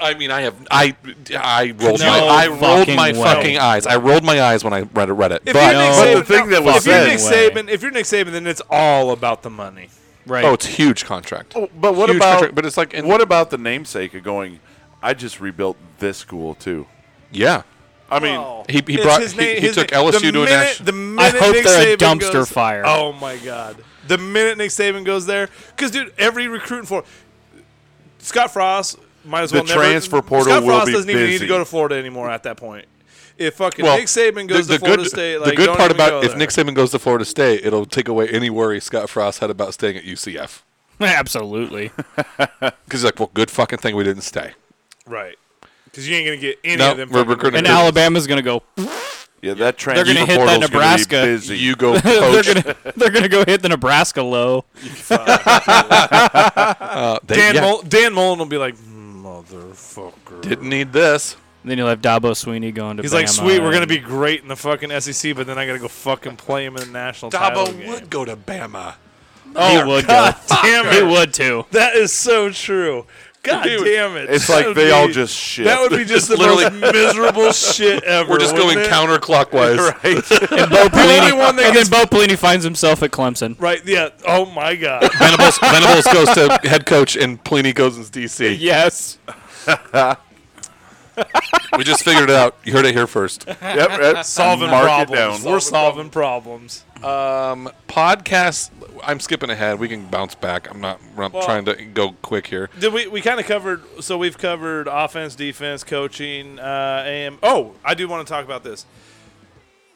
Speaker 2: I mean, I have I I rolled
Speaker 3: No
Speaker 2: my I rolled
Speaker 3: fucking
Speaker 2: my
Speaker 3: way.
Speaker 2: fucking eyes. I rolled my eyes when I read it. Read it.
Speaker 5: If
Speaker 2: but
Speaker 5: you're Nick
Speaker 3: No.
Speaker 5: Saban,
Speaker 4: But the thing
Speaker 5: no,
Speaker 4: that was
Speaker 5: if you're Nick
Speaker 3: said-
Speaker 5: Saban, if you're Nick Saban, then it's all about the money.
Speaker 3: Right.
Speaker 2: Oh, it's huge contract.
Speaker 4: Oh, but what
Speaker 2: Huge
Speaker 4: about?
Speaker 2: contract, but it's like in-
Speaker 4: what about the namesake of going? I just rebuilt this school too.
Speaker 2: Yeah.
Speaker 4: I mean,
Speaker 2: He- he
Speaker 5: It's
Speaker 2: brought-
Speaker 5: his
Speaker 2: he-
Speaker 5: name-
Speaker 2: he
Speaker 5: his
Speaker 2: took
Speaker 5: name-
Speaker 2: LSU
Speaker 5: the
Speaker 2: to a
Speaker 5: minute-
Speaker 2: nation.
Speaker 5: The minute
Speaker 3: hope
Speaker 5: Nick
Speaker 3: they're a
Speaker 5: Saban
Speaker 3: dumpster
Speaker 5: goes-
Speaker 3: fire.
Speaker 5: Oh my god! The minute Nick Saban goes there, because dude, every recruiting for Scott Frost might as
Speaker 4: The
Speaker 5: well never-
Speaker 4: transfer portal
Speaker 5: Scott
Speaker 4: will
Speaker 5: Frost
Speaker 4: be
Speaker 5: doesn't even need
Speaker 4: busy.
Speaker 5: to go to Florida anymore at that point. If fucking
Speaker 2: Well,
Speaker 5: Nick Saban goes to Florida State, like,
Speaker 2: the good
Speaker 5: don't
Speaker 2: part
Speaker 5: even
Speaker 2: about
Speaker 5: go
Speaker 2: if
Speaker 5: there.
Speaker 2: Nick Saban goes to Florida State, it'll take away any worry Scott Frost had about staying at UCF.
Speaker 3: Absolutely.
Speaker 2: Because he's like, well, good fucking thing we didn't stay.
Speaker 5: right, because you ain't gonna get any
Speaker 2: No,
Speaker 5: of them.
Speaker 2: we're
Speaker 5: fucking-
Speaker 2: recruiting
Speaker 3: and
Speaker 2: Because-
Speaker 3: Alabama's gonna go.
Speaker 4: yeah, that transfer
Speaker 3: gonna hit that
Speaker 4: portal's gonna be
Speaker 3: Nebraska.
Speaker 4: busy.
Speaker 2: You go
Speaker 3: they're
Speaker 2: coach.
Speaker 3: gonna they're gonna go hit the Nebraska low.
Speaker 2: uh, they,
Speaker 5: Dan
Speaker 2: yeah,
Speaker 5: Mullen, Dan Mullen will be like, motherfucker.
Speaker 2: didn't need this.
Speaker 3: Then you'll have Dabo Sweeney going to.
Speaker 5: He's like,
Speaker 3: Bama
Speaker 5: sweet, we're gonna
Speaker 3: and-
Speaker 5: be great in the fucking SEC, but then I gotta go fucking play him in the national title
Speaker 2: Dabo
Speaker 5: game.
Speaker 2: would go to Bama.
Speaker 3: He would go.
Speaker 5: Damn it.
Speaker 3: He would too.
Speaker 5: That is so true. God damn it!
Speaker 4: It's
Speaker 5: That
Speaker 4: like
Speaker 5: would
Speaker 4: they
Speaker 5: be-
Speaker 4: all just shit.
Speaker 5: That would be just the
Speaker 2: literally-
Speaker 5: most miserable shit ever.
Speaker 2: We're just going
Speaker 5: wouldn't it?
Speaker 2: counterclockwise.
Speaker 4: right.
Speaker 3: And Bo Pelini,
Speaker 5: one that
Speaker 3: and then Bo Pelini finds himself at Clemson.
Speaker 5: Right? Yeah. Oh my god.
Speaker 2: Venables, Venables goes to head coach, and Pliny goes as DC.
Speaker 3: Yes.
Speaker 2: We just figured it out. You heard it here first.
Speaker 4: yep, yep.
Speaker 5: Solving
Speaker 4: Mark
Speaker 5: problems.
Speaker 4: It down.
Speaker 5: We're solving problems.
Speaker 2: Um, podcast. I'm skipping ahead. We can bounce back. I'm not. I'm
Speaker 5: Well-
Speaker 2: trying to go quick here.
Speaker 5: Did we? We kind of covered. So we've covered offense, defense, coaching. Uh, AM. Oh, I do want to talk about this.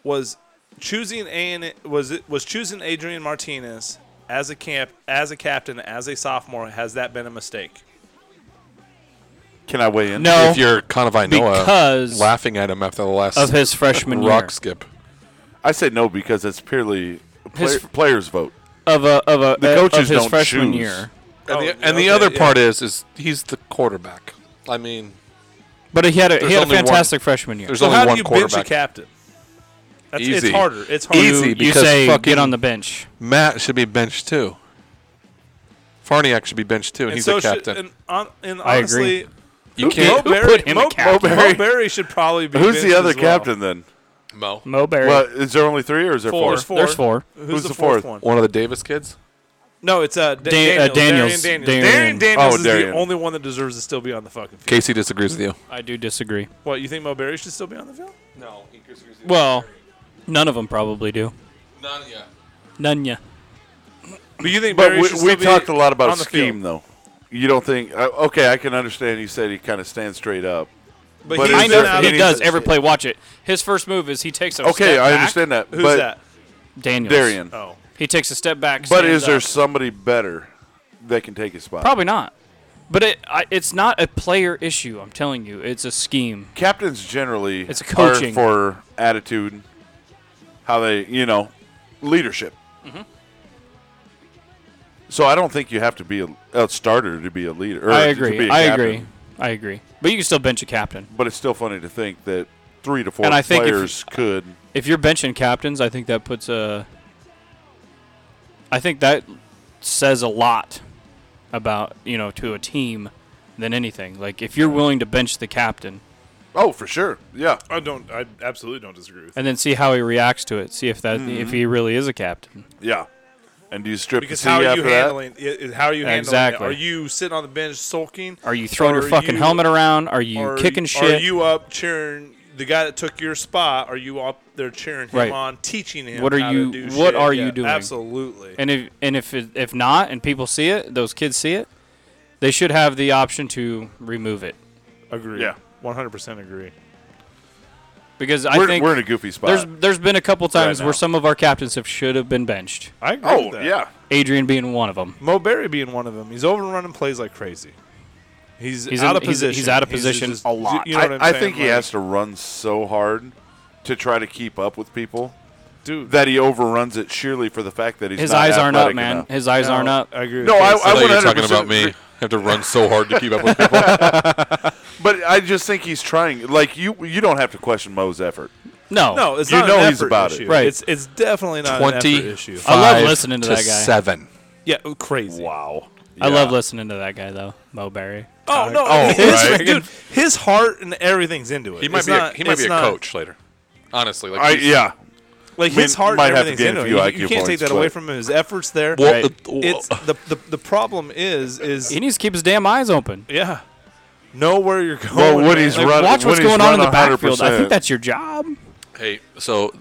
Speaker 5: Was choosing and was it was choosing Adrian Martinez as a camp as a captain as a sophomore? Has that been a mistake?
Speaker 4: Can I weigh in?
Speaker 3: No,
Speaker 2: If you're Conavai
Speaker 3: Because-
Speaker 2: Noah laughing at him after the last
Speaker 3: of his freshman year.
Speaker 2: rock skip.
Speaker 4: I say no because it's purely play,
Speaker 3: His-
Speaker 4: players vote.
Speaker 3: of a of a
Speaker 4: The
Speaker 3: uh,
Speaker 4: coaches
Speaker 3: of his
Speaker 4: don't
Speaker 3: freshman
Speaker 4: choose.
Speaker 3: year.
Speaker 2: And,
Speaker 5: Oh,
Speaker 2: the,
Speaker 5: yeah,
Speaker 2: and the
Speaker 5: okay,
Speaker 2: other
Speaker 5: yeah.
Speaker 2: part is, is he's the quarterback. I mean,
Speaker 3: But he had a
Speaker 2: There's
Speaker 3: he had a
Speaker 2: only one-
Speaker 3: fantastic freshman year.
Speaker 2: there's
Speaker 5: So
Speaker 2: only
Speaker 5: how do
Speaker 2: one
Speaker 5: you bench
Speaker 2: quarterback.
Speaker 5: a captain? That's,
Speaker 2: Easy.
Speaker 5: It's harder. It's harder.
Speaker 2: Easy.
Speaker 3: you, you
Speaker 2: because
Speaker 3: say
Speaker 2: fucking-
Speaker 3: get on the bench.
Speaker 2: Matt should be benched too. Farniak should be benched too, and,
Speaker 5: And
Speaker 2: he's
Speaker 5: so
Speaker 2: a
Speaker 5: should-
Speaker 2: captain.
Speaker 5: and, hon- and
Speaker 3: I agree.
Speaker 5: honestly,
Speaker 2: you
Speaker 5: Mo
Speaker 2: can't.
Speaker 3: who
Speaker 5: Berry,
Speaker 3: put him
Speaker 5: Mo,
Speaker 3: at captain?
Speaker 5: Mo Berry. should probably be.
Speaker 4: Who's
Speaker 5: benched
Speaker 4: the other
Speaker 5: as well.
Speaker 4: captain then?
Speaker 2: Mo.
Speaker 3: Mo Berry.
Speaker 4: Well, is there only three or is there
Speaker 5: Four.
Speaker 4: four?
Speaker 5: There's four.
Speaker 3: There's four.
Speaker 5: Who's,
Speaker 4: Who's
Speaker 5: the,
Speaker 4: the
Speaker 5: fourth,
Speaker 4: fourth?
Speaker 5: one?
Speaker 2: One of the Davis kids.
Speaker 5: No, it's uh, da-
Speaker 3: Dan- uh,
Speaker 5: Daniels.
Speaker 3: Daniels.
Speaker 5: Daniels.
Speaker 3: Darian.
Speaker 5: Darren Daniels
Speaker 4: Oh,
Speaker 5: is
Speaker 4: Darian.
Speaker 5: the only one that deserves to still be on the fucking field.
Speaker 2: Casey disagrees with you.
Speaker 3: I do disagree.
Speaker 5: What you think? Mo Berry should still be on the field?
Speaker 2: No, he disagrees with
Speaker 3: Well, none of them probably do.
Speaker 2: None yet.
Speaker 3: None yeah.
Speaker 5: But you think?
Speaker 4: But
Speaker 5: Berry
Speaker 4: we,
Speaker 5: should
Speaker 4: we
Speaker 5: still be
Speaker 4: talked a lot
Speaker 5: on
Speaker 4: about
Speaker 5: the
Speaker 4: scheme,
Speaker 5: field.
Speaker 4: though. You don't think? Uh, okay, I can understand. He said he kind of stands straight up.
Speaker 5: But,
Speaker 4: But
Speaker 5: he's
Speaker 4: is
Speaker 3: I
Speaker 5: been
Speaker 4: there
Speaker 3: know
Speaker 5: out
Speaker 3: he
Speaker 5: of-
Speaker 4: any-
Speaker 3: does every play. Watch it. His first move is he takes a
Speaker 4: Okay,
Speaker 3: step
Speaker 4: I
Speaker 3: back.
Speaker 4: understand that.
Speaker 5: Who's
Speaker 4: but
Speaker 5: that?
Speaker 3: Daniels.
Speaker 4: Darian.
Speaker 5: Oh,
Speaker 3: He takes a step back.
Speaker 4: But
Speaker 3: stands
Speaker 4: is there
Speaker 3: up.
Speaker 4: somebody better that can take his spot?
Speaker 3: probably not? But it I, it's not a player issue. I'm telling you, it's a scheme.
Speaker 4: Captains generally
Speaker 3: It's
Speaker 4: are
Speaker 3: coaching.
Speaker 4: for attitude, how they, you know, leadership.
Speaker 5: Mm-hmm.
Speaker 4: So I don't think you have to be a, a starter to be a leader. Or
Speaker 3: I
Speaker 4: to be
Speaker 3: agree.
Speaker 4: a
Speaker 3: I
Speaker 4: captain.
Speaker 3: agree. I agree. But you can still bench a captain.
Speaker 4: But it's still funny to think that three to four
Speaker 3: And I think if-
Speaker 4: players could.
Speaker 3: if you're benching captains, I think that puts a. I think that says a lot about you know to a team than anything. Like if you're willing to bench the captain
Speaker 4: Oh, for sure. Yeah.
Speaker 5: I don't. I absolutely don't disagree with. you.
Speaker 3: and then see how he reacts to it, see if that
Speaker 5: Mm-hmm.
Speaker 3: if he really is a captain.
Speaker 4: Yeah. And do you strip
Speaker 5: Because
Speaker 4: the
Speaker 5: how
Speaker 4: C
Speaker 5: are
Speaker 4: after
Speaker 5: you
Speaker 4: that?
Speaker 5: handling? i- i- How are you handling? it?
Speaker 3: Exactly.
Speaker 5: Are you sitting on the bench sulking?
Speaker 3: Are you throwing
Speaker 5: Are
Speaker 3: your fucking
Speaker 5: you-
Speaker 3: helmet around? Are you
Speaker 5: Are-
Speaker 3: kicking
Speaker 5: Are
Speaker 3: shit?
Speaker 5: you up cheering the guy that took your spot? Are you up there cheering him
Speaker 3: Right.
Speaker 5: on, teaching him?
Speaker 3: What are
Speaker 5: how
Speaker 3: you-
Speaker 5: To do
Speaker 3: what
Speaker 5: shit?
Speaker 3: are you
Speaker 5: Yeah,
Speaker 3: doing?
Speaker 5: Absolutely.
Speaker 3: and if and if it, if not, and people see it, those kids see it, they should have the option to remove it
Speaker 5: agree.
Speaker 4: Yeah.
Speaker 5: one hundred percent agree.
Speaker 3: because I
Speaker 4: we're,
Speaker 3: think
Speaker 4: we're in a goofy spot.
Speaker 3: there's there's been a couple times
Speaker 5: now.
Speaker 3: where some of our captains have should have been benched.
Speaker 5: I agree.
Speaker 4: oh,
Speaker 5: with that.
Speaker 4: yeah.
Speaker 3: Adrian being one of them.
Speaker 5: Mo Berry being one of them. He's overrunning plays like crazy. He's,
Speaker 3: He's
Speaker 5: out
Speaker 3: in-
Speaker 5: of
Speaker 3: he's-
Speaker 5: position.
Speaker 3: he's out of position a lot.
Speaker 5: You know what
Speaker 4: I,
Speaker 5: I'm
Speaker 4: I
Speaker 5: saying?
Speaker 4: think he
Speaker 5: Like,
Speaker 4: has to run so hard to try to keep up with people
Speaker 5: dude.
Speaker 4: that he overruns it sheerly for the fact that he's
Speaker 3: His
Speaker 4: not
Speaker 3: eyes aren't up,
Speaker 4: athletic
Speaker 3: man.
Speaker 4: enough.
Speaker 3: His eyes
Speaker 5: No, Uh,
Speaker 3: aren't up.
Speaker 5: I agree. with
Speaker 4: No,
Speaker 5: Casey.
Speaker 4: I,
Speaker 2: I
Speaker 4: I
Speaker 2: thought
Speaker 4: would
Speaker 2: you were talking about me. Have to run so hard to keep up with people.
Speaker 4: But I just think he's trying. Like you, you don't have to question Mo's effort.
Speaker 3: No.
Speaker 5: no, it's
Speaker 4: You
Speaker 5: not
Speaker 4: know
Speaker 5: an
Speaker 4: he's
Speaker 5: effort
Speaker 4: about it.
Speaker 5: issue.
Speaker 3: Right.
Speaker 5: It's it's definitely not an effort
Speaker 2: Twenty.
Speaker 5: issue.
Speaker 3: I love listening to that guy.
Speaker 2: Seven.
Speaker 5: Yeah, crazy.
Speaker 4: Wow.
Speaker 3: I love listening to that guy though, Mo Berry.
Speaker 5: Oh no,
Speaker 4: Oh,
Speaker 5: his,
Speaker 4: right.
Speaker 5: dude, his heart and everything's into it.
Speaker 2: He might
Speaker 5: It's
Speaker 2: be.
Speaker 5: not-
Speaker 2: a, he might
Speaker 5: it's
Speaker 2: be a
Speaker 5: not-
Speaker 2: coach later. Honestly, like
Speaker 4: I,
Speaker 2: he's-
Speaker 4: yeah.
Speaker 5: Like
Speaker 4: mean,
Speaker 5: his heart
Speaker 4: might
Speaker 5: and
Speaker 4: have to
Speaker 5: everything's
Speaker 4: get
Speaker 5: in
Speaker 4: a
Speaker 5: him.
Speaker 4: few
Speaker 5: You,
Speaker 4: IQ
Speaker 5: you can't take
Speaker 4: points,
Speaker 5: that away
Speaker 4: but-
Speaker 5: from him. His efforts there.
Speaker 2: Well,
Speaker 3: Right.
Speaker 2: uh, well,
Speaker 5: It's the, the the problem is is
Speaker 3: He needs to keep his damn eyes open.
Speaker 5: yeah. Know where you're going.
Speaker 4: Well, Woody's
Speaker 5: man.
Speaker 3: Like,
Speaker 4: run-
Speaker 3: watch what's
Speaker 4: Woody's
Speaker 3: going on in
Speaker 4: run
Speaker 3: the backfield. I
Speaker 4: 100%.
Speaker 3: think that's your job.
Speaker 2: hey, so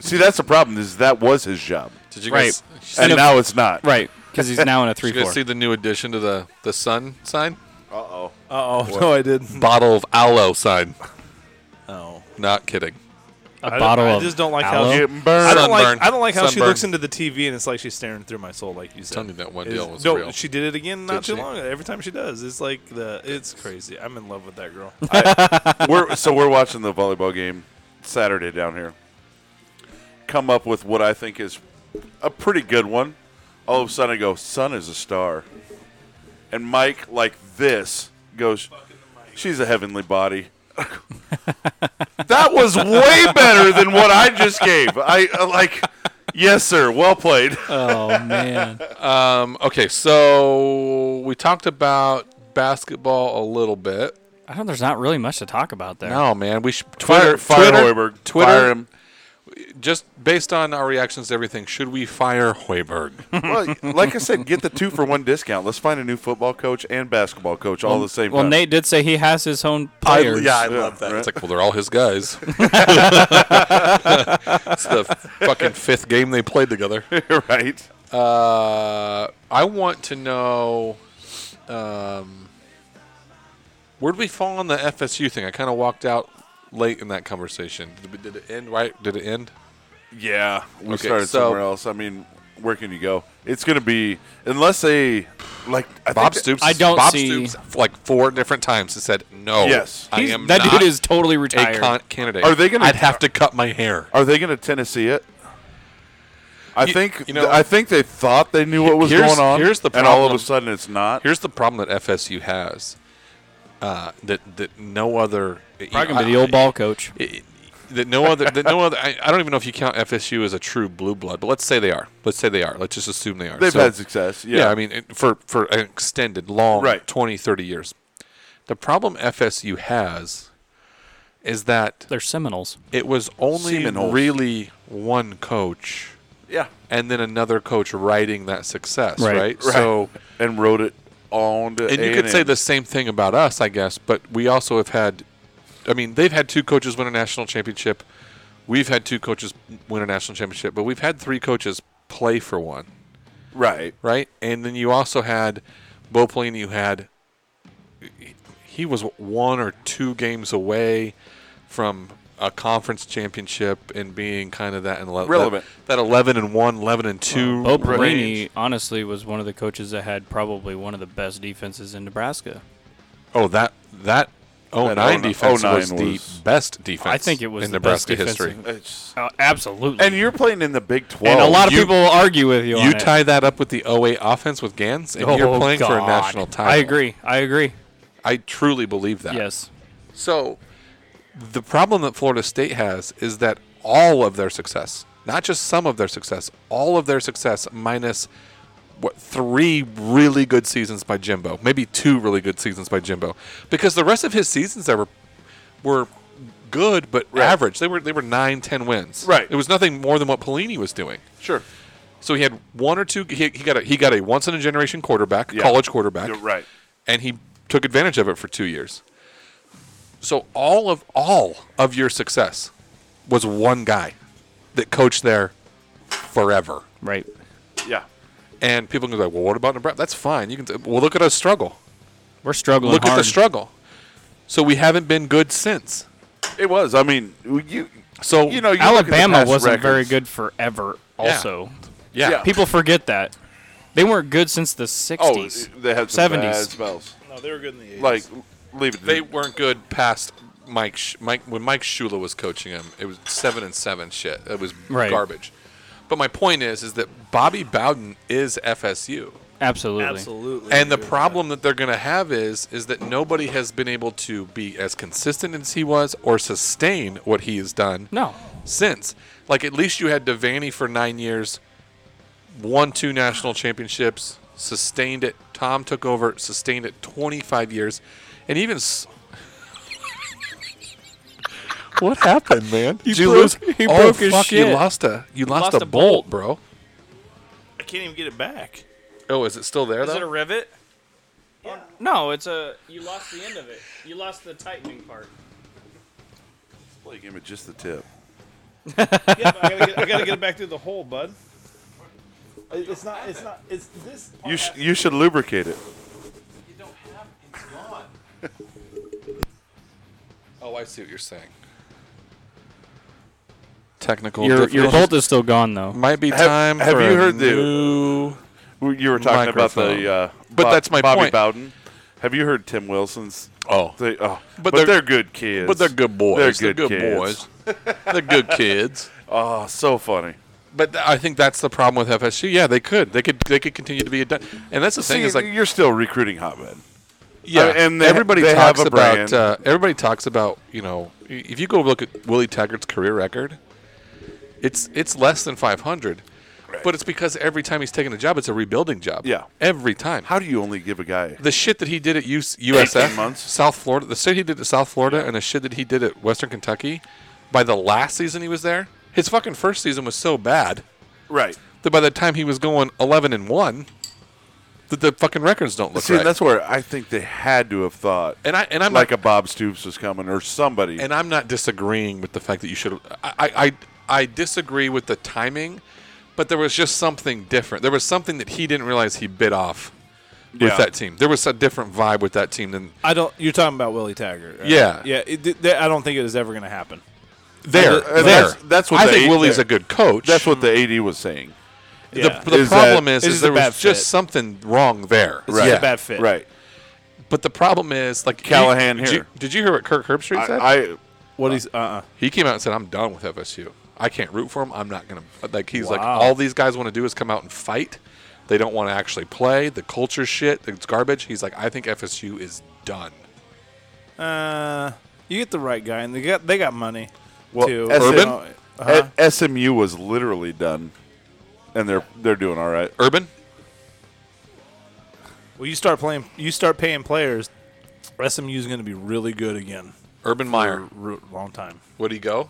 Speaker 4: See, that's the problem. Is that was his job,
Speaker 2: did you
Speaker 3: Right.
Speaker 2: guys?
Speaker 4: and
Speaker 3: if-
Speaker 4: now it's not.
Speaker 3: Right, because he's now in a
Speaker 2: Did you guys see
Speaker 3: 3-4.
Speaker 2: the new addition to the the sun sign?
Speaker 5: Uh oh, no, I didn't.
Speaker 2: Hmm. Bottle of aloe sign.
Speaker 5: Oh.
Speaker 2: Not kidding.
Speaker 3: A
Speaker 5: I,
Speaker 3: bottle
Speaker 5: I
Speaker 3: of
Speaker 5: just don't like
Speaker 3: aloe?
Speaker 5: how she,
Speaker 4: Getting burned.
Speaker 5: I don't
Speaker 2: Sunburn.
Speaker 5: like I don't like how she
Speaker 2: Sunburn.
Speaker 5: looks into the TV and it's like she's staring through my soul, like you said.
Speaker 2: Tell me that one
Speaker 5: Is-
Speaker 2: deal was
Speaker 5: no,
Speaker 2: real.
Speaker 5: she did it again
Speaker 2: Did
Speaker 5: not too
Speaker 2: she?
Speaker 5: long. ago. Every time she does, it's like the it's crazy. I'm in love with that girl.
Speaker 4: we're so we're watching the volleyball game Saturday down here. Come up with what I think is a pretty good one. All of a sudden, I go, "Sun is a star," and Mike like this goes, "She's a heavenly body." that was way better than what I just gave. I uh, like, yes, sir. Well played.
Speaker 3: Oh man,
Speaker 2: Um, okay, so we talked about basketball a little bit.
Speaker 3: I don't. There's not really much to talk about there.
Speaker 2: No, man, we should
Speaker 4: Fire,
Speaker 2: Twitter,
Speaker 4: fire
Speaker 2: Twitter,
Speaker 4: Hoiberg.
Speaker 2: Twitter,
Speaker 4: Fire him.
Speaker 2: just based on our reactions to everything, should we fire Hoiberg?
Speaker 4: Well, like I said, get the two for one discount. Let's find a new football coach and basketball coach all the same
Speaker 3: Well,
Speaker 4: time.
Speaker 3: Nate did say he has his own
Speaker 6: I,
Speaker 3: players.
Speaker 6: yeah, I
Speaker 4: Yeah,
Speaker 6: love that.
Speaker 4: right.
Speaker 2: It's like, well, they're all his guys. it's the fucking fifth game they played together.
Speaker 4: right?
Speaker 2: Uh, I want to know, um, where'd we fall on the FSU thing? I kind of walked out late in that conversation. Did, it- did it end right? Did it end?
Speaker 4: Yeah, we
Speaker 2: Okay,
Speaker 4: started
Speaker 2: so-
Speaker 4: somewhere else. I mean, where can you go? It's going to be unless they like I think
Speaker 2: Bob
Speaker 4: that-
Speaker 2: Stoops.
Speaker 3: I don't
Speaker 2: Bob
Speaker 3: see-
Speaker 2: Stoops, f- like four different times, has said no.
Speaker 4: Yes.
Speaker 2: I
Speaker 3: He's-
Speaker 2: am
Speaker 3: that
Speaker 2: not
Speaker 3: dude is totally
Speaker 2: a
Speaker 3: retired.
Speaker 2: con- candidate.
Speaker 4: Are they gonna-
Speaker 2: I'd have to cut my hair.
Speaker 4: Are they going to Tennessee it? I
Speaker 2: You-
Speaker 4: think
Speaker 2: you know-
Speaker 4: I think they thought they knew what was
Speaker 2: Here's-
Speaker 4: going on.
Speaker 2: here's the
Speaker 4: and all of
Speaker 2: problem.
Speaker 4: a sudden it's not.
Speaker 2: Here's the problem that FSU has. Uh, that that no other. you know,
Speaker 3: Talking to
Speaker 2: I-
Speaker 3: the old ball coach.
Speaker 2: it- that no other that no other I, I don't even know if you count FSU as a true blue blood, but let's say they are. Let's say they are. Let's just assume they are.
Speaker 4: They've
Speaker 2: So-
Speaker 4: had success. Yeah,
Speaker 2: yeah. I mean it- for for an extended long
Speaker 4: Right.
Speaker 2: 20 30 years. The problem FSU has is that
Speaker 3: They're Seminoles.
Speaker 2: it was only
Speaker 4: Semenholes.
Speaker 2: really one coach
Speaker 4: yeah,
Speaker 2: and then another coach riding that success,
Speaker 3: Right.
Speaker 2: right? So
Speaker 4: and wrote it on to
Speaker 2: and you could
Speaker 4: A&M.
Speaker 2: say the same thing about us, I guess, but we also have had I mean, they've had two coaches win a national championship. We've had two coaches win a national championship, but we've had three coaches play for one,
Speaker 4: right.
Speaker 2: right? And then you also had Bo Pelini who had he was one or two games away from a conference championship and being kind of that and
Speaker 4: Relevant.
Speaker 2: that, 11 and 1 11 and 2
Speaker 3: Bo
Speaker 2: range.
Speaker 3: Pelini, honestly, was one of the coaches that had probably one of the best defenses in Nebraska.
Speaker 2: Oh, that that 09
Speaker 4: 09
Speaker 2: defense was,
Speaker 4: 09 was-
Speaker 2: the best defense.
Speaker 3: oh I think it was
Speaker 2: in
Speaker 3: the best
Speaker 2: Nebraska
Speaker 3: defensive-
Speaker 2: history.
Speaker 4: It's-
Speaker 3: Oh, absolutely.
Speaker 4: and you're playing in the Big Twelve.
Speaker 3: And a lot of
Speaker 2: you-
Speaker 3: people will argue with you. on
Speaker 2: You
Speaker 3: it.
Speaker 2: tie that up with the 08 offense with Gans, and you're
Speaker 3: Oh,
Speaker 2: playing for a
Speaker 3: God.
Speaker 2: national title.
Speaker 3: I agree. I agree.
Speaker 2: I truly believe that.
Speaker 3: Yes.
Speaker 2: So the problem that Florida State has is that all of their success, not just some of their success, all of their success minus what three really good seasons by Jimbo, maybe two really good seasons by Jimbo, because the rest of his seasons there were were good but average. They were they were nine ten wins.
Speaker 4: Right.
Speaker 2: It was nothing more than what Pelini was doing.
Speaker 4: sure.
Speaker 2: So he had one or two. He, he got a he got a once in a generation quarterback,
Speaker 4: Yeah.
Speaker 2: college quarterback,
Speaker 4: You're right.
Speaker 2: and he took advantage of it for two years. So all of all of your success was one guy that coached there forever.
Speaker 3: Right.
Speaker 4: Yeah.
Speaker 2: And people can go, well, what about Nebraska? That's fine. You can say, well, look at us struggle.
Speaker 3: We're struggling.
Speaker 2: Look at the
Speaker 3: hard.
Speaker 2: struggle. So we haven't been good since.
Speaker 4: It was. I mean, you.
Speaker 2: So
Speaker 4: You know, you look at the
Speaker 3: Alabama
Speaker 4: past
Speaker 3: wasn't very
Speaker 4: records.
Speaker 3: good forever.
Speaker 2: Yeah.
Speaker 3: Also,
Speaker 2: yeah,
Speaker 4: yeah.
Speaker 3: people forget that they weren't good since the '60s.
Speaker 4: Oh, they had some 70s.
Speaker 3: 70s.
Speaker 4: spells.
Speaker 5: no, they were good in the 80s.
Speaker 4: Like, leave it. to
Speaker 2: they weren't good past Mike. Sh- Mike when Mike Shula was coaching him, it was seven and seven shit. It was
Speaker 3: Right.
Speaker 2: garbage. But my point is, is that Bobby Bowden is FSU,
Speaker 3: Absolutely.
Speaker 5: absolutely.
Speaker 2: and the
Speaker 5: dude.
Speaker 2: problem that they're going to have is, is that nobody has been able to be as consistent as he was or sustain what he has done
Speaker 3: No.
Speaker 2: since. Like at least you had Devaney for nine years, won two national championships, sustained it. Tom took over, sustained it 25 years, and even. S- What happened, man?
Speaker 3: He
Speaker 2: Did you
Speaker 3: broke-
Speaker 2: lose?
Speaker 3: he
Speaker 2: oh,
Speaker 3: broke his
Speaker 2: fuck, You
Speaker 3: shit.
Speaker 2: lost a you lost,
Speaker 5: lost
Speaker 2: a,
Speaker 5: a
Speaker 2: bolt, bro.
Speaker 5: I can't even get it back.
Speaker 2: Oh, is it still there
Speaker 3: Is
Speaker 2: though?
Speaker 3: it a rivet? No, it's a. You lost the end of it. You lost the tightening part.
Speaker 4: Display game at just the tip.
Speaker 5: Yeah, but I gotta, get, I gotta get it back through the hole, bud. It- It's not. It's not. It's this.
Speaker 4: You sh- you should lubricate it.
Speaker 2: oh, I see what you're saying. Technical.
Speaker 3: Your your
Speaker 2: difficulties.
Speaker 3: bolt is still gone though.
Speaker 2: might be
Speaker 4: Have-
Speaker 2: time.
Speaker 4: have
Speaker 2: for
Speaker 4: you
Speaker 2: a
Speaker 4: heard the-
Speaker 2: new-
Speaker 4: We- You were talking about
Speaker 2: Microphone.
Speaker 4: the uh,
Speaker 2: But
Speaker 4: Bo-
Speaker 2: that's my
Speaker 4: Bobby
Speaker 2: point.
Speaker 4: Bowden. Have you heard Tim Wilson's?
Speaker 2: Oh,
Speaker 4: They, oh,
Speaker 2: But
Speaker 4: but,
Speaker 2: they're-
Speaker 4: they're, good kids.
Speaker 2: but they're good boys.
Speaker 4: They're
Speaker 2: They're
Speaker 4: good,
Speaker 2: good,
Speaker 4: kids.
Speaker 2: boys. they're good kids.
Speaker 4: Oh, so funny.
Speaker 2: But th- I think that's the problem with FSU. Yeah, they could. They could. They could continue to be a. Di- and that's the thing
Speaker 4: See,
Speaker 2: is like
Speaker 4: you're still recruiting hotbed.
Speaker 2: Yeah,
Speaker 4: I-
Speaker 2: and
Speaker 4: and they-
Speaker 2: everybody
Speaker 4: they have
Speaker 2: talks
Speaker 4: a
Speaker 2: about
Speaker 4: brand.
Speaker 2: uh, everybody talks about you know i- if you go look at Willie Taggart's career record, it's it's less than 500, but it's because every time he's taken a job, it's a rebuilding job.
Speaker 4: Yeah.
Speaker 2: every time.
Speaker 4: How do you only give a guy?
Speaker 2: the shit that he did at US, USF,
Speaker 4: months.
Speaker 2: South Florida, the shit he did at South Florida, and the shit that he did at Western Kentucky, by the last season he was there, his fucking first season was so bad
Speaker 4: Right.
Speaker 2: that by the time he was going 11 and one, that the fucking records don't look
Speaker 4: See,
Speaker 2: right.
Speaker 4: that's where I think they had to have thought.
Speaker 2: and I and I'm
Speaker 4: like
Speaker 2: not,
Speaker 4: a Bob Stoops was coming or somebody.
Speaker 2: and I'm not disagreeing with the fact that you should. I, I I disagree with the timing, but there was just something different. There was something that he didn't realize he bit off with
Speaker 4: Yeah.
Speaker 2: that team. There was a different vibe with that team than
Speaker 5: I don't. You're talking about Willie Taggart. right?
Speaker 2: Yeah.
Speaker 5: Yeah. It, th- that- I don't think it is ever gonna happen.
Speaker 2: there.
Speaker 4: And
Speaker 2: there.
Speaker 4: that's- that's what
Speaker 2: I
Speaker 4: they
Speaker 2: think
Speaker 4: ate
Speaker 2: Willie's
Speaker 4: there.
Speaker 2: a good coach.
Speaker 4: That's what the AD was saying.
Speaker 2: the,
Speaker 5: Yeah.
Speaker 2: the
Speaker 4: Is that-
Speaker 2: problem is.
Speaker 5: it's
Speaker 2: is
Speaker 5: just
Speaker 2: there
Speaker 5: a
Speaker 2: was
Speaker 5: bad
Speaker 2: just
Speaker 5: fit.
Speaker 2: something wrong there.
Speaker 5: It's just a bad fit.
Speaker 4: Right.
Speaker 2: But the problem is like
Speaker 4: Callahan
Speaker 2: did you-
Speaker 4: here.
Speaker 2: Did you hear what Kirk Herbstreit said?
Speaker 4: I, I
Speaker 5: What he's uh uh
Speaker 2: he came out and said, "I'm done with FSU. I can't root for him. I'm not gonna like." He's like,
Speaker 5: Wow.
Speaker 2: "All these guys want to do is come out and fight. They don't want to actually play. The culture shit. It's garbage." He's like, "I think FSU is done."
Speaker 5: Uh, you get the right guy, and they got they got money.
Speaker 4: well,
Speaker 5: too.
Speaker 4: SM
Speaker 5: You know, uh-huh.
Speaker 4: A- SMU was literally done, and they're they're doing all right.
Speaker 2: Urban,
Speaker 5: Well, you start playing, you start paying players. SMU is going to be really good again
Speaker 2: Urban
Speaker 5: for
Speaker 4: Mm.
Speaker 2: Meyer,
Speaker 5: a r- long time.
Speaker 2: would he go?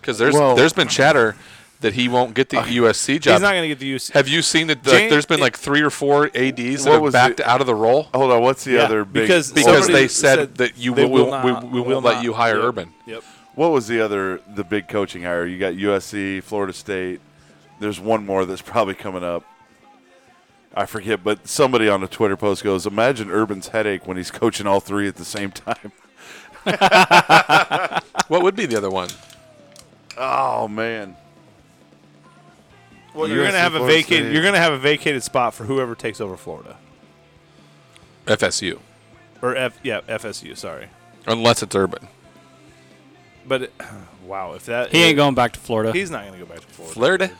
Speaker 2: Because there's
Speaker 4: Well- uh,
Speaker 2: there's been chatter that he won't get the USC job.
Speaker 5: He's not going to get the use.
Speaker 2: Have you seen that? the-
Speaker 5: Jane-
Speaker 2: there's been like three or four ads that
Speaker 4: What
Speaker 2: have
Speaker 4: was
Speaker 2: backed
Speaker 4: the-
Speaker 2: out of the role
Speaker 4: Hold on, what's the
Speaker 5: Yeah,
Speaker 4: other big?
Speaker 5: because-
Speaker 2: because
Speaker 5: Somebody
Speaker 2: they Uh, said,
Speaker 5: said
Speaker 2: that you
Speaker 5: they
Speaker 2: will,
Speaker 5: will
Speaker 2: we,
Speaker 5: not-
Speaker 2: we
Speaker 5: will
Speaker 2: won't let
Speaker 5: not.
Speaker 2: you hire
Speaker 5: Yep.
Speaker 2: Urban.
Speaker 5: Yep.
Speaker 4: what was the other the big coaching hire? You got USC, Florida State. There's one more that's probably coming up. I forget, but somebody on a Twitter post goes, "Imagine Urban's headache when he's coaching all three at the same time."
Speaker 2: What would be the other one?
Speaker 4: Oh man,
Speaker 5: you're going to
Speaker 4: USC,
Speaker 5: have a
Speaker 4: Florida
Speaker 5: vacated.
Speaker 4: State.
Speaker 5: You're going to have a vacated spot for whoever takes over Florida
Speaker 2: FSU,
Speaker 5: or F. Yeah, FSU. Sorry,
Speaker 2: unless it's Urban.
Speaker 5: but it- wow, if that
Speaker 3: He ain't going back to Florida.
Speaker 5: He's not going to go back to Florida.
Speaker 2: Florida.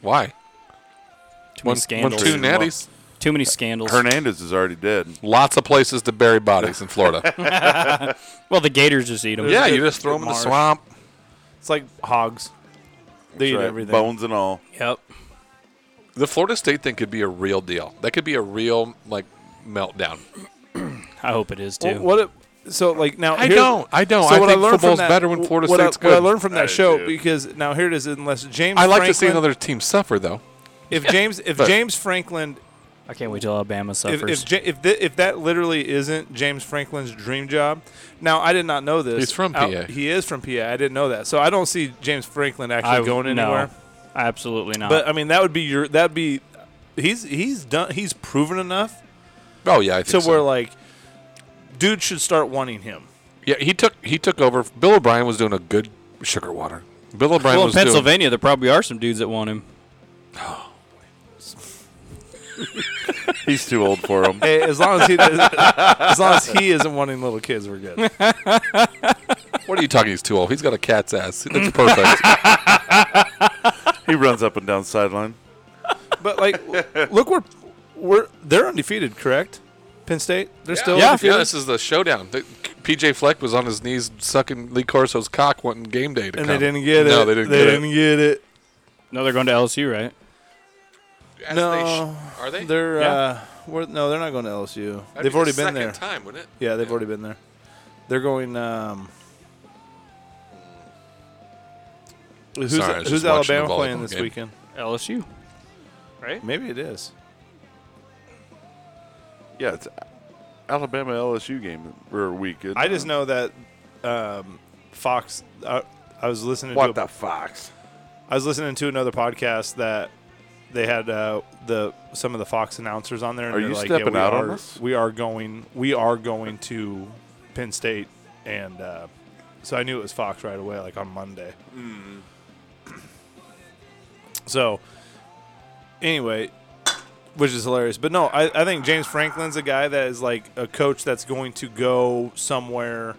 Speaker 2: Why?
Speaker 3: too
Speaker 2: One,
Speaker 3: many scandals.
Speaker 2: two natties.
Speaker 3: Too many scandals.
Speaker 4: Hernandez is already dead.
Speaker 2: Lots of places to bury bodies in Florida.
Speaker 3: Well, the Gators just eat him.
Speaker 2: yeah,
Speaker 5: good-
Speaker 2: you just throw them in the
Speaker 5: marsh.
Speaker 2: swamp.
Speaker 5: It's like hogs. They eat
Speaker 4: Right,
Speaker 5: everything.
Speaker 4: bones and all.
Speaker 3: Yep.
Speaker 2: The Florida State thing could be a real deal. That could be a real like meltdown.
Speaker 3: I hope it is too.
Speaker 5: Well, what? It, so like now
Speaker 2: I
Speaker 5: here's-
Speaker 2: don't. I don't. I
Speaker 5: what
Speaker 2: think
Speaker 5: learned from
Speaker 2: football's
Speaker 5: that-
Speaker 2: better when Florida
Speaker 5: what I-
Speaker 2: State's
Speaker 5: What I
Speaker 2: good.
Speaker 5: learned from
Speaker 4: I
Speaker 5: that
Speaker 4: do
Speaker 5: show
Speaker 4: too.
Speaker 5: because now here it is. Unless James,
Speaker 2: I like to see
Speaker 5: Franklin-
Speaker 2: another team suffer though.
Speaker 5: If James, if
Speaker 2: But-
Speaker 5: James Franklin,
Speaker 3: I can't wait till Alabama
Speaker 5: if
Speaker 3: suffers.
Speaker 5: if, Ja- if, thi- if that literally isn't James Franklin's dream job, now I did not know this.
Speaker 2: He's from
Speaker 5: Out-
Speaker 2: PA.
Speaker 5: he is from PA. I didn't know that, so I don't see James Franklin actually
Speaker 3: I-
Speaker 5: going
Speaker 3: no.
Speaker 5: anywhere.
Speaker 3: Absolutely not.
Speaker 5: But I mean, that would be your. That'd be. He's he's done. He's proven enough
Speaker 2: Oh yeah, I think
Speaker 5: to
Speaker 2: so.
Speaker 5: where like, dude should start wanting him.
Speaker 2: yeah, he took he took over. Bill O'Brien was doing a good sugar water. Bill O'Brien
Speaker 3: well, in
Speaker 2: was doing-
Speaker 3: Pennsylvania, there probably are some dudes that want him.
Speaker 4: He's too old for him.
Speaker 5: Hey, as long as he as long as he isn't wanting little kids, we're good.
Speaker 2: What are you talking? He's too old. He's got a cat's ass. It's perfect.
Speaker 4: he runs up and down sideline.
Speaker 5: But like, w- look, we're we're they're undefeated, correct? Penn State, they're still
Speaker 2: yeah,
Speaker 5: undefeated?
Speaker 2: This is the showdown. The- PJ Fleck was on his knees sucking Lee Corso's cock, wanting game day to come.
Speaker 5: and they didn't get it.
Speaker 2: No, they didn't get it.
Speaker 5: get it.
Speaker 3: No, they're going to LSU, right?
Speaker 2: As
Speaker 5: No.
Speaker 2: sh- are they?
Speaker 5: They're
Speaker 3: Yeah.
Speaker 5: uh, we're, no, they're not going to LSU.
Speaker 2: That'd be
Speaker 5: they've
Speaker 2: the
Speaker 5: already been
Speaker 2: second
Speaker 5: there.
Speaker 2: Time, wouldn't it?
Speaker 5: Yeah, they've already been there. They're going. Um, Who's,
Speaker 2: Sorry, I was
Speaker 5: who's
Speaker 2: just watching the
Speaker 5: Alabama
Speaker 2: volleyball
Speaker 5: playing this
Speaker 2: game.
Speaker 5: weekend?
Speaker 3: LSU. Right?
Speaker 5: Maybe it is.
Speaker 4: Yeah, it's Alabama LSU game or week. isn't
Speaker 5: I
Speaker 4: it?
Speaker 5: just know that um, Fox. I, I was listening.
Speaker 4: what
Speaker 5: to a,
Speaker 4: the fox.
Speaker 5: I was listening to another podcast that they had uh, the some of the Fox announcers on there. And
Speaker 4: Are
Speaker 5: they're
Speaker 4: you
Speaker 5: like,
Speaker 4: stepping
Speaker 5: yeah, we
Speaker 4: out
Speaker 5: are,
Speaker 4: on us?
Speaker 5: We are going. We are going to Penn State, and uh, so I knew it was Fox right away, like on Monday.
Speaker 4: Hmm.
Speaker 5: So, anyway, which is hilarious. But no, I, I think James Franklin's a guy that is like a coach that's going to go somewhere.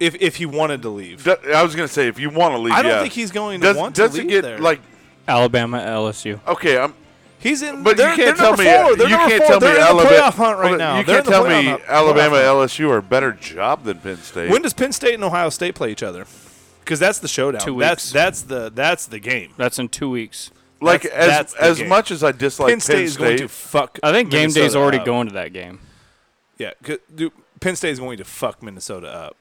Speaker 5: If if he wanted to leave,
Speaker 4: Do- I was gonna say if you want to leave,
Speaker 5: I don't
Speaker 4: yeah.
Speaker 5: think he's going to
Speaker 4: does,
Speaker 5: want
Speaker 4: does
Speaker 5: to leave
Speaker 4: it get
Speaker 5: there.
Speaker 4: like
Speaker 3: Alabama, LSU.
Speaker 4: okay? I'm
Speaker 5: he's in,
Speaker 4: But
Speaker 5: they're,
Speaker 4: you
Speaker 5: they're
Speaker 4: can't tell
Speaker 5: number
Speaker 4: me
Speaker 5: four. They're
Speaker 4: you
Speaker 5: number
Speaker 4: can't
Speaker 5: four.
Speaker 4: tell
Speaker 5: they're
Speaker 4: me
Speaker 5: in
Speaker 4: Alabama,
Speaker 5: the playoff hunt right
Speaker 4: hold on,
Speaker 5: now.
Speaker 4: You
Speaker 5: They're
Speaker 4: can't
Speaker 5: in the
Speaker 4: tell me
Speaker 5: playoff hunt-
Speaker 4: Alabama
Speaker 5: playoff hunt.
Speaker 4: LSU are a better job than Penn State.
Speaker 5: When does Penn State and Ohio State play each other? Because that's the showdown.
Speaker 3: Two
Speaker 5: That's
Speaker 3: weeks.
Speaker 5: that's the that's the game.
Speaker 3: That's in two weeks.
Speaker 4: like
Speaker 5: that's-
Speaker 4: as
Speaker 5: that's the
Speaker 4: as
Speaker 5: game.
Speaker 4: much as I dislike
Speaker 5: Penn State is going to fuck.
Speaker 3: I think game day's
Speaker 5: Minnesota
Speaker 3: already
Speaker 5: up.
Speaker 3: going to that game.
Speaker 5: Yeah, 'cause, dude, Penn State is going to fuck Minnesota up.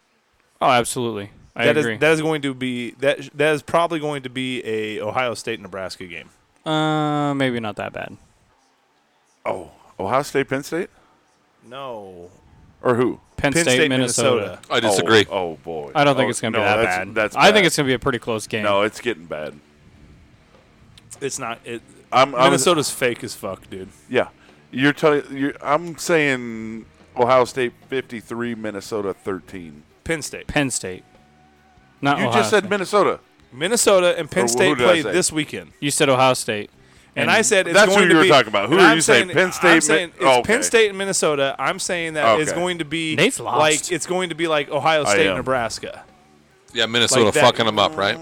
Speaker 3: Oh, absolutely. I
Speaker 5: That is
Speaker 3: agree.
Speaker 5: that is going to be that that is probably going to be a Ohio State Nebraska game.
Speaker 3: uh, maybe not that bad.
Speaker 4: oh, Ohio State, Penn State,
Speaker 5: No,
Speaker 4: or who?
Speaker 3: Penn, State, Minnesota.
Speaker 2: I disagree.
Speaker 4: Oh, oh, boy,
Speaker 3: I don't
Speaker 4: Oh,
Speaker 3: think it's going to
Speaker 4: no,
Speaker 3: be that
Speaker 4: that's,
Speaker 3: bad.
Speaker 4: That's
Speaker 3: I think
Speaker 4: bad.
Speaker 3: it's going to be a pretty close game.
Speaker 4: no, it's getting bad.
Speaker 5: It's not. It,
Speaker 4: I'm, I'm
Speaker 5: Minnesota's fake as fuck, dude.
Speaker 4: Yeah, you're telling. you I'm saying Ohio State 53, Minnesota 13.
Speaker 5: Penn State,
Speaker 3: Penn State. Not
Speaker 4: You
Speaker 3: Ohio
Speaker 4: just said
Speaker 3: State.
Speaker 4: Minnesota.
Speaker 5: Minnesota, and
Speaker 4: Or
Speaker 5: Penn
Speaker 4: who
Speaker 5: State
Speaker 4: did I
Speaker 5: played
Speaker 4: say?
Speaker 5: this weekend,
Speaker 3: You said Ohio State.
Speaker 5: and I said it's
Speaker 4: That's who
Speaker 5: going to
Speaker 4: you were
Speaker 5: be-
Speaker 4: talking about. Who
Speaker 5: and
Speaker 4: are
Speaker 5: I'm
Speaker 4: you saying, Penn State,
Speaker 5: I'm
Speaker 4: Mi-
Speaker 5: saying it's
Speaker 4: okay.
Speaker 5: Penn State and Minnesota. I'm saying that it's
Speaker 4: Okay.
Speaker 5: going to be
Speaker 3: Nate's lost.
Speaker 5: like it's going to be like Ohio
Speaker 4: I
Speaker 5: State,
Speaker 4: am.
Speaker 5: Nebraska.
Speaker 2: Yeah, Minnesota
Speaker 5: Like that.
Speaker 2: fucking them up, right?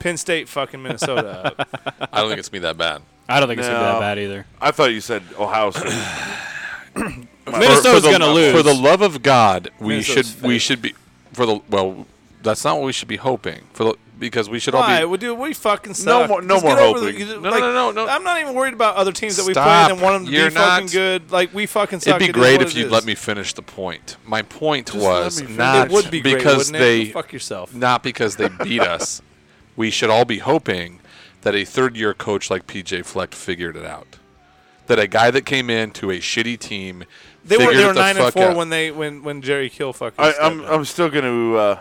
Speaker 5: Penn State fucking Minnesota. up.
Speaker 2: I don't think it's gonna be that bad.
Speaker 3: I don't think it's going to be
Speaker 4: No.
Speaker 3: that bad either.
Speaker 4: I thought you said Ohio State.
Speaker 3: Minnesota's
Speaker 2: For the-
Speaker 3: going to lose.
Speaker 2: For the love of God, we
Speaker 5: Minnesota's
Speaker 2: should we
Speaker 5: fake.
Speaker 2: should be for the well. That's not what we should be hoping for the because we should
Speaker 5: Why?
Speaker 2: all be.
Speaker 5: Well, dude, we fucking suck.
Speaker 4: more- no
Speaker 5: Just
Speaker 4: more
Speaker 5: get over the-
Speaker 4: hoping.
Speaker 5: you just-
Speaker 2: No, no,
Speaker 5: like,
Speaker 2: no, no, no.
Speaker 5: I'm not even worried about other teams that we
Speaker 2: Stop.
Speaker 5: played and want them to
Speaker 2: You're
Speaker 5: be fucking
Speaker 2: not-
Speaker 5: good. Like we fucking
Speaker 2: It'd
Speaker 5: suck.
Speaker 2: be
Speaker 5: It is
Speaker 2: great
Speaker 5: what
Speaker 2: if
Speaker 5: it
Speaker 2: you'd
Speaker 5: is.
Speaker 2: let me finish the point. My point
Speaker 4: let
Speaker 2: was
Speaker 4: me finish.
Speaker 2: not
Speaker 5: It would be great,
Speaker 2: because
Speaker 5: wouldn't it?
Speaker 2: they
Speaker 5: fuck yourself.
Speaker 2: not because they beat us. We should all be hoping that a third year coach like PJ Fleck figured it out. That a guy that came in to a shitty team
Speaker 5: They were
Speaker 2: figured
Speaker 5: they were
Speaker 2: it the
Speaker 5: nine and
Speaker 2: fuck
Speaker 5: four
Speaker 2: out.
Speaker 5: when they when when Jerry Kill fucking.
Speaker 4: I,
Speaker 5: stepped
Speaker 4: I'm
Speaker 5: in.
Speaker 4: I'm still going to. Uh,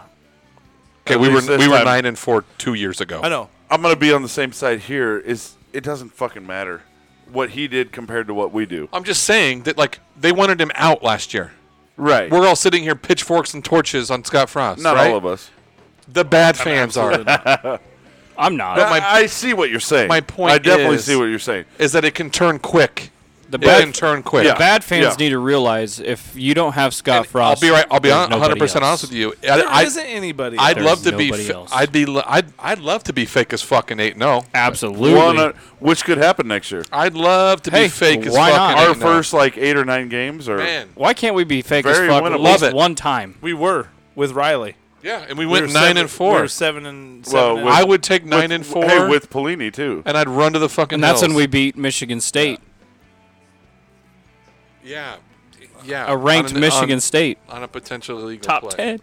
Speaker 2: okay
Speaker 4: at
Speaker 2: we were
Speaker 4: least this
Speaker 2: we were
Speaker 4: time.
Speaker 2: nine and four two years ago.
Speaker 5: I know.
Speaker 4: I'm going to be on the same side here. Is it doesn't fucking matter what he did compared to what we do.
Speaker 2: I'm just saying that like they wanted him out last year.
Speaker 4: Right.
Speaker 2: We're all sitting here pitchforks and torches on Scott Frost.
Speaker 4: not
Speaker 2: right?
Speaker 4: all of us.
Speaker 2: The bad fans are.
Speaker 3: I'm not.
Speaker 2: But my-
Speaker 4: I, I see what you're saying.
Speaker 2: my point
Speaker 4: I definitely
Speaker 2: is-
Speaker 4: see what you're saying.
Speaker 2: Is that it can turn quick.
Speaker 3: the
Speaker 2: It
Speaker 3: bad,
Speaker 2: can turn quick.
Speaker 4: Yeah.
Speaker 3: bad fans
Speaker 4: Yeah.
Speaker 3: need to realize if you don't have Scott
Speaker 2: And
Speaker 3: Frost,
Speaker 2: I'll be right. I'll be
Speaker 3: there's
Speaker 2: on, 100
Speaker 3: nobody
Speaker 2: percent
Speaker 3: else.
Speaker 2: honest with you. I,
Speaker 5: There
Speaker 2: I,
Speaker 5: not anybody.
Speaker 2: I'd
Speaker 5: else.
Speaker 2: love to be.
Speaker 3: nobody
Speaker 2: fa-
Speaker 3: else.
Speaker 2: I'd be. li- I'd. I'd love to be fake as fucking eight. No.
Speaker 3: Absolutely.
Speaker 4: One, uh, which could happen next year.
Speaker 2: I'd love to
Speaker 3: Hey,
Speaker 2: be fake as
Speaker 3: why
Speaker 2: fucking
Speaker 3: not?
Speaker 2: eight.
Speaker 4: Our
Speaker 2: no.
Speaker 4: first like eight or nine games, or
Speaker 2: man.
Speaker 3: Why can't we be fake
Speaker 4: Very
Speaker 3: as fuck at
Speaker 4: winnable.
Speaker 3: least
Speaker 2: Love it.
Speaker 3: one time?
Speaker 5: we were with Riley.
Speaker 2: Yeah, and we
Speaker 5: We
Speaker 2: went
Speaker 5: were
Speaker 2: nine
Speaker 5: seven-
Speaker 2: and four.
Speaker 5: We were seven and
Speaker 4: Well,
Speaker 5: seven. and-
Speaker 4: with-
Speaker 2: I would take nine
Speaker 4: with-
Speaker 2: and four,
Speaker 4: Hey, with Pelini too.
Speaker 2: and I'd run to the fucking.
Speaker 3: And that's when
Speaker 2: hills.
Speaker 3: we beat Michigan State,
Speaker 2: Yeah. Yeah.
Speaker 3: a ranked
Speaker 2: on an-
Speaker 3: Michigan
Speaker 2: on-
Speaker 3: State
Speaker 2: on a potential illegal
Speaker 3: top
Speaker 2: play.
Speaker 3: 10.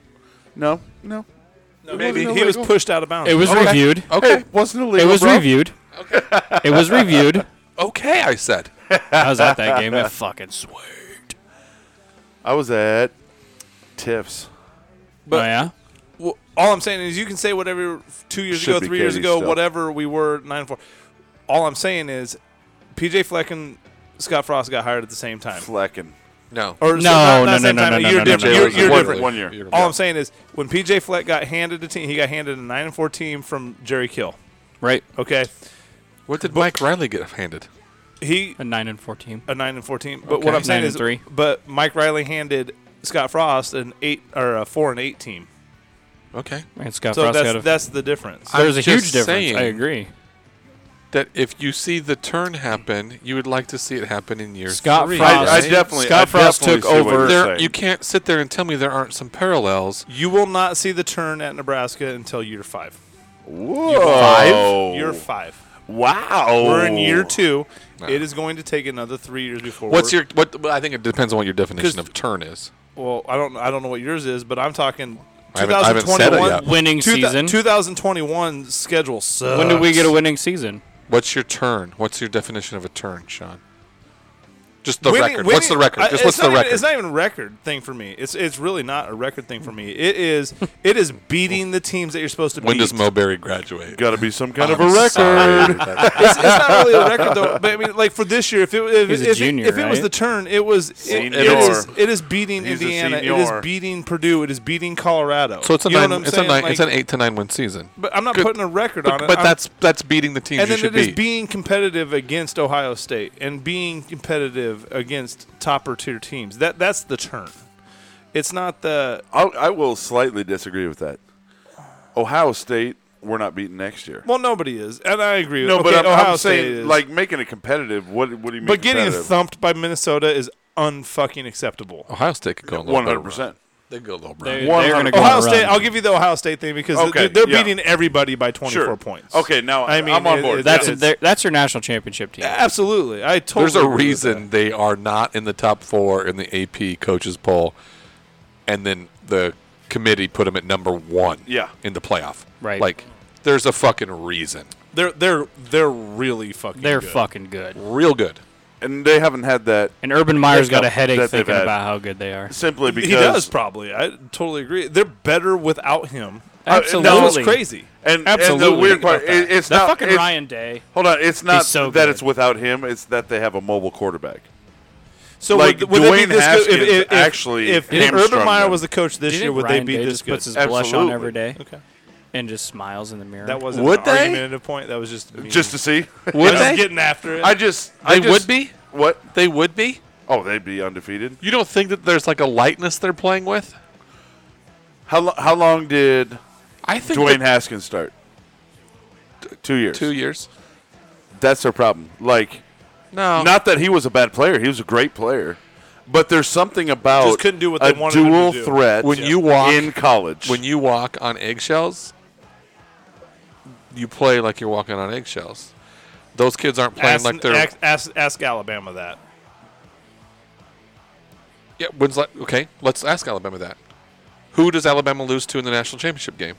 Speaker 4: No, no.
Speaker 5: maybe
Speaker 4: wasn't
Speaker 5: he was
Speaker 4: illegal.
Speaker 5: pushed out of bounds.
Speaker 3: It was
Speaker 2: Okay. Oh,
Speaker 3: reviewed.
Speaker 2: Okay.
Speaker 4: Hey, wasn't
Speaker 3: It
Speaker 4: illegal.
Speaker 3: was
Speaker 4: bro.
Speaker 3: reviewed. It was reviewed.
Speaker 2: Okay, I said.
Speaker 3: I was at that game. It fucking swerved.
Speaker 4: I was at Tiff's.
Speaker 3: But oh, yeah?
Speaker 5: Well, all I'm saying is you can say whatever two years
Speaker 4: Should
Speaker 5: ago,
Speaker 4: be
Speaker 5: three years
Speaker 4: Katie's
Speaker 5: ago,
Speaker 4: stuff.
Speaker 5: whatever we were nine and four. All I'm saying is PJ Fleck and Scott Frost got hired at the same time.
Speaker 4: Flecking.
Speaker 2: No.
Speaker 5: Or so not-
Speaker 3: No,
Speaker 5: not
Speaker 3: no, no,
Speaker 5: same
Speaker 3: no,
Speaker 5: time,
Speaker 3: no,
Speaker 5: a
Speaker 3: no,
Speaker 5: year
Speaker 3: no,
Speaker 5: different.
Speaker 3: no,
Speaker 5: You're-
Speaker 4: no,
Speaker 5: you're
Speaker 4: no.
Speaker 5: different.
Speaker 4: One- one year.
Speaker 5: All I'm saying is when PJ Fleck got handed a team, he got handed a nine and four team from Jerry Kill.
Speaker 3: Right.
Speaker 5: Okay,
Speaker 2: What did Mike Riley get handed?
Speaker 5: he
Speaker 3: A 9 and 14.
Speaker 5: a nine and fourteen. But
Speaker 2: Okay.
Speaker 5: what I'm saying
Speaker 3: Nine and
Speaker 5: is,
Speaker 3: three.
Speaker 5: but Mike Riley handed Scott Frost an eight or a four and eight team.
Speaker 2: Okay.
Speaker 3: And Scott
Speaker 5: So
Speaker 3: Frost got a.
Speaker 5: that's that's the difference.
Speaker 2: I'm
Speaker 3: there's a huge
Speaker 2: just
Speaker 3: difference.
Speaker 2: saying
Speaker 3: I agree.
Speaker 2: That if you see the turn happen, you would like to see it happen in year
Speaker 3: Scott
Speaker 2: three.
Speaker 3: Frost.
Speaker 4: I, I definitely.
Speaker 3: Scott
Speaker 4: I
Speaker 3: Frost
Speaker 4: definitely
Speaker 3: took
Speaker 4: see what
Speaker 3: over.
Speaker 4: you're
Speaker 2: There-
Speaker 4: saying.
Speaker 2: you can't sit there and tell me there aren't some parallels.
Speaker 5: You will not see the turn at Nebraska until year five.
Speaker 4: Whoa.
Speaker 2: Oh.
Speaker 5: Year five.
Speaker 4: Wow.
Speaker 5: We're in year two.
Speaker 2: Nah.
Speaker 5: It is going to take another three years before.
Speaker 2: What's
Speaker 5: we're-
Speaker 2: your what? I think it depends on what your definition
Speaker 5: 'Cause-
Speaker 2: of turn is.
Speaker 5: Well, I don't. I don't know what yours is, but I'm talking
Speaker 2: I haven't, I haven't said it
Speaker 5: 2021
Speaker 2: yet.
Speaker 3: Winning
Speaker 5: Two thou-
Speaker 3: season.
Speaker 5: 2021 schedule sucks.
Speaker 3: When do we get a winning season?
Speaker 2: What's your turn? What's your definition of a turn, Sean? Just the
Speaker 5: Winning-
Speaker 2: record.
Speaker 5: winning-
Speaker 2: what's the record?
Speaker 5: I-
Speaker 2: Just
Speaker 5: it's
Speaker 2: what's the
Speaker 5: not even-
Speaker 2: record?
Speaker 5: it's not even a record thing for me. It's it's really not a record thing for me. It is it is beating the teams that you're supposed to
Speaker 2: when
Speaker 5: beat.
Speaker 2: does Mo Berry graduate?
Speaker 4: Got to be some kind of a
Speaker 2: I'm
Speaker 4: record.
Speaker 2: sorry. That-
Speaker 5: it's, it's not really a record though. But I mean, like for this year, if it if,
Speaker 3: He's a
Speaker 5: if,
Speaker 3: junior,
Speaker 5: if it was
Speaker 3: right?
Speaker 5: the turn, it was it, it
Speaker 4: Senior.
Speaker 5: is it is beating
Speaker 4: He's a
Speaker 5: Indiana. It is
Speaker 4: senior.
Speaker 5: beating Purdue. It is beating Colorado.
Speaker 2: so it's a
Speaker 5: You know
Speaker 2: nine.
Speaker 5: what I'm
Speaker 2: It's
Speaker 5: saying?
Speaker 2: a nine.
Speaker 5: Like,
Speaker 2: it's an eight to nine win season.
Speaker 5: But I'm not
Speaker 2: Good.
Speaker 5: putting a record on
Speaker 2: But,
Speaker 5: it.
Speaker 2: but
Speaker 5: I'm-
Speaker 2: that's that's beating the teams
Speaker 5: and
Speaker 2: you
Speaker 5: then
Speaker 2: should
Speaker 5: it is
Speaker 2: beat.
Speaker 5: being competitive against Ohio State and being competitive against topper tier teams. That that's the turn. It's not the
Speaker 4: I'll, I will slightly disagree with that. Ohio State, we're not beating next year.
Speaker 5: well, nobody is, and I agree. with
Speaker 4: no, but
Speaker 5: okay,
Speaker 4: I'm,
Speaker 5: Ohio
Speaker 4: I'm
Speaker 5: State
Speaker 4: saying
Speaker 5: is.
Speaker 4: like making it competitive. What what do you mean?
Speaker 5: but getting
Speaker 4: competitive?
Speaker 5: thumped by Minnesota is unfucking acceptable.
Speaker 2: Ohio State could go a little
Speaker 4: one
Speaker 2: bit of a
Speaker 4: hundred
Speaker 2: run.
Speaker 4: percent.
Speaker 2: They could go a little
Speaker 3: They-
Speaker 2: bit.
Speaker 3: they're gonna go
Speaker 5: Ohio
Speaker 3: on a
Speaker 5: State.
Speaker 3: run.
Speaker 5: I'll give you the Ohio State thing because
Speaker 4: Okay,
Speaker 5: they're, they're
Speaker 4: yeah.
Speaker 5: beating everybody by 24
Speaker 4: Sure.
Speaker 5: points.
Speaker 4: Okay, now
Speaker 5: I mean,
Speaker 4: I'm on
Speaker 5: it-
Speaker 4: board.
Speaker 5: it-
Speaker 3: That's
Speaker 5: it's-
Speaker 3: their- that's your national championship team.
Speaker 5: absolutely. I totally.
Speaker 2: There's a
Speaker 5: agree with
Speaker 2: reason they are not in the top four in the AP coaches poll, and then the committee put them at number one.
Speaker 4: Yeah.
Speaker 2: in the playoff.
Speaker 3: Right.
Speaker 2: Like, there's a fucking reason.
Speaker 5: that. They're they're they're really fucking.
Speaker 3: They're
Speaker 5: good.
Speaker 3: fucking good.
Speaker 2: Real good.
Speaker 4: and they haven't had that
Speaker 3: And Urban Meyer's got a
Speaker 4: That
Speaker 3: headache
Speaker 4: they've
Speaker 3: thinking
Speaker 4: had.
Speaker 3: about how good they
Speaker 5: Uh,
Speaker 3: are.
Speaker 4: simply because
Speaker 5: He does probably. I totally agree. They're better without him.
Speaker 3: Absolutely.
Speaker 5: That was crazy.
Speaker 4: And,
Speaker 3: Absolutely.
Speaker 4: and the weird
Speaker 3: Think about
Speaker 4: part, it, it's
Speaker 3: That
Speaker 4: not
Speaker 3: fucking
Speaker 4: it's-
Speaker 3: Ryan Day.
Speaker 4: Hold on, it's not
Speaker 3: He's so
Speaker 4: that
Speaker 3: good.
Speaker 4: it's without him. It's that they have a mobile quarterback.
Speaker 5: So
Speaker 4: Like,
Speaker 5: would, would they be
Speaker 4: Dwayne
Speaker 5: this good
Speaker 4: Haskins
Speaker 5: if, if, if
Speaker 4: actually
Speaker 5: if, if
Speaker 4: hamstrung
Speaker 5: Urban Meyer
Speaker 4: them.
Speaker 5: was the coach this year, would
Speaker 3: Ryan
Speaker 5: they be
Speaker 3: Day
Speaker 5: this
Speaker 3: just
Speaker 5: good?
Speaker 3: puts his blush on
Speaker 4: Absolutely.
Speaker 3: every day
Speaker 5: okay,
Speaker 3: and just smiles in the mirror.
Speaker 5: that wasn't
Speaker 2: Would
Speaker 5: an
Speaker 2: they?
Speaker 5: argumentative point. That was just me.
Speaker 4: Just to see,
Speaker 5: I
Speaker 2: Would
Speaker 5: was
Speaker 2: they?
Speaker 5: getting after it.
Speaker 4: I just I
Speaker 2: They
Speaker 4: just-
Speaker 2: would be.
Speaker 4: what?
Speaker 2: They would be.
Speaker 4: Oh, they'd be undefeated.
Speaker 2: You don't think that there's like a lightness they're playing with?
Speaker 4: How lo- how long did
Speaker 2: I think
Speaker 4: Dwayne
Speaker 2: that-
Speaker 4: Haskins start? Two years.
Speaker 2: two years.
Speaker 4: That's their problem. Like,
Speaker 2: No,
Speaker 4: not that he was a bad player. He was a great player. But there's something about
Speaker 5: Just couldn't do what
Speaker 4: a
Speaker 5: they wanted him to
Speaker 4: dual
Speaker 5: do.
Speaker 4: threat
Speaker 2: When you walk-
Speaker 4: in college.
Speaker 2: when you walk on eggshells, you play like you're walking on eggshells. Those kids aren't playing
Speaker 5: ask,
Speaker 2: like they're.
Speaker 5: ask, ask, ask Alabama that.
Speaker 2: yeah, when's la- okay, let's ask Alabama that. Who does Alabama lose to in the national championship game?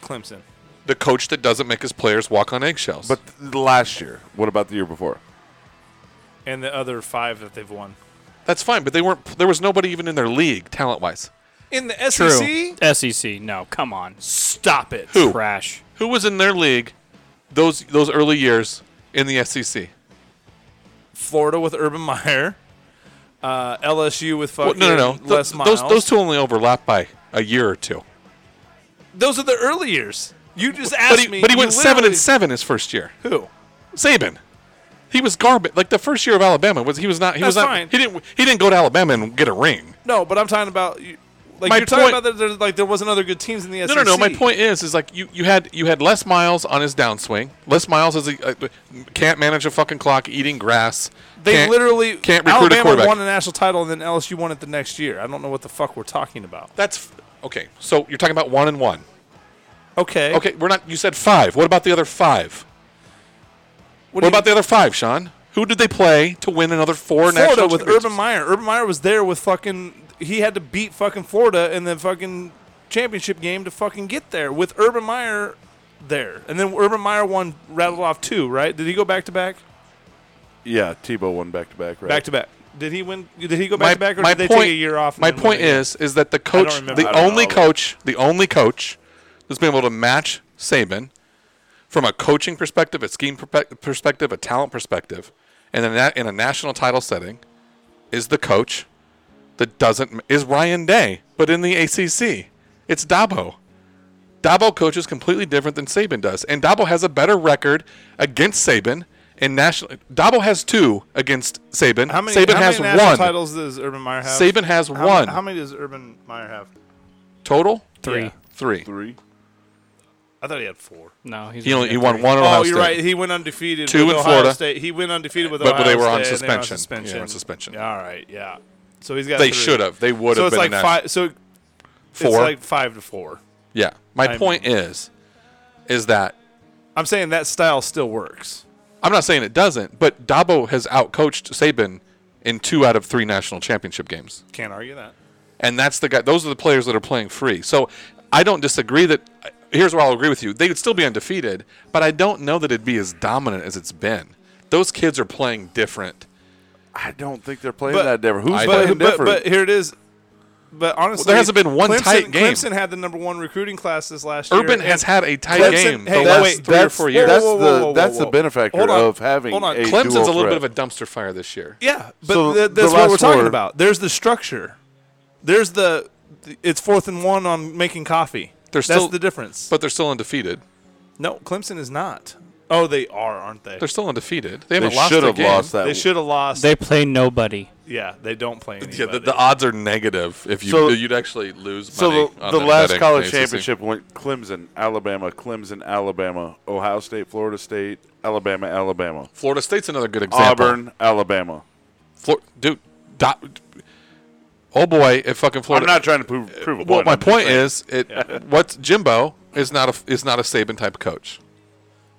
Speaker 5: Clemson.
Speaker 2: The coach that doesn't make his players walk on eggshells.
Speaker 4: but th- last year, what about the year before?
Speaker 5: and the other five that they've won
Speaker 2: that's fine. But they weren't. There was nobody even in their league talent wise.
Speaker 5: in the E SEC.
Speaker 3: True. SEC. No, come on.
Speaker 5: Stop it.
Speaker 2: Who?
Speaker 3: Trash.
Speaker 2: Who was in their league? Those those early years in the E SEC.
Speaker 5: Florida with Urban Meyer, uh, LSU with
Speaker 2: Well,
Speaker 5: fucking
Speaker 2: no, no, no. Th-
Speaker 5: Les Miles.
Speaker 2: those those two only overlap by a year or two.
Speaker 5: Those are the early years. You just asked
Speaker 2: But he,
Speaker 5: me.
Speaker 2: but he
Speaker 5: you
Speaker 2: went seven
Speaker 5: literally-
Speaker 2: and seven his first year.
Speaker 5: Who?
Speaker 2: Saban. He was garbage. Like the first year of Alabama was he was not he was
Speaker 5: That's
Speaker 2: not
Speaker 5: fine.
Speaker 2: he didn't he didn't go to Alabama and get a ring.
Speaker 5: No, but I'm talking about you- like
Speaker 2: My
Speaker 5: you're talking
Speaker 2: point-
Speaker 5: about that there's like there wasn't other good teams in the E
Speaker 2: No,
Speaker 5: SEC.
Speaker 2: no, no. My point is, is like you, you had you had Les Miles on his downswing. Les Miles is a, uh, can't manage a fucking clock, eating grass.
Speaker 5: They
Speaker 2: can't-
Speaker 5: literally
Speaker 2: can't recruit a
Speaker 5: Alabama
Speaker 2: quarterback.
Speaker 5: won a national title and then LSU won it the next year. I don't know what the fuck we're talking about.
Speaker 2: That's f- okay. So you're talking about one and one.
Speaker 5: Okay.
Speaker 2: Okay, we're not. You said five. What about the other five? What,
Speaker 5: do you-
Speaker 2: about the other five, Sean? Who did they play to win another four
Speaker 5: Florida
Speaker 2: national
Speaker 5: with
Speaker 2: championships?
Speaker 5: Urban Meyer. Urban Meyer was there with fucking. He had to beat fucking Florida in the fucking championship game to fucking get there with Urban Meyer there. And then Urban Meyer won, rattled off two, right? Did he go back to back?
Speaker 4: Yeah, Tebow won back to back. Right.
Speaker 5: Back to back. Did he win? Did he go back
Speaker 2: my,
Speaker 5: to back, or
Speaker 2: my
Speaker 5: did they
Speaker 2: point,
Speaker 5: take a year off? and
Speaker 2: My
Speaker 5: then win
Speaker 2: point
Speaker 5: again?
Speaker 2: is, is that the coach,
Speaker 5: remember.
Speaker 2: the
Speaker 4: I don't
Speaker 2: only
Speaker 4: know.
Speaker 2: coach, the only coach that's been able to match Saban from a coaching perspective, a scheme perpe- perspective, a talent perspective, and in, that, in a national title setting, is the coach that doesn't is Ryan Day, but in the ACC, it's Dabo. Dabo coaches completely different than Saban does, and Dabo has a better record against Saban in national. Dabo has two against Saban.
Speaker 5: how many?
Speaker 2: Saban
Speaker 5: how
Speaker 2: has
Speaker 5: many national
Speaker 2: one.
Speaker 5: titles does Urban Meyer have?
Speaker 2: Saban has
Speaker 5: How-
Speaker 2: one
Speaker 5: How many does Urban Meyer have?
Speaker 2: total.
Speaker 3: Three.
Speaker 5: Yeah.
Speaker 2: Three.
Speaker 4: three.
Speaker 5: I thought he had four.
Speaker 3: No, he's
Speaker 2: He only
Speaker 3: got
Speaker 2: he
Speaker 3: three.
Speaker 2: won one. at Ohio
Speaker 5: Oh, you're
Speaker 2: State.
Speaker 5: right. He went undefeated.
Speaker 2: Two
Speaker 5: with
Speaker 2: in
Speaker 5: Ohio
Speaker 2: Florida.
Speaker 5: State. He went undefeated with
Speaker 2: But-
Speaker 5: Ohio
Speaker 2: but they were on
Speaker 5: State, and They were on
Speaker 2: suspension.
Speaker 5: suspension.
Speaker 2: Yeah, on suspension.
Speaker 5: All right. Yeah. So he's got.
Speaker 2: They
Speaker 5: three.
Speaker 2: should have. They would
Speaker 5: So
Speaker 2: have
Speaker 5: it's
Speaker 2: been a
Speaker 5: like
Speaker 2: national-
Speaker 5: five. So
Speaker 2: four.
Speaker 5: it's like five to four.
Speaker 2: yeah. My
Speaker 5: I'm-
Speaker 2: point is, is that
Speaker 5: I'm saying that style still works.
Speaker 2: I'm not saying it doesn't, but Dabo has outcoached Saban in two out of three national championship games,
Speaker 5: Can't argue that.
Speaker 2: and that's the guy. Those are the players that are playing free. So I don't disagree that. Here's where I'll agree with you. They would still be undefeated, but I don't know that it'd be as dominant as it's been. Those kids are playing different.
Speaker 4: I don't think they're playing
Speaker 5: But-
Speaker 4: that different. Who's
Speaker 2: I
Speaker 4: playing
Speaker 2: don't.
Speaker 5: But, but,
Speaker 4: different?
Speaker 5: but here it is. But honestly,
Speaker 2: hasn't been one
Speaker 5: Clemson,
Speaker 2: tight game.
Speaker 5: Clemson had the number one recruiting class this last year.
Speaker 2: Urban
Speaker 5: and-
Speaker 2: has had a tight
Speaker 5: Clemson-
Speaker 2: game
Speaker 5: hey,
Speaker 2: the
Speaker 5: that's-
Speaker 2: last three or
Speaker 4: that's-
Speaker 2: four years.
Speaker 4: That's
Speaker 5: Whoa, whoa,
Speaker 4: the
Speaker 5: whoa, whoa,
Speaker 4: that's the
Speaker 5: whoa.
Speaker 4: benefactor
Speaker 5: Hold on.
Speaker 4: of having
Speaker 5: Hold on.
Speaker 4: a
Speaker 2: Clemson's
Speaker 4: dual
Speaker 2: a little
Speaker 4: threat.
Speaker 2: bit of a dumpster fire this year.
Speaker 5: Yeah, but
Speaker 4: So
Speaker 5: th- that's
Speaker 4: the
Speaker 5: what we're
Speaker 4: last
Speaker 5: talking
Speaker 4: word-
Speaker 5: about. There's the structure. There's the. It's fourth and one on making coffee.
Speaker 2: They're
Speaker 5: that's
Speaker 2: still-
Speaker 5: the difference.
Speaker 2: But they're still undefeated.
Speaker 5: no, Clemson is not. Oh, they are, aren't they?
Speaker 2: They're still undefeated. They
Speaker 4: They
Speaker 2: haven't lost
Speaker 4: should
Speaker 2: a
Speaker 4: have
Speaker 2: game.
Speaker 4: lost that.
Speaker 5: They should have lost.
Speaker 3: They play nobody.
Speaker 5: yeah, they don't play anybody.
Speaker 2: Yeah, the, the odds are negative. If you
Speaker 4: So-
Speaker 2: you'd actually lose
Speaker 4: So
Speaker 2: money.
Speaker 4: the,
Speaker 2: on
Speaker 4: the
Speaker 2: that
Speaker 4: last
Speaker 2: betting
Speaker 4: college
Speaker 2: basis.
Speaker 4: championship went Clemson, Alabama, Clemson, Alabama, Ohio State, Florida State, Alabama, Alabama,
Speaker 2: Florida State's another good example.
Speaker 4: Auburn, Alabama.
Speaker 2: Flor- dude. Dot, oh boy, if fucking Florida.
Speaker 4: I'm not trying to prove, prove a point.
Speaker 2: Uh, well, my
Speaker 4: I'm just
Speaker 2: point
Speaker 4: saying.
Speaker 2: is, it what's Jimbo is not a is not a Saban type of coach.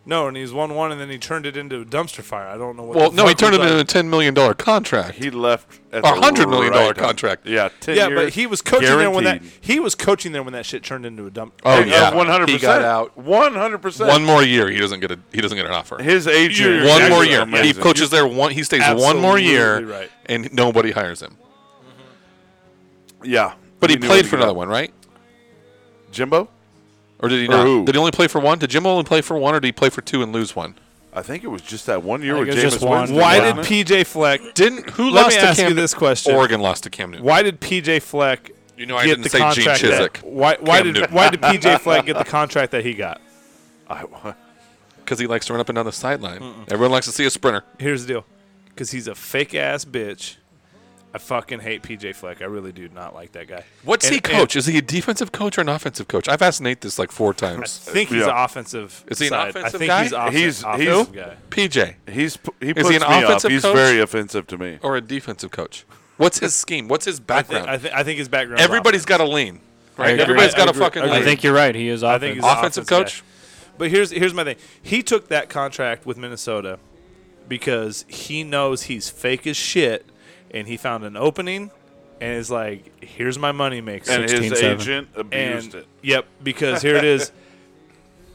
Speaker 5: no, and he's one one, and then he turned it into a dumpster fire. I don't know what.
Speaker 2: Well,
Speaker 5: the
Speaker 2: no, he
Speaker 5: fuck
Speaker 2: turned it
Speaker 5: was
Speaker 2: into a
Speaker 5: up.
Speaker 2: ten million dollar contract.
Speaker 4: he left at
Speaker 2: A
Speaker 4: the
Speaker 2: $100 million
Speaker 4: right time.
Speaker 2: contract.
Speaker 4: Yeah, ten
Speaker 5: Yeah,
Speaker 4: years,
Speaker 5: but he was coaching there when that
Speaker 4: guaranteed.
Speaker 5: he was coaching there when that shit turned into a dump.
Speaker 2: Oh,
Speaker 5: There you
Speaker 2: yeah.
Speaker 5: go.
Speaker 4: uh, one hundred percent.
Speaker 2: He got out.
Speaker 4: One hundred percent.
Speaker 2: one more year, he doesn't get a he doesn't get an offer.
Speaker 4: His agent.
Speaker 2: one more
Speaker 4: is
Speaker 2: year, he
Speaker 4: amazing.
Speaker 2: coaches there one. He stays one more
Speaker 5: absolutely
Speaker 2: year,
Speaker 5: right.
Speaker 2: and nobody hires him.
Speaker 4: Yeah,
Speaker 2: But he,
Speaker 4: knew
Speaker 2: played
Speaker 4: what
Speaker 2: for
Speaker 4: got.
Speaker 2: another one, right?
Speaker 4: Jimbo.
Speaker 2: Or did he
Speaker 4: Or
Speaker 2: not?
Speaker 4: who?
Speaker 2: Did he only play for one? Did Jimbo only play for one, or did he play for two and lose one?
Speaker 4: I think it was just that one year
Speaker 3: I
Speaker 4: with
Speaker 3: think it
Speaker 4: James
Speaker 3: was just one.
Speaker 4: Winston.
Speaker 5: Why
Speaker 4: wasn't
Speaker 5: did
Speaker 4: it?
Speaker 5: PJ Fleck?
Speaker 2: Didn't who
Speaker 5: Let
Speaker 2: lost
Speaker 5: me
Speaker 2: to
Speaker 5: ask you
Speaker 2: Cam?
Speaker 5: this question.
Speaker 2: Oregon lost to Cam Newton.
Speaker 5: Why did PJ Fleck?
Speaker 2: You know I
Speaker 5: get
Speaker 2: didn't
Speaker 5: the
Speaker 2: say Gene
Speaker 5: contract
Speaker 2: Chizik.
Speaker 5: That, why? Why
Speaker 2: Cam
Speaker 5: did
Speaker 2: Newton.
Speaker 5: Why did PJ Fleck get the contract that he got?
Speaker 4: I-
Speaker 2: Because he likes to run up and down the sideline. Everyone likes to see a sprinter.
Speaker 5: Here's the deal, because he's a fake ass bitch. I fucking hate PJ Fleck. I really do not like that guy.
Speaker 2: What's
Speaker 5: And-
Speaker 2: he coach? Is he a defensive coach or an offensive coach? I've asked Nate this like four
Speaker 5: and I
Speaker 2: times.
Speaker 5: think he's
Speaker 4: Yeah.
Speaker 5: an offensive.
Speaker 2: Is he an
Speaker 5: side.
Speaker 2: offensive
Speaker 5: I think
Speaker 2: guy?
Speaker 5: He's, offen-
Speaker 4: He's-
Speaker 5: offensive
Speaker 4: he's-
Speaker 5: guy.
Speaker 2: PJ
Speaker 4: He's p- he
Speaker 2: Is
Speaker 4: puts
Speaker 2: he
Speaker 4: me
Speaker 2: an
Speaker 4: off.
Speaker 2: offensive
Speaker 4: He's
Speaker 2: coach?
Speaker 4: very offensive to me.
Speaker 2: or a defensive coach? What's his scheme? What's his
Speaker 5: I
Speaker 2: background?
Speaker 5: think, I, think, I think his background.
Speaker 2: Everybody's got a lean, right?
Speaker 3: agree.
Speaker 2: Everybody's
Speaker 5: I
Speaker 2: got a
Speaker 5: agree.
Speaker 2: fucking
Speaker 5: I
Speaker 2: lean.
Speaker 5: agree.
Speaker 3: I think you're right. He is offense.
Speaker 5: think he's
Speaker 2: offensive
Speaker 5: Offensive guy.
Speaker 2: coach.
Speaker 5: But here's here's my thing. He took that contract with Minnesota because he knows he's fake as shit, and he found an opening, and is like, "Here's my money maker."
Speaker 4: And his
Speaker 3: 16-7.
Speaker 4: agent abused
Speaker 5: and
Speaker 4: it.
Speaker 5: yep, because here it is.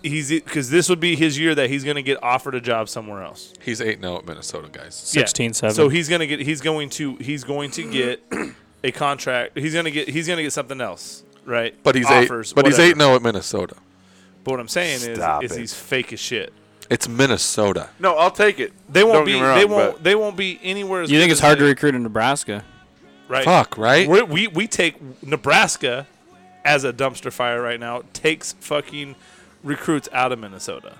Speaker 5: He's because this would be his year that he's going to get offered a job somewhere else.
Speaker 2: He's eight now at Minnesota, guys.
Speaker 5: Yeah.
Speaker 3: 16-7.
Speaker 5: So he's going to get. He's going to. He's going to get a contract. He's going to get. He's going to get something else. Right.
Speaker 2: But he's
Speaker 5: Offers,
Speaker 2: eight. But he's
Speaker 5: whatever.
Speaker 2: eight now at Minnesota.
Speaker 5: But what I'm saying is,
Speaker 4: Stop
Speaker 5: is
Speaker 4: it.
Speaker 5: he's fake as shit.
Speaker 2: It's Minnesota.
Speaker 4: No, I'll take it.
Speaker 5: They won't
Speaker 4: Don't
Speaker 5: be.
Speaker 4: get me wrong,
Speaker 5: they won't.
Speaker 4: but
Speaker 5: They won't be anywhere. As
Speaker 3: you
Speaker 5: good
Speaker 3: think it's
Speaker 5: as
Speaker 3: hard to
Speaker 5: they-
Speaker 3: recruit in Nebraska?
Speaker 5: right?
Speaker 2: Fuck, right?
Speaker 5: We're, we we take Nebraska as a dumpster fire right now. Takes fucking recruits out of Minnesota.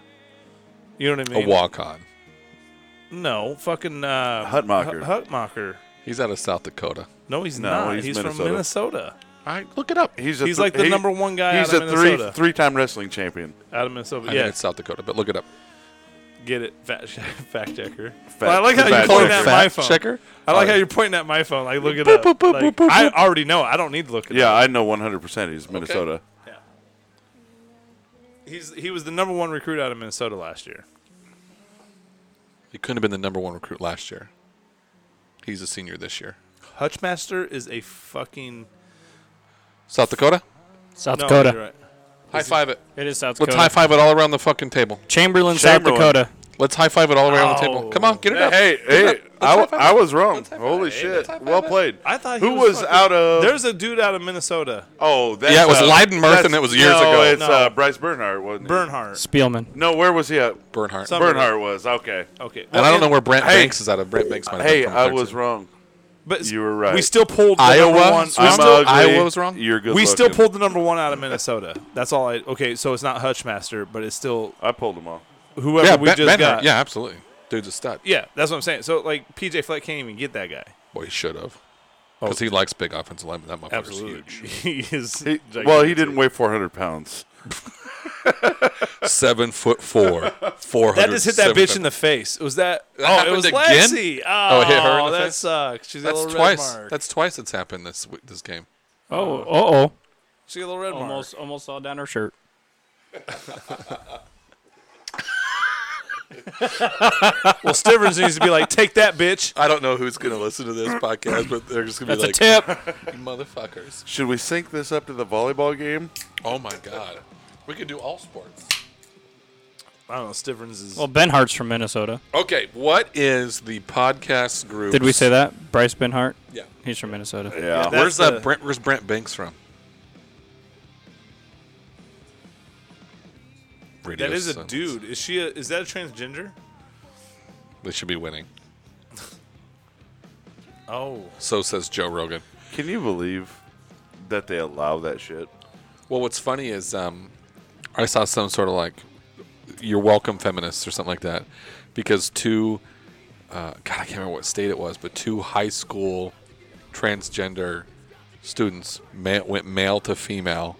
Speaker 5: You know what I
Speaker 2: a
Speaker 5: mean?
Speaker 2: walk on.
Speaker 5: No, fucking uh,
Speaker 4: Hutmacher.
Speaker 5: Hut- Hutmacher.
Speaker 2: He's out of South Dakota.
Speaker 5: No, he's
Speaker 4: No,
Speaker 5: not.
Speaker 4: he's
Speaker 5: He's,
Speaker 4: Minnesota.
Speaker 5: from Minnesota.
Speaker 2: All right, look it up.
Speaker 4: He's a
Speaker 5: He's
Speaker 4: th-
Speaker 5: like the
Speaker 4: he-
Speaker 5: number one guy
Speaker 4: He's
Speaker 5: out of
Speaker 4: a three
Speaker 5: Minnesota.
Speaker 4: three time wrestling champion.
Speaker 5: Out of Minnesota.
Speaker 2: I
Speaker 5: yeah,
Speaker 2: think it's South Dakota, but look it up.
Speaker 5: get it, fact, fact checker. Well, I like how
Speaker 4: fact
Speaker 5: you point
Speaker 4: checker.
Speaker 5: at my
Speaker 2: Fact
Speaker 5: phone.
Speaker 2: checker?
Speaker 5: I like
Speaker 2: Oh.
Speaker 5: how you're pointing at my phone. Like, look it
Speaker 2: Boop,
Speaker 5: up.
Speaker 2: boop, boop,
Speaker 5: Like,
Speaker 2: boop, boop,
Speaker 5: I
Speaker 2: boop.
Speaker 5: already know. I don't need to look it
Speaker 4: Yeah,
Speaker 5: up.
Speaker 4: I know 100. percent He's Minnesota.
Speaker 5: He's he was the number one recruit out of Minnesota last year.
Speaker 2: He couldn't have been the number one recruit last year. He's a senior this year.
Speaker 5: Hutchmaster is a fucking
Speaker 2: South Dakota?
Speaker 3: South
Speaker 5: no,
Speaker 3: Dakota.
Speaker 5: you're right.
Speaker 2: High five it.
Speaker 3: It is South
Speaker 2: Let's
Speaker 3: Dakota.
Speaker 2: high five it all around the fucking table.
Speaker 3: Chamberlain,
Speaker 4: Chamberlain.
Speaker 3: South Dakota.
Speaker 2: Let's high five it all around the table.
Speaker 5: Oh.
Speaker 2: Come on, get it up.
Speaker 4: Hey,
Speaker 2: Let's
Speaker 4: hey,
Speaker 2: high
Speaker 4: I,
Speaker 2: five
Speaker 4: I
Speaker 2: it.
Speaker 4: was wrong.
Speaker 2: Let's high five
Speaker 4: Holy
Speaker 2: it. Hey,
Speaker 4: shit!
Speaker 2: let's high five
Speaker 4: Well
Speaker 2: it.
Speaker 4: played.
Speaker 5: I thought he
Speaker 4: who
Speaker 5: was
Speaker 4: was
Speaker 5: fucking-
Speaker 4: out of?
Speaker 5: There's a dude out of Minnesota,
Speaker 4: oh, that's,
Speaker 2: Yeah, it was
Speaker 4: uh,
Speaker 2: Leiden Murth,
Speaker 4: that's-
Speaker 2: and it was years
Speaker 4: no,
Speaker 2: ago.
Speaker 4: It's
Speaker 5: No.
Speaker 4: uh, Bryce Bernhardt, wasn't it?
Speaker 5: Bernhardt.
Speaker 3: Spielman.
Speaker 4: No, where was he at?
Speaker 2: Bernhardt.
Speaker 5: Some-
Speaker 4: Bernhardt was okay.
Speaker 5: Okay,
Speaker 2: and I don't know where Brent
Speaker 4: Hey.
Speaker 2: Banks is out of. Brent Banks might have
Speaker 4: Hey,
Speaker 2: been from
Speaker 4: I
Speaker 2: there,
Speaker 4: was
Speaker 2: too.
Speaker 4: wrong.
Speaker 5: But
Speaker 4: You were right.
Speaker 5: We still pulled the
Speaker 2: Iowa?
Speaker 5: Number one.
Speaker 2: I'm
Speaker 5: we
Speaker 2: still-
Speaker 4: ugly.
Speaker 2: Iowa was wrong?
Speaker 4: You're good.
Speaker 5: we still
Speaker 4: looking.
Speaker 5: pulled the number one out of Minnesota. That's all I. Okay, so it's not Hutchmaster, but it's still
Speaker 4: I pulled them all.
Speaker 5: whoever
Speaker 2: Yeah,
Speaker 5: we
Speaker 2: Ben- Bernhardt.
Speaker 5: just got.
Speaker 2: Yeah, absolutely. Dude's a stud.
Speaker 5: Yeah, that's what I'm saying. So like PJ Fleck can't even get that guy.
Speaker 2: Boy, he should have.
Speaker 5: Oh.
Speaker 2: Because he likes big offensive linemen. That motherfucker's huge.
Speaker 5: he is.
Speaker 4: He,
Speaker 5: gigantic.
Speaker 4: well, he didn't weigh 400 pounds.
Speaker 2: Seven foot four. Four hundred.
Speaker 5: That just hit that bitch in the face. It was that?
Speaker 2: That
Speaker 5: oh,
Speaker 2: happened
Speaker 5: it was
Speaker 2: again?
Speaker 5: Lexi.
Speaker 2: Oh, it hit her in the
Speaker 5: that
Speaker 2: face?
Speaker 5: sucks. She's got a
Speaker 2: That's
Speaker 5: little
Speaker 2: twice.
Speaker 5: red mark.
Speaker 2: That's twice it's happened this w- this game.
Speaker 3: Oh, oh,
Speaker 5: She got a little red
Speaker 3: oh.
Speaker 5: mark.
Speaker 3: Almost, almost all down her shirt.
Speaker 5: Well, Stivers needs to be like, take that, bitch.
Speaker 2: I don't know who's going to listen to this podcast, but they're just going to be
Speaker 3: That's
Speaker 2: like,
Speaker 3: a tip.
Speaker 2: "You motherfuckers.
Speaker 4: Should we sync this up to the volleyball game?
Speaker 2: Oh my God. We could do all sports.
Speaker 5: I don't know. Stivers is.
Speaker 3: well, Ben Hart's from Minnesota.
Speaker 2: Okay, what is the podcast group?
Speaker 3: Did we say that? Bryce Ben Hart.
Speaker 2: Yeah.
Speaker 3: He's from Minnesota.
Speaker 4: Yeah.
Speaker 5: that-
Speaker 2: Where's
Speaker 5: That's
Speaker 2: that
Speaker 5: the-
Speaker 2: Brent? Where's Brent Banks from? Radio
Speaker 5: that is a
Speaker 2: silence.
Speaker 5: dude. Is she? A, is that a transgender?
Speaker 2: They should be winning.
Speaker 5: Oh,
Speaker 2: So says Joe Rogan.
Speaker 4: Can you believe that they allow that shit?
Speaker 2: Well, what's funny is um, I saw some sort of like "You're welcome, feminists" or something like that, because two, uh, God, I can't remember what state it was, but two high school transgender students ma- went male to female,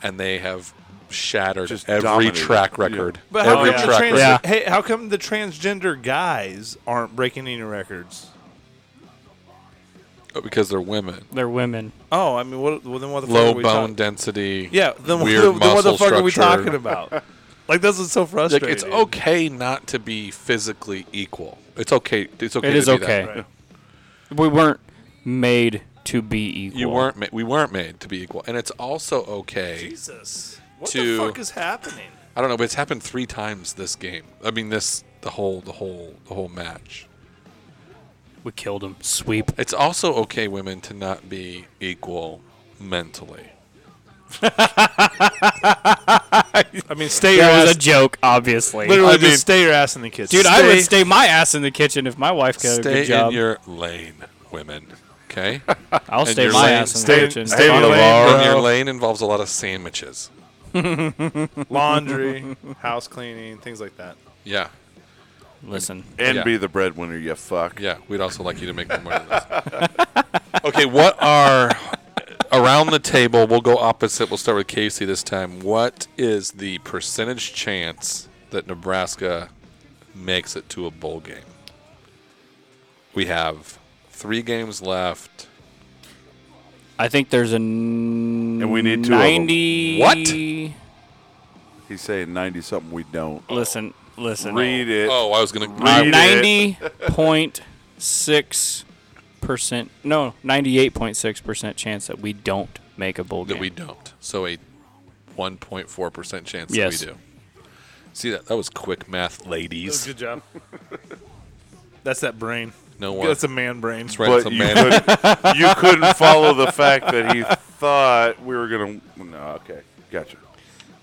Speaker 2: and they have shattered
Speaker 4: Just
Speaker 2: every
Speaker 4: dominated.
Speaker 2: track
Speaker 4: Yeah.
Speaker 2: record.
Speaker 5: but how
Speaker 2: every
Speaker 5: come, the
Speaker 2: track
Speaker 5: trans-
Speaker 2: record.
Speaker 3: Yeah.
Speaker 5: hey, how come the transgender guys aren't breaking any records?
Speaker 2: uh, because they're women.
Speaker 3: They're women.
Speaker 5: Oh, I mean, what? Well, then what the fuck
Speaker 2: Low
Speaker 5: are we
Speaker 2: bone
Speaker 5: talking-
Speaker 2: density.
Speaker 5: Yeah, then, what-
Speaker 2: weird
Speaker 5: then what the
Speaker 2: muscle
Speaker 5: fuck are we
Speaker 2: structure.
Speaker 5: talking about? like this is so
Speaker 2: Like
Speaker 5: frustrating.
Speaker 2: it's okay not to be physically equal. It's okay. It's okay.
Speaker 3: It
Speaker 2: to
Speaker 3: is
Speaker 2: be that.
Speaker 3: okay.
Speaker 5: Right.
Speaker 3: We weren't made to be equal.
Speaker 2: You weren't. Ma- we weren't made to be equal, and it's also okay.
Speaker 5: Jesus, what
Speaker 2: To-
Speaker 5: the fuck is happening?
Speaker 2: I don't know, but it's happened three times this game. I mean, this the whole the whole the whole match.
Speaker 3: We killed him. Sweep.
Speaker 2: It's also okay, women, to not be equal mentally.
Speaker 5: I mean, stay your
Speaker 3: That was
Speaker 5: ass.
Speaker 3: a joke, obviously.
Speaker 5: literally,
Speaker 2: I
Speaker 5: just
Speaker 2: mean-
Speaker 5: stay your ass in the kitchen,
Speaker 3: Dude, I
Speaker 5: Stay-
Speaker 3: would stay my ass in the kitchen if my wife got a good
Speaker 2: Stay in
Speaker 3: job.
Speaker 2: your lane, women. Okay,
Speaker 3: I'll stay
Speaker 2: your
Speaker 3: my
Speaker 2: lane.
Speaker 3: ass in
Speaker 5: Stay-
Speaker 3: the kitchen.
Speaker 5: stay in
Speaker 3: Fuck
Speaker 5: your
Speaker 3: it.
Speaker 5: lane.
Speaker 2: and
Speaker 5: Bro.
Speaker 2: your lane involves a lot of sandwiches.
Speaker 5: laundry, house cleaning, things like that.
Speaker 2: Yeah,
Speaker 3: Listen,
Speaker 4: And
Speaker 2: Yeah.
Speaker 4: be the breadwinner, you fuck.
Speaker 2: yeah. We'd also like you to make more money. Than this. okay, what are around the table? We'll go opposite. We'll start with Casey this time. What is the percentage chance that Nebraska makes it to a bowl game? We have three games left.
Speaker 3: I think there's a n-
Speaker 4: And we need two of 'em.
Speaker 3: ninety.
Speaker 4: He's saying 90 something we don't.
Speaker 3: Listen, listen.
Speaker 4: Read it.
Speaker 2: Oh, I was gonna.
Speaker 4: Read it.
Speaker 3: Uh, Ninety point six percent. No, ninety-eight point six percent chance that we don't make a bowl
Speaker 2: that
Speaker 3: game.
Speaker 2: we don't. So a 1.4 percent chance
Speaker 3: Yes.
Speaker 2: that we do. See that? That was quick math, ladies.
Speaker 5: Good job. That's that brain.
Speaker 2: No one.
Speaker 5: That's a man brain.
Speaker 2: That's right. it's
Speaker 4: But
Speaker 2: a
Speaker 4: you,
Speaker 2: man-
Speaker 4: couldn't, you couldn't follow the fact that he thought we were going to. No, okay. Gotcha.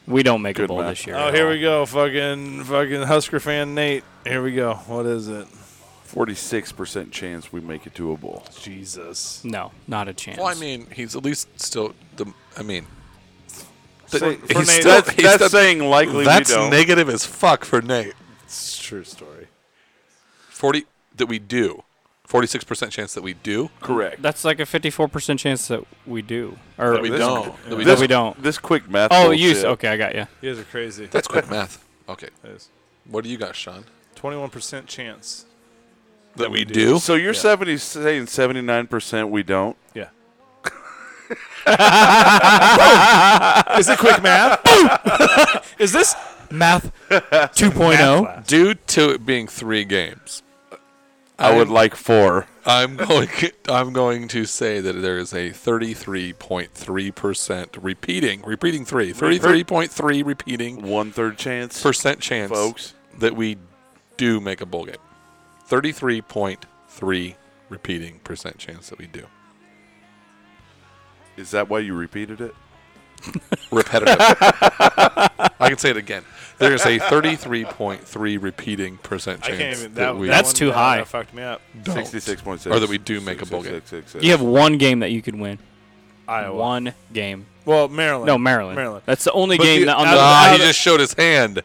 Speaker 3: We don't make a
Speaker 4: Good
Speaker 3: bowl
Speaker 4: math.
Speaker 3: this year.
Speaker 5: Oh,
Speaker 3: at
Speaker 5: here
Speaker 3: all.
Speaker 5: we go, fucking fucking Husker fan Nate. Here we go. What is it?
Speaker 4: 46% chance we make it to a bowl.
Speaker 5: Jesus.
Speaker 3: No, not a chance.
Speaker 2: Well, I mean, he's at least still. The, I mean, he's
Speaker 4: Say-
Speaker 5: for Nate-
Speaker 2: still-
Speaker 4: that's
Speaker 2: he's
Speaker 4: that's
Speaker 2: still-
Speaker 4: saying likely
Speaker 2: that's
Speaker 4: we don't.
Speaker 2: negative as fuck for Nate.
Speaker 5: It's a true story.
Speaker 2: Forty that we do, forty-six percent chance that we do.
Speaker 4: Correct.
Speaker 3: that's like a fifty-four percent chance that we do, or
Speaker 2: That we
Speaker 4: This-
Speaker 2: don't. That we
Speaker 3: That
Speaker 2: don't.
Speaker 3: we don't.
Speaker 4: This quick math.
Speaker 3: Oh, you.
Speaker 4: bullshit.
Speaker 3: Okay, I got you.
Speaker 5: You guys are crazy.
Speaker 2: That's quick math. Okay, what do you got, Sean?
Speaker 5: Twenty-one percent chance.
Speaker 2: That, we, do.
Speaker 4: So you're 70 saying 79% we don't.
Speaker 5: Yeah. is it quick math?
Speaker 3: Is this math oh? 2.0?
Speaker 2: Due to it being three games,
Speaker 4: I would like four.
Speaker 2: I'm going. I'm going to say that there is a 33.3 percent repeating, repeating three, 33.3 repeating
Speaker 4: One third chance.
Speaker 2: percent chance,
Speaker 4: Folks.
Speaker 2: that we do make a bowl game. 33.3 repeating percent chance that we do.
Speaker 4: Is that why you repeated it?
Speaker 2: Repetitive. I can say it again. There is a 33.3 repeating percent
Speaker 5: I
Speaker 2: chance
Speaker 5: can't even.
Speaker 2: that,
Speaker 5: That,
Speaker 2: we
Speaker 5: that
Speaker 3: That's
Speaker 5: one-
Speaker 3: too
Speaker 5: that-
Speaker 3: high.
Speaker 5: That fucked me up.
Speaker 2: don't.
Speaker 4: 66.6.
Speaker 2: Or that we do make a bowl game.
Speaker 4: 66.6.
Speaker 3: You have one game that you could win.
Speaker 5: Iowa.
Speaker 3: One game.
Speaker 5: Well, Maryland.
Speaker 3: No, Maryland.
Speaker 5: Maryland.
Speaker 3: That's the only
Speaker 5: But
Speaker 3: game
Speaker 5: the-
Speaker 3: that on
Speaker 5: out of
Speaker 3: the.
Speaker 5: the-
Speaker 2: Ah, he just showed his hand.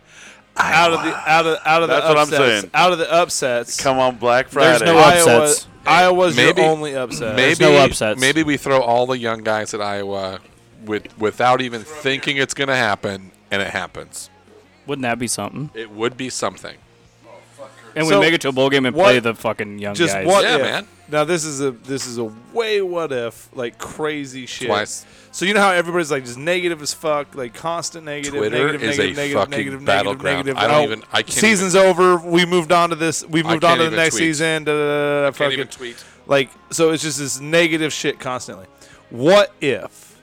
Speaker 5: out of the out of out of
Speaker 4: That's
Speaker 5: the
Speaker 4: what I'm
Speaker 5: upsets.
Speaker 4: saying.
Speaker 5: Out of the upsets.
Speaker 4: Come on, Black
Speaker 3: There's
Speaker 4: Friday.
Speaker 3: no
Speaker 5: Iowa,
Speaker 3: upsets.
Speaker 5: Iowa's
Speaker 2: Maybe-
Speaker 5: your only upset.
Speaker 2: Maybe
Speaker 3: Uh, no upsets.
Speaker 2: maybe we throw all the young guys at Iowa with without even thinking it's going to happen and it happens.
Speaker 3: Wouldn't that be something?
Speaker 2: It would be something.
Speaker 3: and
Speaker 5: So,
Speaker 3: we make it to a bowl game and
Speaker 5: what-
Speaker 3: play the fucking young
Speaker 5: Just
Speaker 3: guys.
Speaker 5: what
Speaker 2: Yeah,
Speaker 5: if.
Speaker 2: man.
Speaker 5: Now this is a this is a way what if like crazy shit.
Speaker 2: Twice.
Speaker 5: So you know how everybody's like just negative as fuck, like constant negative,
Speaker 2: Twitter
Speaker 5: negative,
Speaker 2: is
Speaker 5: negative,
Speaker 2: a
Speaker 5: negative,
Speaker 2: fucking
Speaker 5: negative, negative,
Speaker 2: battleground.
Speaker 5: negative.
Speaker 2: I don't
Speaker 5: Oh,
Speaker 2: even- I can't
Speaker 5: Season's over. We moved on to this. We moved on
Speaker 2: can't
Speaker 5: to the
Speaker 2: even
Speaker 5: next
Speaker 2: tweet.
Speaker 5: season. Da, da, da, da, da,
Speaker 2: Can't
Speaker 5: fucking-
Speaker 2: even tweet.
Speaker 5: Like so, it's just this negative shit constantly. What if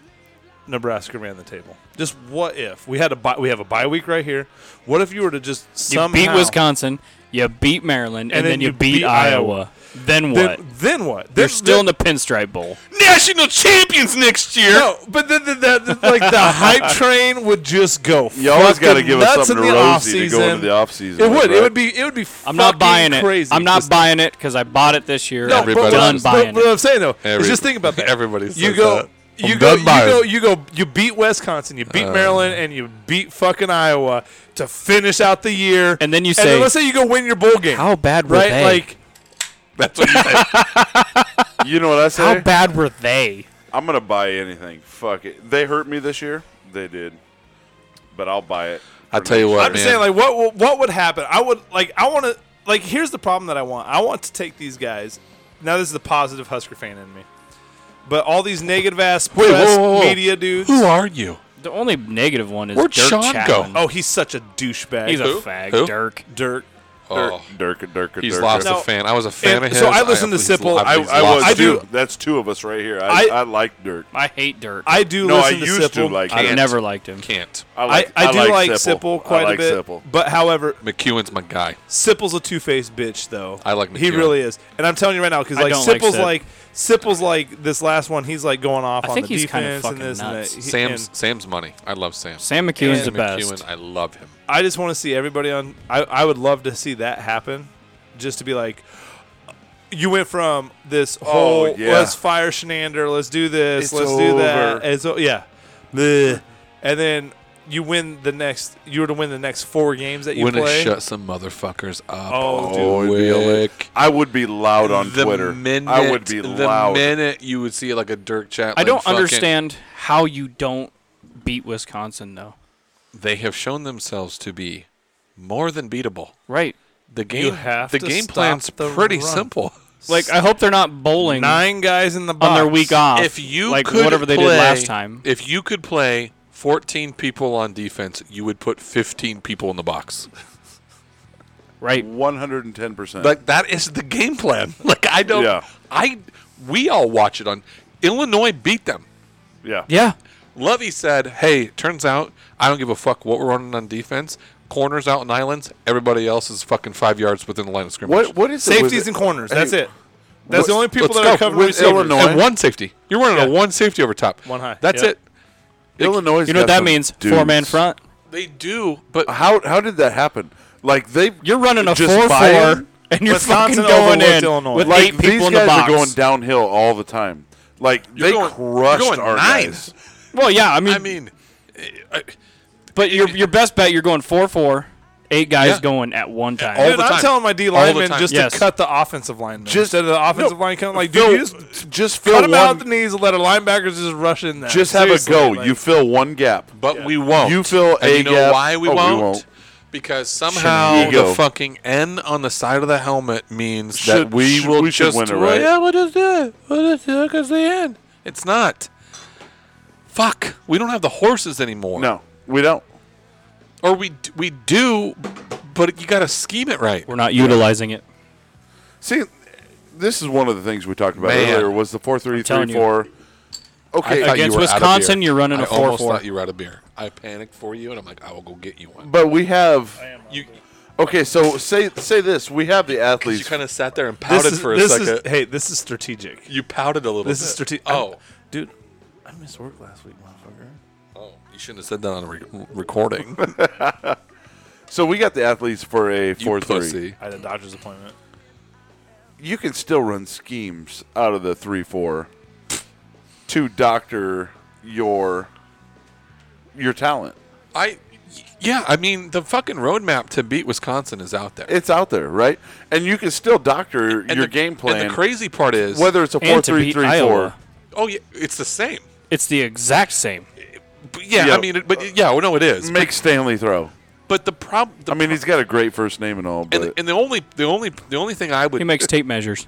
Speaker 5: Nebraska ran the table? Just what if we had a bi- we have a bye week right here? What if you were to just
Speaker 3: You
Speaker 5: somehow
Speaker 3: beat Wisconsin, you beat Maryland, and, then, you, beat, Iowa. Then what?
Speaker 5: Then, then what?
Speaker 3: You're still in the Pinstripe Bowl.
Speaker 2: National champions next year.
Speaker 5: No, but the, the, the, the- like the hype train would just go.
Speaker 4: You always
Speaker 5: got to
Speaker 4: give us something to Rosie to go into the off season.
Speaker 5: It would. It would be. It would be.
Speaker 3: I'm not
Speaker 5: fucking
Speaker 3: buying it.
Speaker 5: Crazy.
Speaker 3: I'm not
Speaker 5: Just-
Speaker 3: buying it because I bought it this year.
Speaker 5: No,
Speaker 3: I'm
Speaker 5: but what,
Speaker 2: Everybody's
Speaker 3: done
Speaker 5: I'm,
Speaker 3: buying
Speaker 5: but what
Speaker 3: it.
Speaker 5: I'm saying though
Speaker 2: Every-
Speaker 5: is just think about that.
Speaker 2: everybody
Speaker 5: You
Speaker 2: says
Speaker 5: go.
Speaker 2: that.
Speaker 5: You
Speaker 2: I'm
Speaker 5: go,
Speaker 2: done
Speaker 5: you
Speaker 2: buying.
Speaker 5: go. You go. You beat Wisconsin. You
Speaker 4: Uh.
Speaker 5: beat Maryland, and you beat fucking Iowa to finish out the year.
Speaker 3: And then you say-
Speaker 5: let's say you go win your bowl game.
Speaker 3: How bad were
Speaker 5: right?
Speaker 3: they?
Speaker 5: Like
Speaker 2: That's what you said.
Speaker 4: You know what I say?
Speaker 3: How bad were they?
Speaker 4: I'm gonna buy anything. Fuck it. They hurt me this year. They did, but I'll buy it.
Speaker 2: I
Speaker 4: for
Speaker 2: tell you
Speaker 4: next-
Speaker 2: what,
Speaker 5: I'm just saying, like, what wo- what would happen? I would like, I want to like. Here's the problem that I want. I want to take these guys. Now this is the positive Husker fan in me, but all these negative ass
Speaker 2: Wait, whoa,
Speaker 5: press
Speaker 2: whoa, whoa.
Speaker 5: media dudes.
Speaker 2: Who are you?
Speaker 3: The only negative one is
Speaker 2: Where'd
Speaker 3: Dirk
Speaker 2: Sean go?
Speaker 3: Chapman.
Speaker 5: Oh, he's such a douchebag.
Speaker 3: he's
Speaker 2: who?
Speaker 3: a fag.
Speaker 2: Who?
Speaker 3: Dirk.
Speaker 5: Dirk.
Speaker 2: Oh,
Speaker 4: Dirk, Dirk, Dirk,
Speaker 2: he's
Speaker 4: Dirk,
Speaker 2: lost
Speaker 5: No.
Speaker 2: a fan. I was a fan
Speaker 5: And
Speaker 2: of his.
Speaker 5: so I listened to
Speaker 2: he's
Speaker 5: Sipple.
Speaker 2: lo-
Speaker 5: I-
Speaker 2: he's
Speaker 4: I was
Speaker 2: lost.
Speaker 5: I do-
Speaker 4: too. That's two of us right here.
Speaker 5: I-
Speaker 4: I, I, like Dirk.
Speaker 3: I hate Dirk.
Speaker 5: I do
Speaker 4: No, I
Speaker 5: listen to
Speaker 4: used to
Speaker 5: Sipple.
Speaker 4: like
Speaker 3: I've
Speaker 2: can't.
Speaker 3: never liked him.
Speaker 2: Can't.
Speaker 4: I
Speaker 5: I,
Speaker 4: like.
Speaker 5: I, do like
Speaker 4: Sipple.
Speaker 5: Sipple,
Speaker 4: I
Speaker 5: quite
Speaker 4: like
Speaker 5: a bit,
Speaker 4: Sipple.
Speaker 5: but however,
Speaker 2: McEwen's my guy.
Speaker 5: Sipple's a two-faced bitch, though.
Speaker 2: I like
Speaker 5: he
Speaker 2: McEwen.
Speaker 5: really is, and I'm telling you right now, because
Speaker 3: I
Speaker 5: like
Speaker 3: don't like
Speaker 5: Sipple's
Speaker 3: Sip.
Speaker 5: like Sipple's like this last one. He's like going off
Speaker 3: I
Speaker 5: on
Speaker 3: think
Speaker 5: the
Speaker 3: he's kinda
Speaker 5: defense
Speaker 3: fucking
Speaker 5: and this and that.
Speaker 3: nuts.
Speaker 5: He-
Speaker 2: Sam's
Speaker 5: and-
Speaker 2: Sam's money. I love Sam.
Speaker 3: Sam McEwen's the
Speaker 2: Sam
Speaker 3: best.
Speaker 2: McEwen, I love him.
Speaker 5: I just want to see everybody on. I, I would love to see that happen, just to be like, you went from this
Speaker 2: Oh,
Speaker 5: whole
Speaker 4: yeah.
Speaker 5: let's fire Shenander, let's do this,
Speaker 4: It's
Speaker 5: let's do that,
Speaker 4: over.
Speaker 5: and so yeah, Bleh. and then you win the next. You were to win the next four games that you
Speaker 2: Wouldn't
Speaker 5: play.
Speaker 2: it shut some motherfuckers up?
Speaker 5: Oh, dude.
Speaker 2: Willick.
Speaker 4: I would be loud on
Speaker 2: the
Speaker 4: Twitter.
Speaker 2: Minute,
Speaker 4: I would be
Speaker 2: the
Speaker 4: loud.
Speaker 2: minute you would see like a Dirk Chaplin.
Speaker 3: I don't
Speaker 2: fucking-
Speaker 3: understand how you don't beat Wisconsin though.
Speaker 2: They have shown themselves to be more than beatable.
Speaker 3: Right.
Speaker 2: The game,
Speaker 5: have
Speaker 2: the
Speaker 5: to
Speaker 2: game
Speaker 5: stop
Speaker 2: plan's
Speaker 5: the
Speaker 2: pretty
Speaker 5: run.
Speaker 2: simple.
Speaker 3: Like I hope they're not bowling
Speaker 5: nine guys in the box
Speaker 3: on their week off.
Speaker 2: if you
Speaker 3: like
Speaker 2: could
Speaker 3: whatever they
Speaker 2: play,
Speaker 3: did last time.
Speaker 2: if you could play 14 people on defense, you would put 15 people in the box.
Speaker 3: Right.
Speaker 4: One hundred and ten percent.
Speaker 2: Like that is the game plan. Like I don't.
Speaker 4: Yeah.
Speaker 2: I we all watch it on. Illinois beat them.
Speaker 4: Yeah.
Speaker 3: Yeah.
Speaker 2: Lovey said, "Hey, turns out I don't give a fuck what we're running on defense. Corners out and islands. Everybody else is fucking five yards within the line of scrimmage.
Speaker 4: What? What is it with
Speaker 5: safeties
Speaker 4: it?
Speaker 5: and corners.
Speaker 4: Hey,
Speaker 5: That's it. That's
Speaker 2: What-
Speaker 5: the only people
Speaker 2: let's
Speaker 5: that
Speaker 2: go.
Speaker 5: are covering
Speaker 2: With
Speaker 5: receivers.
Speaker 4: Illinois.
Speaker 2: And one safety. You're running
Speaker 5: Yeah.
Speaker 2: a one safety over top.
Speaker 5: One high.
Speaker 2: That's
Speaker 5: Yeah.
Speaker 2: it.
Speaker 4: Illinois.
Speaker 3: You know what that means? Four man front.
Speaker 2: They do, but
Speaker 4: How how did that happen? Like they
Speaker 3: You're running a
Speaker 4: Just
Speaker 3: four
Speaker 4: buy it?
Speaker 3: four and you're
Speaker 5: Wisconsin
Speaker 3: fucking going
Speaker 5: overlooked
Speaker 3: in
Speaker 5: Illinois.
Speaker 3: with
Speaker 4: like
Speaker 3: eight people
Speaker 4: these
Speaker 3: in the
Speaker 4: guys
Speaker 3: box.
Speaker 4: are going downhill all the time. Like they
Speaker 2: going-
Speaker 4: crushed
Speaker 2: you're going
Speaker 4: our
Speaker 2: nine.
Speaker 4: guys.
Speaker 3: Well, yeah, I mean,
Speaker 2: I mean, I-
Speaker 3: but your your best bet you're going four four, eight guys
Speaker 2: Yeah.
Speaker 3: going at one time.
Speaker 2: all
Speaker 5: Dude,
Speaker 2: the
Speaker 5: I'm
Speaker 2: time.
Speaker 5: telling my D
Speaker 2: All the
Speaker 5: lineman
Speaker 2: time.
Speaker 5: just
Speaker 3: Yes.
Speaker 5: to cut the offensive line. Just
Speaker 4: Just-
Speaker 5: instead of the offensive line coming, like, dude,
Speaker 4: Phil,
Speaker 5: you just
Speaker 4: just fill
Speaker 5: cut
Speaker 4: one.
Speaker 5: them out at the knees and let our linebackers just rush in there.
Speaker 4: just have
Speaker 5: Seriously,
Speaker 4: a go.
Speaker 5: like-
Speaker 4: you fill one gap.
Speaker 2: but we won't.
Speaker 4: You fill
Speaker 2: and
Speaker 4: a
Speaker 2: you know
Speaker 4: gap.
Speaker 2: why we,
Speaker 4: Oh, we
Speaker 2: won't?
Speaker 4: won't.
Speaker 2: Because somehow
Speaker 4: Ego.
Speaker 2: the fucking N on the side of the helmet means
Speaker 4: Should-
Speaker 2: that we
Speaker 4: should-
Speaker 2: will
Speaker 4: we should
Speaker 2: just
Speaker 4: win it,
Speaker 2: well,
Speaker 4: right?
Speaker 2: yeah, we'll just do it. We'll just do it because the N. It's not. Fuck. We don't have the horses anymore.
Speaker 4: No, we don't.
Speaker 2: Or we d- we do, but you got to scheme it right.
Speaker 3: We're not utilizing it.
Speaker 4: See, this is one of the things we talked about
Speaker 2: Man.
Speaker 4: earlier was the four three
Speaker 3: telling
Speaker 4: three
Speaker 3: you.
Speaker 4: four. Okay,
Speaker 2: I thought you
Speaker 3: Against
Speaker 2: were out of
Speaker 3: Wisconsin,
Speaker 2: beer.
Speaker 3: you're running a
Speaker 2: I almost
Speaker 3: 4-4.
Speaker 2: thought you were out of beer. I panicked for you, and I'm like, I will go get you one.
Speaker 4: but we have.
Speaker 2: You,
Speaker 4: Okay, so say say this: we have the
Speaker 2: you
Speaker 4: athletes.
Speaker 2: kind of sat there and
Speaker 5: This
Speaker 2: pouted
Speaker 5: is,
Speaker 2: for a
Speaker 5: this
Speaker 2: second.
Speaker 5: is- hey, this is strategic.
Speaker 2: you pouted a little.
Speaker 5: This
Speaker 2: bit.
Speaker 5: is strategic.
Speaker 2: Oh,
Speaker 5: dude, I missed work last week, motherfucker.
Speaker 2: oh, you shouldn't have said that on a re- recording.
Speaker 4: so we got the athletes for a
Speaker 2: you
Speaker 4: four three.
Speaker 2: pussy.
Speaker 5: I had a doctor's appointment.
Speaker 4: You can still run schemes out of the three four to doctor your your talent.
Speaker 2: I, yeah, I mean the fucking roadmap to beat Wisconsin is out there.
Speaker 4: It's out there, right? And you can still doctor your
Speaker 2: the,
Speaker 4: game plan.
Speaker 2: And the crazy part is
Speaker 4: whether it's a four
Speaker 3: And to
Speaker 4: three
Speaker 3: beat
Speaker 4: three four.
Speaker 3: Iowa.
Speaker 2: Oh yeah, it's the same.
Speaker 3: It's the exact same.
Speaker 2: But yeah,
Speaker 4: Yeah.
Speaker 2: I mean, it, but yeah, well, no, it is.
Speaker 4: Make Stanley throw.
Speaker 2: But the problem.
Speaker 4: I mean, he's got a great first name and all, but
Speaker 2: and, and the only the only the only thing I would
Speaker 3: He makes tape measures.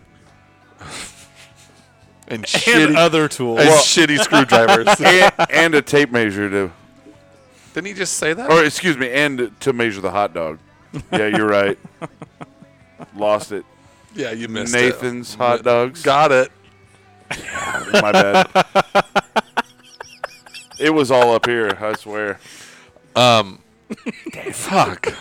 Speaker 2: and
Speaker 6: and
Speaker 2: shitty
Speaker 6: other tools.
Speaker 2: and shitty screwdrivers.
Speaker 4: and, and a tape measure to,
Speaker 2: Didn't he just say that?
Speaker 4: or excuse me, and to measure the hot dog. Yeah, you're right. Lost it.
Speaker 2: yeah, you missed it.
Speaker 4: Nathan's hot dogs.
Speaker 2: Got it.
Speaker 4: My bad. it was all up here. I swear.
Speaker 2: Um, Fuck.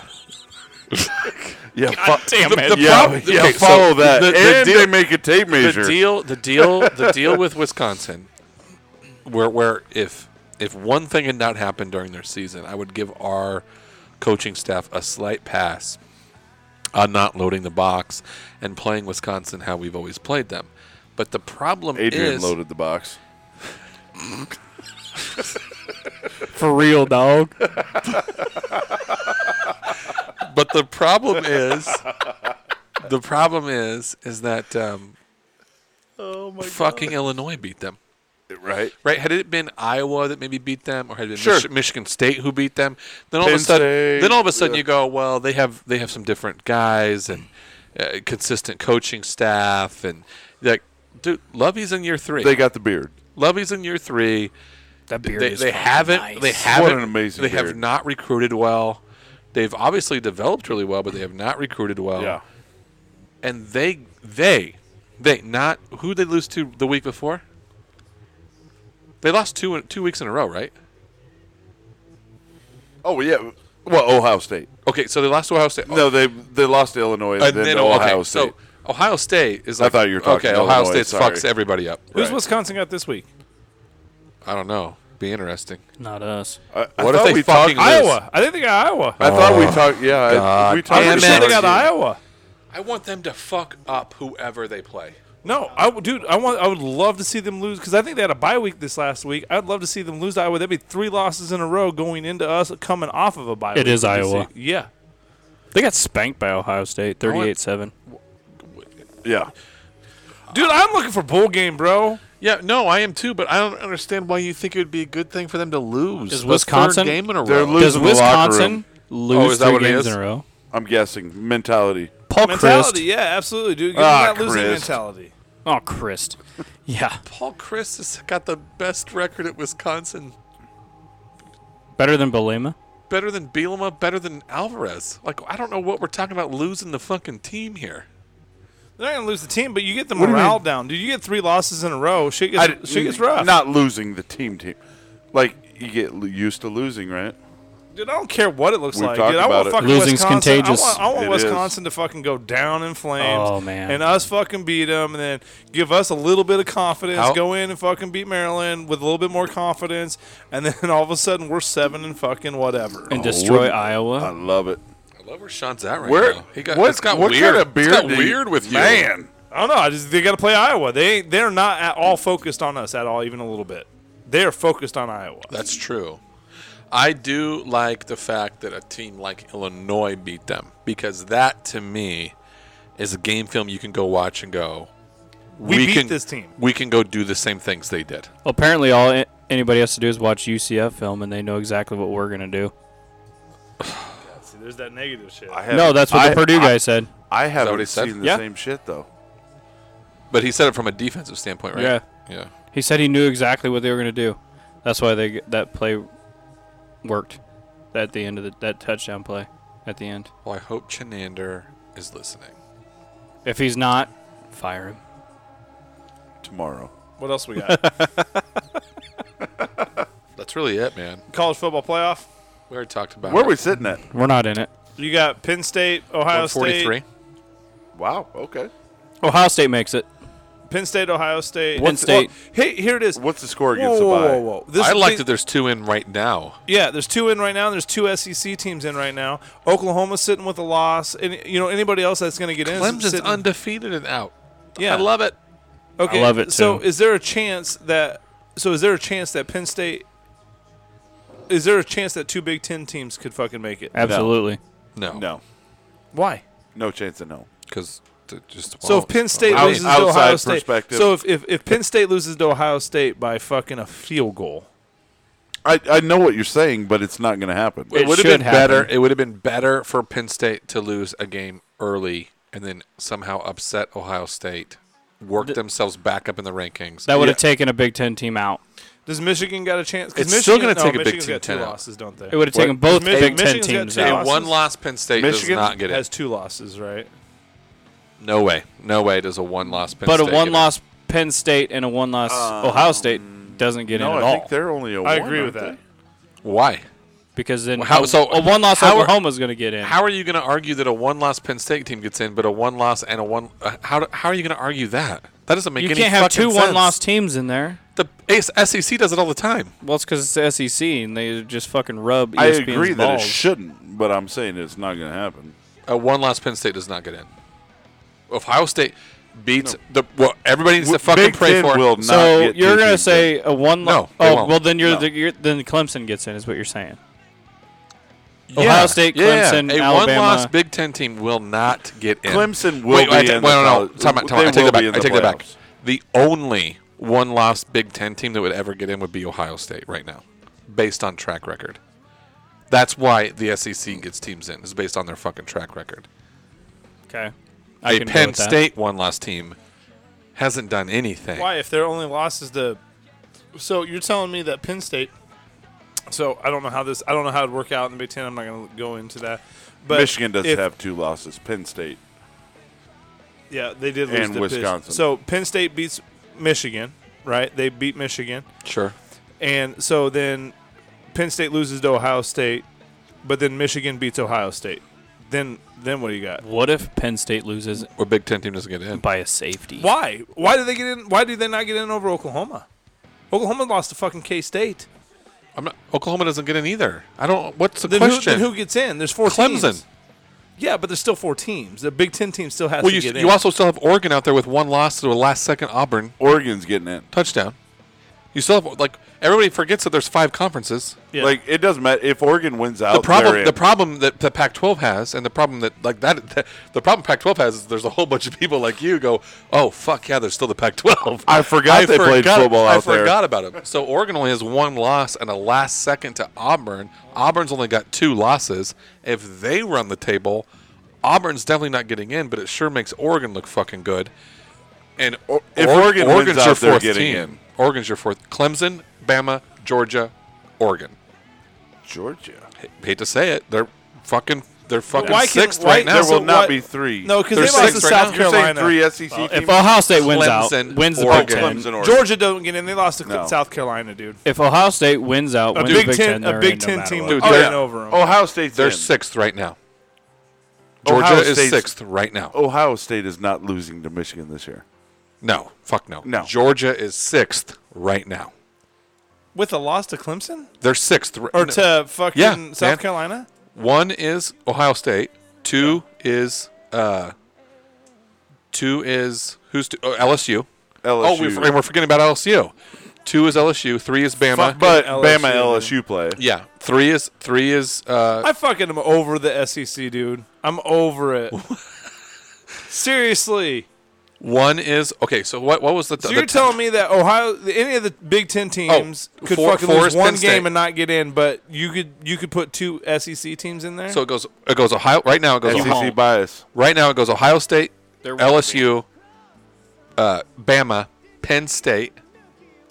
Speaker 4: Yeah. fu-
Speaker 3: Damn
Speaker 2: The
Speaker 4: yeah,
Speaker 2: prob-
Speaker 4: yeah,
Speaker 2: okay, so
Speaker 4: follow that.
Speaker 2: the- the
Speaker 4: and
Speaker 2: deal-
Speaker 4: they make a tape measure.
Speaker 2: The deal, the deal, the deal with Wisconsin, where where if if one thing had not happened during their season, I would give our coaching staff a slight pass on not loading the box and playing Wisconsin how we've always played them. But the problem
Speaker 4: Adrian
Speaker 2: is
Speaker 4: loaded the box.
Speaker 6: for real, dog.
Speaker 2: but the problem is the problem is is that um, fucking Illinois beat them.
Speaker 4: Right.
Speaker 2: Right? Had it been Iowa that maybe beat them, or had it been
Speaker 4: Sure.
Speaker 2: Mich- Michigan State who beat them, then all of
Speaker 4: Penn
Speaker 2: a sudden,
Speaker 4: State,
Speaker 2: then all of a sudden
Speaker 4: yeah.
Speaker 2: you go, well, they have they have some different guys and uh, consistent coaching staff, and like, dude, Lovey's in year three.
Speaker 4: They got the beard.
Speaker 2: Lovey's in year three.
Speaker 3: That beard
Speaker 2: They,
Speaker 3: is
Speaker 2: they
Speaker 3: fucking
Speaker 2: haven't.
Speaker 3: nice.
Speaker 2: They haven't.
Speaker 4: an amazing
Speaker 2: They have
Speaker 4: beard.
Speaker 2: not recruited well. They've obviously developed really well, but they have not recruited well and they they they not who they lose to the week before. They lost two in- two weeks in a row, right?
Speaker 4: Oh yeah. Well, Ohio State.
Speaker 2: Okay, so they lost to Ohio State.
Speaker 4: No, they they lost to Illinois and,
Speaker 2: and
Speaker 4: then,
Speaker 2: Uh, then-
Speaker 4: to Ohio
Speaker 2: okay,
Speaker 4: State.
Speaker 2: so Ohio State is
Speaker 4: I
Speaker 2: like
Speaker 4: thought you were talking
Speaker 2: okay. Ohio
Speaker 4: Illinois,
Speaker 2: State
Speaker 4: sorry.
Speaker 2: fucks everybody up.
Speaker 5: Who's Wisconsin got this week?
Speaker 2: I don't know. Be interesting.
Speaker 3: Not us.
Speaker 4: I, I
Speaker 2: what if
Speaker 4: thought
Speaker 2: they
Speaker 4: we
Speaker 2: fucking Oh,
Speaker 4: talked-
Speaker 2: lose?
Speaker 5: Iowa. I think they got Iowa.
Speaker 4: I thought we talked. Yeah, I, we talked.
Speaker 5: I'm pretty
Speaker 4: about
Speaker 5: sure they
Speaker 4: it.
Speaker 5: got Iowa.
Speaker 2: I want them to fuck up whoever they play.
Speaker 5: No, I would- dude, I want. I would love to see them lose because I think they had a bye week this last week. I'd love to see them lose to Iowa. That'd be three losses in a row going into us coming off of a bye.
Speaker 3: It
Speaker 5: week.
Speaker 3: is
Speaker 5: Let's
Speaker 3: Iowa.
Speaker 5: see. Yeah,
Speaker 3: They got spanked by Ohio State, 38-7.
Speaker 4: Yeah.
Speaker 5: dude, I'm looking for bowl game, bro.
Speaker 2: Yeah, no, I am too, but I don't understand why you think it would be a good thing for them to lose.
Speaker 3: Is
Speaker 2: The
Speaker 3: Wisconsin-
Speaker 2: third game in a
Speaker 4: They're
Speaker 2: row?
Speaker 4: lo-
Speaker 3: Does
Speaker 4: Losing the locker
Speaker 3: Wisconsin
Speaker 2: Oh,
Speaker 3: lose
Speaker 2: is that
Speaker 3: three
Speaker 2: what it
Speaker 3: games
Speaker 2: is?
Speaker 3: in a row?
Speaker 4: I'm guessing mentality.
Speaker 3: Paul Christ.
Speaker 5: Mentality, yeah, absolutely, dude. You're
Speaker 4: Ah,
Speaker 5: not losing
Speaker 4: Chris.
Speaker 5: mentality.
Speaker 3: Oh, Christ. Yeah.
Speaker 2: Paul Chris has got the best record at Wisconsin
Speaker 3: Better than Belema?
Speaker 2: better than Bielema, better than Alvarez. Like I don't know what we're talking about losing the fucking team here.
Speaker 5: They're not gonna lose the team, but you get the
Speaker 4: do you
Speaker 5: morale
Speaker 4: mean?
Speaker 5: down, dude. You get three losses in a row. Shit
Speaker 4: I
Speaker 5: gets,
Speaker 4: d-
Speaker 5: shit gets rough.
Speaker 4: Not losing the team team. Like you get l- used to losing, right?
Speaker 5: Dude, I don't care what it looks
Speaker 4: We've
Speaker 5: like.
Speaker 4: talked
Speaker 5: Dude, I
Speaker 4: about
Speaker 5: want
Speaker 4: it.
Speaker 5: fucking
Speaker 3: Losing's
Speaker 5: Wisconsin.
Speaker 3: contagious.
Speaker 5: I want, I want
Speaker 4: It is.
Speaker 5: Wisconsin to fucking go down in flames.
Speaker 3: Oh, man.
Speaker 5: And us fucking beat them, and then give us a little bit of confidence.
Speaker 2: How-
Speaker 5: Go in and fucking beat Maryland with a little bit more confidence, and then all of a sudden we're seven and fucking whatever.
Speaker 2: Oh,
Speaker 3: And destroy
Speaker 4: wouldn't- Oh, I
Speaker 3: Iowa?
Speaker 4: love it.
Speaker 2: I love where Sean's at right
Speaker 4: Where
Speaker 2: now. He got
Speaker 4: what,
Speaker 2: it's got
Speaker 4: what
Speaker 2: weird.
Speaker 4: kind of beard?
Speaker 2: it's got
Speaker 4: do you-
Speaker 2: weird with you.
Speaker 4: man.
Speaker 5: I don't know. I just, they got to play Iowa. They they're not at all focused on us at all, even a little bit. They are focused on Iowa.
Speaker 2: That's true. I do like the fact that a team like Illinois beat them because that to me is a game film you can go watch and go.
Speaker 5: We beat
Speaker 2: can,
Speaker 5: this team.
Speaker 2: We can go do the same things they did.
Speaker 3: Well, apparently, all a- anybody has to do is watch UCF film, and they know exactly what we're going to do.
Speaker 5: See, there's that negative shit.
Speaker 4: I haven't-
Speaker 3: No, that's what
Speaker 4: I-
Speaker 3: the Purdue
Speaker 4: I-
Speaker 3: guy said.
Speaker 2: what
Speaker 4: I
Speaker 2: he
Speaker 4: haven't
Speaker 2: said?
Speaker 4: seen the
Speaker 3: Yeah.
Speaker 4: same shit though.
Speaker 2: But he said it from a defensive standpoint, right?
Speaker 3: Yeah.
Speaker 2: Yeah.
Speaker 3: He said he knew exactly what they were going to do. That's why they that play worked at the end of the, that touchdown play at the end.
Speaker 2: Well, I hope Chenander is listening.
Speaker 3: If he's not, fire him.
Speaker 4: Tomorrow.
Speaker 5: what else we got?
Speaker 2: That's really it, man.
Speaker 5: College football playoff.
Speaker 2: We already talked about
Speaker 4: Where
Speaker 2: it.
Speaker 4: are we sitting at?
Speaker 3: We're not in it.
Speaker 5: You got Penn State, Ohio State.
Speaker 2: 143.
Speaker 4: Wow. Okay.
Speaker 3: Ohio State makes it.
Speaker 5: Penn State, Ohio State.
Speaker 3: Penn State.
Speaker 5: Well, hey, here it is.
Speaker 4: What's the
Speaker 5: whoa,
Speaker 4: score against
Speaker 5: whoa,
Speaker 4: the bye?
Speaker 5: whoa, whoa. This
Speaker 2: I
Speaker 5: is
Speaker 2: like
Speaker 5: the-
Speaker 2: that there's two in right now.
Speaker 5: Yeah, there's two in right now. And there's two SEC teams in right now. Oklahoma's sitting with a loss, and you know anybody else that's going to get in? is
Speaker 2: Clemson's
Speaker 5: sitting-
Speaker 2: undefeated and out.
Speaker 5: Yeah.
Speaker 2: I love it.
Speaker 5: okay,
Speaker 3: I love it,
Speaker 5: So,
Speaker 3: too.
Speaker 5: is there a chance that? So, is there a chance that Penn State? Is there a chance that two Big Ten teams could fucking make it?
Speaker 3: Absolutely.
Speaker 2: No,
Speaker 4: No.
Speaker 5: Why?
Speaker 4: No chance of no.
Speaker 2: because just
Speaker 5: So if Penn State
Speaker 4: Out-
Speaker 5: loses to
Speaker 4: outside
Speaker 5: Ohio State,
Speaker 4: perspective.
Speaker 5: so if, if if Penn State loses to Ohio State by fucking a field goal,
Speaker 4: I, I know what you're saying, but it's not going to happen.
Speaker 2: It,
Speaker 3: It
Speaker 2: would have
Speaker 3: should
Speaker 2: been better.
Speaker 3: happen.
Speaker 2: It would have been better for Penn State to lose a game early and then somehow upset Ohio State, work themselves back up in the rankings.
Speaker 3: That would have
Speaker 4: Yeah.
Speaker 3: taken a Big Ten team out.
Speaker 5: Does Michigan got a chance? 'Cause
Speaker 2: It's still
Speaker 5: Michigan-
Speaker 2: gonna take a
Speaker 5: no,
Speaker 2: big
Speaker 5: Michigan's
Speaker 2: team
Speaker 5: got two
Speaker 2: ten out.
Speaker 5: losses, don't they?
Speaker 3: It would have taken both
Speaker 5: Mich-
Speaker 3: Big Ten
Speaker 5: Michigan's got
Speaker 3: teams
Speaker 5: two
Speaker 3: out.
Speaker 2: and
Speaker 5: losses.
Speaker 2: one loss Penn State
Speaker 4: Michigan
Speaker 2: does not get it.
Speaker 5: has two losses, right?
Speaker 2: no way. No way does a one loss Penn
Speaker 3: But a
Speaker 2: State get it.
Speaker 3: one-loss Penn State and a one-loss Ohio State doesn't get
Speaker 4: no,
Speaker 3: in at
Speaker 4: I
Speaker 3: all
Speaker 4: think they're only a
Speaker 5: I
Speaker 4: one,
Speaker 5: agree with
Speaker 4: aren't
Speaker 5: that.
Speaker 2: Why?
Speaker 3: because then
Speaker 2: Well, how-
Speaker 3: a-
Speaker 2: so
Speaker 3: a one-loss
Speaker 2: how are-
Speaker 3: Oklahoma is going to get in.
Speaker 2: How are you going to argue that a one loss Penn State team gets in, but a one loss and a one? uh, How do- how are you going to argue that? That doesn't make
Speaker 3: you
Speaker 2: any
Speaker 3: can't have
Speaker 2: fucking
Speaker 3: two
Speaker 2: sense.
Speaker 3: one-loss teams in there.
Speaker 2: The S- SEC does it all the time.
Speaker 3: Well, it's because it's the SEC and they just fucking rub.
Speaker 5: E
Speaker 3: E
Speaker 4: I
Speaker 3: ESPN's
Speaker 4: agree that it
Speaker 3: balls.
Speaker 4: shouldn't, but I'm saying it's not going to happen.
Speaker 2: A Uh, one loss Penn State does not get in. Ohio State beats the well. Everybody needs to fucking
Speaker 4: Big
Speaker 2: pray
Speaker 4: Ten
Speaker 2: for.
Speaker 4: will not
Speaker 3: So
Speaker 4: get
Speaker 3: you're
Speaker 4: two
Speaker 3: gonna
Speaker 4: teams in.
Speaker 3: say a one?
Speaker 2: No, they
Speaker 3: oh
Speaker 2: won't.
Speaker 3: well, then you're,
Speaker 4: No.
Speaker 3: the, you're then Clemson gets in is what you're saying.
Speaker 2: Yeah.
Speaker 3: Ohio State,
Speaker 2: Yeah.
Speaker 3: Clemson,
Speaker 2: a
Speaker 3: Alabama.
Speaker 2: one-loss Big Ten team will not get in.
Speaker 4: Clemson will
Speaker 2: wait,
Speaker 4: be
Speaker 2: wait,
Speaker 4: in the
Speaker 2: wait, no, no,
Speaker 4: playoffs.
Speaker 2: time out, time
Speaker 4: They
Speaker 2: out. I take that
Speaker 4: will
Speaker 2: back.
Speaker 4: be
Speaker 2: I
Speaker 4: in the
Speaker 2: take that back.
Speaker 4: playoffs.
Speaker 2: The only one-loss Big Ten team that would ever get in would be Ohio State right now, based on track record. That's why the SEC gets teams in. is based on their fucking track record.
Speaker 3: Okay,
Speaker 2: A
Speaker 3: I can go
Speaker 2: Penn
Speaker 3: with that.
Speaker 2: State one-loss team hasn't done anything.
Speaker 5: Why, if their only loss is the? So you're telling me that Penn State. So I don't know how this. I don't know how it'd work out in the Big Ten. I'm not going to go into that. But
Speaker 4: Michigan does
Speaker 5: if-
Speaker 4: have two losses. Penn State.
Speaker 5: Yeah, they did lose
Speaker 4: and
Speaker 5: to Pitt.
Speaker 4: Wisconsin.
Speaker 5: So Penn State beats Michigan, right? They beat Michigan,
Speaker 2: Sure.
Speaker 5: and so then Penn State loses to Ohio State, but then Michigan beats Ohio State. Then then what do you got?
Speaker 3: What if Penn State loses
Speaker 2: Or Big Ten team doesn't get in.
Speaker 3: by a safety?
Speaker 5: Why? Why do they get in? Why do they not get in over Oklahoma? Oklahoma lost to fucking K State.
Speaker 2: I'm not, Oklahoma doesn't get in either. I don't. What's the
Speaker 5: Then who,
Speaker 2: question?
Speaker 5: then who gets in? There's four
Speaker 2: Clemson.
Speaker 5: teams. Yeah, but there's still four teams. The Big Ten team still has
Speaker 2: Well,
Speaker 5: to
Speaker 2: you,
Speaker 5: get in.
Speaker 2: you also still have Oregon out there with one loss to a last-second Auburn
Speaker 4: Oregon's getting in.
Speaker 2: touchdown. You still have like everybody forgets that there's five conferences.
Speaker 5: Yeah.
Speaker 4: Like it doesn't matter if Oregon wins out.
Speaker 2: The problem,
Speaker 4: they're in.
Speaker 2: the problem that the Pac-12 has, and the problem that like that, the, problem Pac-12 has is there's a whole bunch of people like you go, oh fuck yeah, there's still the Pac-12.
Speaker 4: I forgot they played football
Speaker 2: I
Speaker 4: out there.
Speaker 2: forgot about it. So Oregon only has one loss and a last second to Auburn. Auburn's only got two losses. If they run the table, Auburn's definitely not getting in, but it sure makes Oregon look fucking good. And o-
Speaker 4: If
Speaker 2: Or-
Speaker 4: Oregon wins
Speaker 2: Oregon's
Speaker 4: out,
Speaker 2: your
Speaker 4: they're
Speaker 2: fourth
Speaker 4: getting
Speaker 2: team.
Speaker 4: in.
Speaker 2: Oregon's your fourth. Clemson, Bama, Georgia, Oregon.
Speaker 4: Georgia.
Speaker 2: Hate to say it, they're fucking they're fucking
Speaker 5: why can-
Speaker 2: sixth
Speaker 5: why-
Speaker 2: right now.
Speaker 4: There will
Speaker 5: so
Speaker 4: not
Speaker 5: what-
Speaker 4: be three.
Speaker 5: no, because
Speaker 2: There's
Speaker 5: they lost to
Speaker 2: six right now.
Speaker 5: South
Speaker 4: You're saying
Speaker 5: Carolina.
Speaker 4: three SEC teams.
Speaker 3: If Ohio State wins
Speaker 2: Clemson,
Speaker 3: out, wins the
Speaker 2: Oregon.
Speaker 3: Big Ten.
Speaker 4: Clemson, Oregon.
Speaker 5: Georgia doesn't get in. They lost to
Speaker 4: No.
Speaker 5: South Carolina, dude.
Speaker 3: If Ohio State wins out,
Speaker 5: A
Speaker 3: wins
Speaker 5: Big
Speaker 3: the Big
Speaker 5: Ten-
Speaker 3: Ten,
Speaker 5: a
Speaker 3: they're
Speaker 5: Big
Speaker 3: in
Speaker 5: Ten
Speaker 3: no matter
Speaker 5: team
Speaker 3: what.
Speaker 5: would-
Speaker 2: Dude,
Speaker 5: Oh,
Speaker 2: they're,
Speaker 5: yeah. over 'em.
Speaker 4: Ohio State's
Speaker 2: they're
Speaker 4: in.
Speaker 2: sixth right now. Georgia
Speaker 4: Ohio
Speaker 2: is
Speaker 4: State's-
Speaker 2: sixth right now.
Speaker 5: Oh.
Speaker 4: Ohio State is not losing to Michigan this year.
Speaker 2: No, fuck no.
Speaker 4: No.
Speaker 2: Georgia is sixth right now.
Speaker 5: With a loss to Clemson
Speaker 2: They're sixth. ri-
Speaker 5: or
Speaker 2: no.
Speaker 5: to fucking
Speaker 2: Yeah,
Speaker 5: South
Speaker 2: man.
Speaker 5: Carolina.
Speaker 2: One is Ohio State. Two is uh, two is who's two, oh, LSU. Oh, we,
Speaker 4: LSU.
Speaker 2: and we're forgetting about LSU. Two is LSU. Three is Bama.
Speaker 5: Fuck.
Speaker 4: but
Speaker 5: LSU,
Speaker 4: Bama
Speaker 5: man.
Speaker 4: LSU play.
Speaker 2: yeah, three is three is uh,
Speaker 5: I fucking am over the SEC, dude. I'm over it. Seriously,
Speaker 2: one is okay. So what what was the?
Speaker 5: so you're telling me that Ohio, any of the Big Ten teams,
Speaker 2: Oh,
Speaker 5: could
Speaker 2: four-
Speaker 5: fucking
Speaker 2: four
Speaker 5: lose
Speaker 2: is
Speaker 5: one
Speaker 2: Penn State.
Speaker 5: game and not get in, but you could you could put two SEC teams in there.
Speaker 2: So it goes it goes Ohio right now. It goes
Speaker 4: SEC
Speaker 2: Ohio,
Speaker 4: bias.
Speaker 2: right now. It goes Ohio State,
Speaker 3: There won't
Speaker 2: LSU, uh, Bama, Penn State,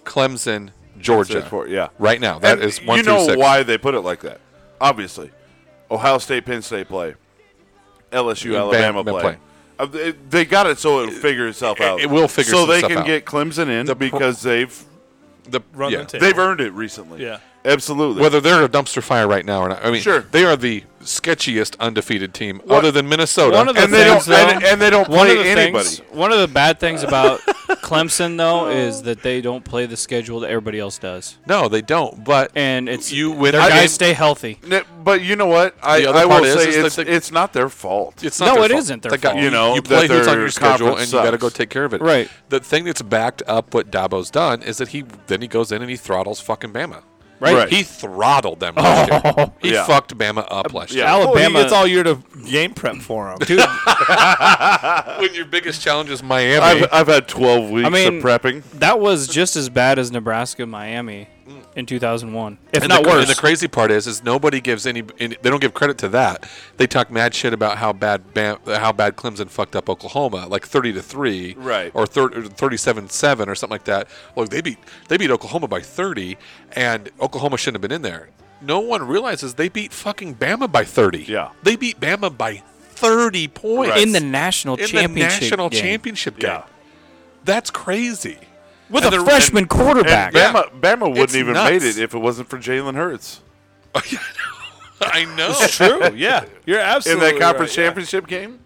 Speaker 2: Clemson, Georgia.
Speaker 4: That's four, yeah.
Speaker 2: Right now, that
Speaker 4: And
Speaker 2: is one
Speaker 4: You
Speaker 2: through
Speaker 4: know
Speaker 2: six.
Speaker 4: why they put it like that? Obviously, Ohio State, Penn State play, LSU, Alabama
Speaker 2: Bama
Speaker 4: play.
Speaker 2: play.
Speaker 4: Uh, they- They got it so it'll figure itself
Speaker 2: it-
Speaker 4: out.
Speaker 2: it will figure
Speaker 4: so they
Speaker 2: itself
Speaker 4: can
Speaker 2: out.
Speaker 4: get Clemson in
Speaker 2: The pro-
Speaker 4: because they've
Speaker 2: The
Speaker 5: Run
Speaker 2: yeah.
Speaker 5: the table.
Speaker 4: they've earned it recently.
Speaker 5: Yeah.
Speaker 4: absolutely.
Speaker 2: Whether they're a dumpster fire right now or not, I mean,
Speaker 4: Sure.
Speaker 2: they are the sketchiest undefeated team other than Minnesota.
Speaker 3: One of the
Speaker 4: and they
Speaker 3: things,
Speaker 4: don't and,
Speaker 3: though-
Speaker 4: and they don't
Speaker 3: one
Speaker 4: play
Speaker 3: of the
Speaker 4: anybody.
Speaker 3: things, one of the bad things about Clemson though is that they don't play the schedule that everybody else does,
Speaker 2: no, they don't. But
Speaker 3: and it's
Speaker 2: You win
Speaker 3: their
Speaker 2: a game-
Speaker 3: guys stay healthy.
Speaker 4: N- But you know what? I,
Speaker 2: The other
Speaker 4: I
Speaker 2: part
Speaker 4: will
Speaker 2: is-
Speaker 4: say
Speaker 2: is
Speaker 4: it's,
Speaker 2: that the-
Speaker 4: it's not their fault.
Speaker 2: It's
Speaker 3: No,
Speaker 2: not their
Speaker 3: it
Speaker 2: fault.
Speaker 3: isn't their
Speaker 2: They got-
Speaker 3: fault.
Speaker 2: You
Speaker 4: You know,
Speaker 2: know, you
Speaker 4: that
Speaker 2: play who's on
Speaker 4: their
Speaker 2: your schedule, and
Speaker 4: conference
Speaker 2: you got to
Speaker 4: sucks.
Speaker 2: go take care of it.
Speaker 3: Right.
Speaker 2: The thing that's backed up what Dabo's done is that he then he goes in and he throttles fucking Bama.
Speaker 3: Right.
Speaker 4: Right.
Speaker 2: He throttled them. Last year. He
Speaker 4: Yeah.
Speaker 2: fucked Bama
Speaker 3: Uh,
Speaker 2: up last
Speaker 4: Yeah.
Speaker 3: Alabama-
Speaker 5: it's all year to game prep for them.
Speaker 3: Dude,
Speaker 2: year. When your biggest challenge is Miami,
Speaker 4: I've, I've had 12 weeks
Speaker 3: mean-
Speaker 4: of prepping.
Speaker 3: that was just as bad as Nebraska Miami. in 2001, if
Speaker 2: And
Speaker 3: not
Speaker 2: the,
Speaker 3: worse.
Speaker 2: And the crazy part is, is nobody gives any. any- They don't give credit to that. They talk mad shit about how bad Bam, how bad Clemson fucked up Oklahoma, like thirty to three,
Speaker 4: Right.
Speaker 2: Or thirty-seven seven, or something like that. Look, they beat they beat Oklahoma by thirty, and Oklahoma shouldn't have been in there. No one realizes they beat fucking Bama by thirty.
Speaker 4: Yeah.
Speaker 2: they beat Bama by thirty points
Speaker 3: in the national
Speaker 2: in the
Speaker 3: championship
Speaker 2: national
Speaker 3: game.
Speaker 2: championship game.
Speaker 4: Yeah.
Speaker 2: That's crazy.
Speaker 3: with
Speaker 2: And
Speaker 3: a
Speaker 2: the-
Speaker 3: freshman quarterback.
Speaker 4: And
Speaker 2: Yeah.
Speaker 4: Bama, Bama wouldn't
Speaker 2: It's
Speaker 4: even
Speaker 2: nuts.
Speaker 4: made it if it wasn't for Jalen Hurts
Speaker 2: I know.
Speaker 5: True. Yeah. You're
Speaker 4: in
Speaker 5: absolutely
Speaker 4: that conference
Speaker 5: right, yeah.
Speaker 4: championship game.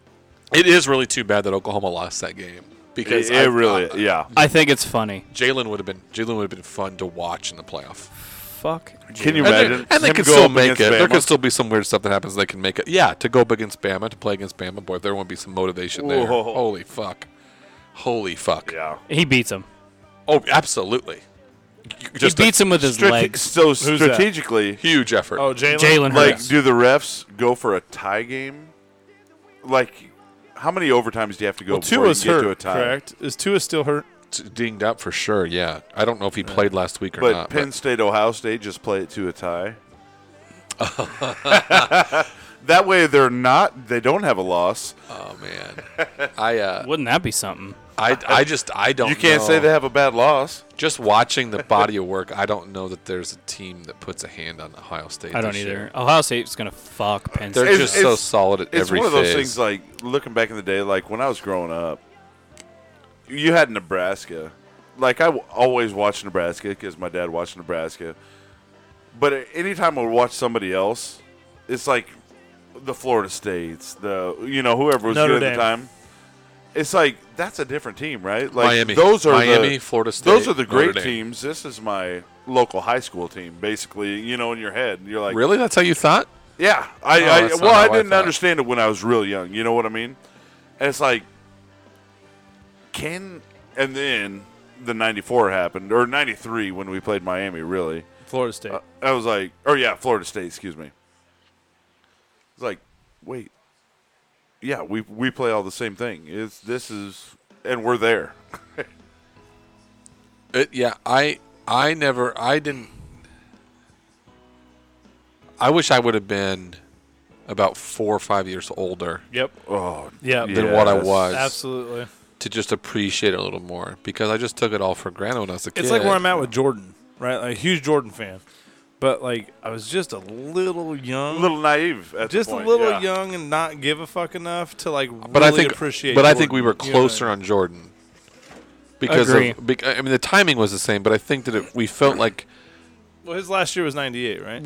Speaker 2: It is really too bad that Oklahoma lost that game because
Speaker 4: It,
Speaker 2: I-
Speaker 4: it really,
Speaker 2: I-
Speaker 4: yeah.
Speaker 3: I think it's funny.
Speaker 2: Jalen would have been Jalen would have been fun to watch in the playoff.
Speaker 3: Fuck.
Speaker 4: Can you
Speaker 2: And they,
Speaker 4: imagine?
Speaker 2: and they
Speaker 4: him
Speaker 2: could
Speaker 4: go
Speaker 2: still
Speaker 4: up
Speaker 2: make
Speaker 4: against
Speaker 2: it. There
Speaker 4: Bama?
Speaker 2: could still be some weird stuff that happens. They can make it. Yeah, to go up against Bama to play against Bama, boy, there won't be some motivation there.
Speaker 4: Whoa.
Speaker 2: Holy fuck, holy fuck.
Speaker 4: yeah.
Speaker 3: He beats him.
Speaker 2: Oh, absolutely. Just
Speaker 3: he beats
Speaker 2: a
Speaker 3: him with his
Speaker 4: Strate-
Speaker 3: legs.
Speaker 4: So
Speaker 5: that?
Speaker 4: strategically,
Speaker 2: huge effort.
Speaker 5: Oh, Jalen.
Speaker 3: Jalen
Speaker 4: like,
Speaker 3: Hurts.
Speaker 4: do the refs go for a tie game? Like, how many overtimes do you have to go before you
Speaker 5: Tua's
Speaker 4: can get
Speaker 5: hurt.
Speaker 4: to a tie?
Speaker 5: Correct. Is Tua still hurt?
Speaker 2: It's dinged up for sure. Yeah, I don't know if he played last week or
Speaker 4: But
Speaker 2: not.
Speaker 4: Penn State, Ohio State just play it to a tie. that way, they're not. They don't have a loss.
Speaker 2: oh man, I uh,
Speaker 3: Wouldn't that be something?
Speaker 2: I I just I don't.
Speaker 4: You can't
Speaker 2: know.
Speaker 4: say they have a bad loss.
Speaker 2: Just watching the body of work, I don't know that there's a team that puts a hand on Ohio State.
Speaker 3: I don't
Speaker 2: this
Speaker 3: either.
Speaker 2: year.
Speaker 3: Ohio State's gonna fuck Penn
Speaker 2: They're
Speaker 3: State.
Speaker 4: It's-
Speaker 2: just so
Speaker 4: it's-
Speaker 2: solid at
Speaker 4: It's
Speaker 2: every
Speaker 4: one of those
Speaker 2: phase.
Speaker 4: things. Like looking back in the day, like when I was growing up, you had Nebraska. Like I w- always watched Nebraska because my dad watched Nebraska. But a- anytime I would watch somebody else, it's like the Florida States, the you know whoever was
Speaker 5: Notre
Speaker 4: good at
Speaker 5: Dame.
Speaker 4: the time. It's like that's a different team, right? Like
Speaker 2: Miami.
Speaker 4: those are
Speaker 2: Miami,
Speaker 4: the,
Speaker 2: Florida
Speaker 4: Those
Speaker 2: State,
Speaker 4: are the
Speaker 2: Notre
Speaker 4: great
Speaker 2: Dame.
Speaker 4: teams. This is my local high school team, basically. You know, in your head, you're like,
Speaker 2: really, that's how you thought?
Speaker 4: yeah, I,
Speaker 2: Oh,
Speaker 4: I
Speaker 2: that's not
Speaker 4: well,
Speaker 2: how
Speaker 4: I
Speaker 2: I
Speaker 4: didn't
Speaker 2: thought.
Speaker 4: understand it when I was real young. You know what I mean? And it's like, can and then the '94 happened or '93 when we played Miami. Really,
Speaker 5: Florida State.
Speaker 4: I, I was like, or yeah, Florida State. Excuse me. It's like, wait, yeah, we we play all the same thing. It's this is and we're there.
Speaker 2: It, yeah, I I never I didn't. I wish I would have been about four or five years older
Speaker 5: yep.
Speaker 4: Oh,
Speaker 5: Yep.
Speaker 2: than what I
Speaker 4: Yes.
Speaker 2: was
Speaker 5: Absolutely.
Speaker 2: to just appreciate it a little more because I just took it all for granted when I was a kid.
Speaker 5: It's like where I'm at with Jordan, right? Like huge Jordan fan, but like I was just a little young,
Speaker 4: a little naive. At the
Speaker 5: just
Speaker 4: point,
Speaker 5: a little
Speaker 4: yeah.
Speaker 5: young, and not give a fuck enough to like.
Speaker 2: but
Speaker 5: really
Speaker 2: I think
Speaker 5: appreciate.
Speaker 2: but I think we were
Speaker 5: Jordan, you know?
Speaker 2: closer on Jordan because
Speaker 3: Agree.
Speaker 2: of, bec- I mean the timing was the same, but I think that it, we felt like
Speaker 5: Well, his last year was '98, right?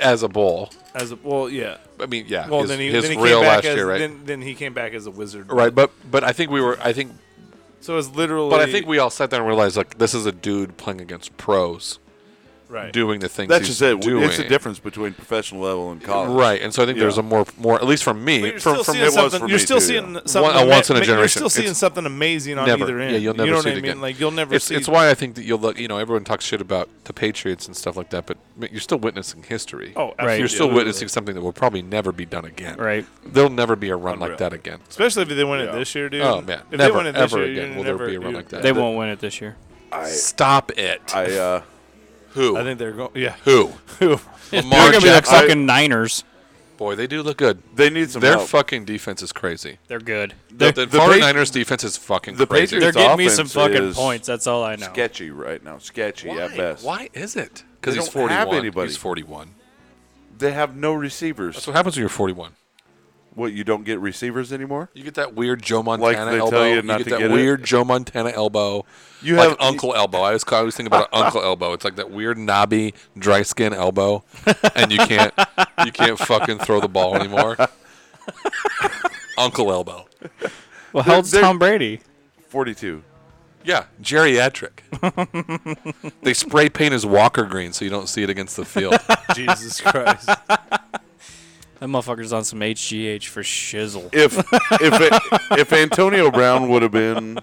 Speaker 2: as a bowl.
Speaker 5: As a, well, yeah.
Speaker 2: I mean, yeah,
Speaker 5: Well,
Speaker 2: his,
Speaker 5: then he
Speaker 2: his
Speaker 5: then he
Speaker 2: real
Speaker 5: came back
Speaker 2: last
Speaker 5: as
Speaker 2: year, right?
Speaker 5: then, then he came back as a wizard,
Speaker 2: right, but but I think we were. I think
Speaker 5: So it's literally.
Speaker 2: But I think we all sat there and realized like this is a dude playing against pros,
Speaker 5: right.
Speaker 2: doing the things
Speaker 4: That's
Speaker 2: he's
Speaker 4: just it.
Speaker 2: doing.
Speaker 4: It's the difference between professional level and college.
Speaker 2: right? And so I think there's
Speaker 4: Yeah.
Speaker 2: a more more at least from me
Speaker 5: You're
Speaker 2: from
Speaker 5: still
Speaker 2: from
Speaker 5: seeing
Speaker 4: it was
Speaker 5: something.
Speaker 4: for
Speaker 5: You're
Speaker 4: me
Speaker 5: still
Speaker 4: too,
Speaker 5: seeing
Speaker 4: yeah.
Speaker 5: something.
Speaker 2: One- a once in a
Speaker 5: ama- You're
Speaker 2: generation.
Speaker 5: still seeing
Speaker 2: It's-
Speaker 5: something amazing on
Speaker 2: never.
Speaker 5: either end.
Speaker 2: Yeah, you'll never
Speaker 5: you know
Speaker 2: see
Speaker 5: what
Speaker 2: it
Speaker 5: I mean?
Speaker 2: again.
Speaker 5: Like you'll never
Speaker 2: it's
Speaker 5: see.
Speaker 2: it's why I think that you'll look. You know, everyone talks shit about the Patriots and stuff like that, but I mean, you're still witnessing history.
Speaker 5: oh,
Speaker 3: Right.
Speaker 2: You're still
Speaker 5: absolutely.
Speaker 2: witnessing something that will probably never be done again.
Speaker 3: right.
Speaker 2: There'll never be a run
Speaker 4: Unreal.
Speaker 2: like that again.
Speaker 5: Especially if they win it
Speaker 4: Yeah.
Speaker 5: this year, dude.
Speaker 2: Oh, man.
Speaker 5: if
Speaker 2: Never,
Speaker 5: they win it this
Speaker 2: ever
Speaker 5: year,
Speaker 2: again
Speaker 5: you're
Speaker 2: will there
Speaker 5: never
Speaker 2: be a run
Speaker 5: you-
Speaker 2: like that.
Speaker 3: They won't win it this year.
Speaker 4: I,
Speaker 2: Stop it.
Speaker 4: I uh,
Speaker 2: Who?
Speaker 5: I think they're going. Yeah,
Speaker 2: Who?
Speaker 5: who?
Speaker 2: Lamar
Speaker 3: They're gonna be the
Speaker 2: Jackson.
Speaker 3: fucking Niners.
Speaker 2: Boy, they do look good.
Speaker 4: they need some
Speaker 2: Their
Speaker 4: help.
Speaker 2: fucking defense is crazy.
Speaker 3: They're good.
Speaker 2: The, the,
Speaker 3: They're,
Speaker 4: the
Speaker 2: 49ers defense is fucking
Speaker 4: the
Speaker 2: crazy.
Speaker 4: Patriots
Speaker 3: they're getting me
Speaker 4: offense
Speaker 3: some fucking
Speaker 4: is
Speaker 3: points. That's all I know.
Speaker 4: sketchy right now. Sketchy
Speaker 2: Why?
Speaker 4: at best.
Speaker 2: Why is it? Because
Speaker 4: They
Speaker 2: he's
Speaker 4: don't
Speaker 2: 41.
Speaker 4: have anybody.
Speaker 2: He's 41.
Speaker 4: They have no receivers.
Speaker 2: That's what happens when you're 41.
Speaker 4: what you don't get receivers anymore?
Speaker 2: You get that weird Joe
Speaker 4: Like,
Speaker 2: Montana
Speaker 4: they tell
Speaker 2: elbow.
Speaker 4: you not
Speaker 2: get
Speaker 4: to
Speaker 2: that
Speaker 4: get it?
Speaker 2: weird Joe Montana elbow.
Speaker 4: You
Speaker 2: like
Speaker 4: have-
Speaker 2: uncle elbow. I always, I always think about an uncle elbow. It's like that weird knobby, dry skin elbow, and you can't you can't fucking throw the ball anymore. uncle elbow.
Speaker 3: Well, how old's
Speaker 4: they're-
Speaker 3: Tom Brady?
Speaker 4: Forty-two.
Speaker 2: Yeah, geriatric. they spray paint his Walker green so you don't see it against the field.
Speaker 5: Jesus Christ.
Speaker 3: That motherfucker's on some HGH for shizzle.
Speaker 4: If if if Antonio Brown would have been,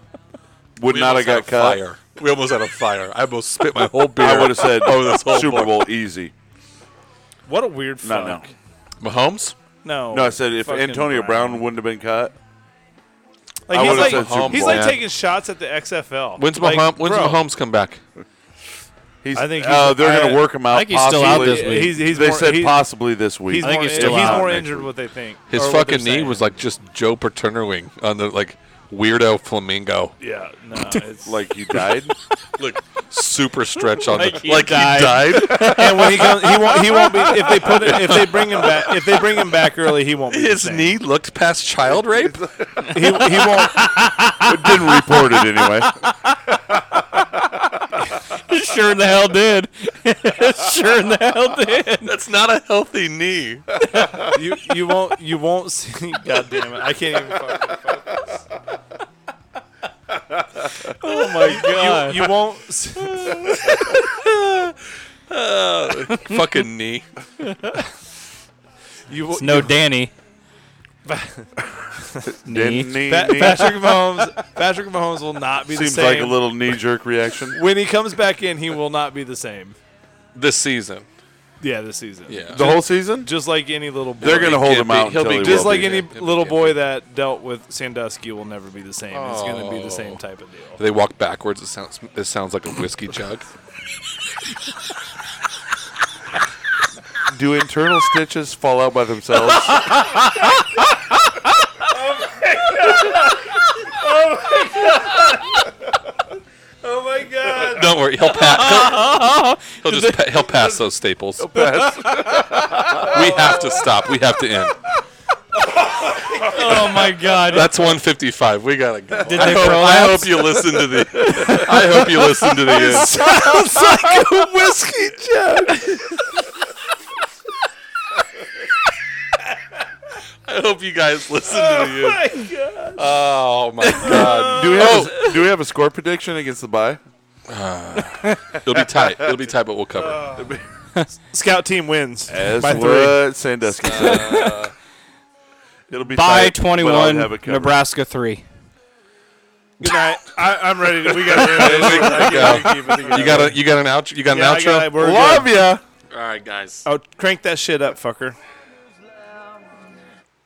Speaker 4: would
Speaker 2: We
Speaker 4: not
Speaker 2: almost
Speaker 4: have
Speaker 2: had
Speaker 4: got
Speaker 2: a
Speaker 4: cut.
Speaker 2: Fire. We almost had a fire. I almost spit my whole beer.
Speaker 4: I would have said
Speaker 2: over Oh, this whole
Speaker 4: Super
Speaker 2: board.
Speaker 4: Bowl easy.
Speaker 5: What a weird
Speaker 4: Not
Speaker 5: fuck.
Speaker 4: now.
Speaker 2: Mahomes.
Speaker 5: No.
Speaker 4: No, I said if
Speaker 5: Fucking
Speaker 4: Antonio Brown. wouldn't have been cut,
Speaker 5: like,
Speaker 4: I
Speaker 5: he's
Speaker 4: would've
Speaker 5: like,
Speaker 4: said Super
Speaker 5: he's
Speaker 2: Bowl.
Speaker 5: like
Speaker 2: Yeah.
Speaker 5: taking shots at the XFL.
Speaker 2: When's
Speaker 5: like,
Speaker 2: Mahomes? When's
Speaker 5: bro,
Speaker 2: Mahomes come back?
Speaker 4: He's,
Speaker 5: I think he's-
Speaker 4: uh, they're going
Speaker 5: I-
Speaker 4: to work him out.
Speaker 3: I think he's still out
Speaker 4: possibly-
Speaker 3: this week.
Speaker 5: He's- he's
Speaker 4: they
Speaker 5: more-
Speaker 4: said
Speaker 5: he's-
Speaker 4: possibly this week.
Speaker 5: He's
Speaker 3: I think
Speaker 5: more,
Speaker 3: he's still
Speaker 5: he's
Speaker 3: out
Speaker 5: more
Speaker 4: next
Speaker 5: injured
Speaker 4: week.
Speaker 5: what they think.
Speaker 2: His
Speaker 5: or what
Speaker 2: fucking
Speaker 5: they're
Speaker 2: knee
Speaker 5: saying.
Speaker 2: was like just Joe Paternoing on the like weirdo flamingo.
Speaker 5: yeah, no, it's
Speaker 4: like you died.
Speaker 2: Look, super stretch on the
Speaker 3: he
Speaker 2: He died.
Speaker 3: died.
Speaker 5: and when he comes, he won't. He won't be if they put it, if they bring him back. If they bring him back early, he won't be. the
Speaker 2: His
Speaker 5: same.
Speaker 2: knee looked past child rape.
Speaker 5: He, he won't.
Speaker 4: It didn't report it anyway.
Speaker 3: sure in the hell did. sure in the hell did.
Speaker 2: That's not a healthy knee.
Speaker 5: You you won't. You won't see. God damn it! I can't even. Fucking focus.
Speaker 3: Oh my god.
Speaker 5: You won't. See,
Speaker 2: fucking knee.
Speaker 5: you won't.
Speaker 3: no Danny.
Speaker 4: Knee,
Speaker 3: knee.
Speaker 4: knee,
Speaker 5: Pa-
Speaker 4: knee.
Speaker 5: Patrick Mahomes. Patrick Mahomes will not be the
Speaker 4: Seems
Speaker 5: same.
Speaker 4: like a little knee jerk reaction.
Speaker 5: when he comes back in, he will not be the same.
Speaker 2: This season.
Speaker 5: Yeah, this season.
Speaker 2: Yeah.
Speaker 4: The whole season?
Speaker 5: Just like any little boy.
Speaker 4: They're going to
Speaker 2: He'll
Speaker 4: hold
Speaker 2: be-
Speaker 4: him out.
Speaker 2: he'll
Speaker 4: until
Speaker 2: be
Speaker 4: he
Speaker 5: just
Speaker 4: will
Speaker 5: like
Speaker 4: be.
Speaker 5: any
Speaker 2: He'll be
Speaker 5: little
Speaker 2: good.
Speaker 5: boy that dealt with Sandusky will never be the same. It's going to be
Speaker 4: Oh.
Speaker 5: the same type of deal.
Speaker 2: They walk backwards. It sounds. It sounds like a whiskey jug.
Speaker 4: Do internal stitches fall out by themselves?
Speaker 5: Oh my god!
Speaker 2: Don't worry. He'll pass. He'll, he'll just. Pa- he'll pass those staples. we have to stop. We have to end.
Speaker 3: Oh my god.
Speaker 2: That's 155. We gotta go.
Speaker 3: Did
Speaker 2: I
Speaker 3: they
Speaker 2: hope, I
Speaker 3: prolapse?
Speaker 2: hope you listen to the. I hope you listen to the end.
Speaker 5: Sounds like a whiskey jug.
Speaker 2: I hope you guys listen to the end.
Speaker 5: My god!
Speaker 2: Oh my god.
Speaker 4: do, we have a, do we have a score prediction against the bye?
Speaker 2: It'll be tight. It'll be tight, but we'll cover. it.
Speaker 5: Scout team wins
Speaker 4: As
Speaker 5: by three.
Speaker 4: what Sandusky said. It'll be
Speaker 3: By
Speaker 4: tight, but I'll
Speaker 3: 21,
Speaker 4: have it covered.
Speaker 3: Nebraska 3.
Speaker 5: Good night. I, I'm ready. To, we got
Speaker 2: There you go.
Speaker 5: to.
Speaker 2: You got a. You got an outro. You got an
Speaker 5: Yeah, I
Speaker 2: outro.
Speaker 5: got it. We're
Speaker 4: Love
Speaker 5: good.
Speaker 4: ya.
Speaker 2: All right, guys.
Speaker 5: Oh, crank that shit up, fucker.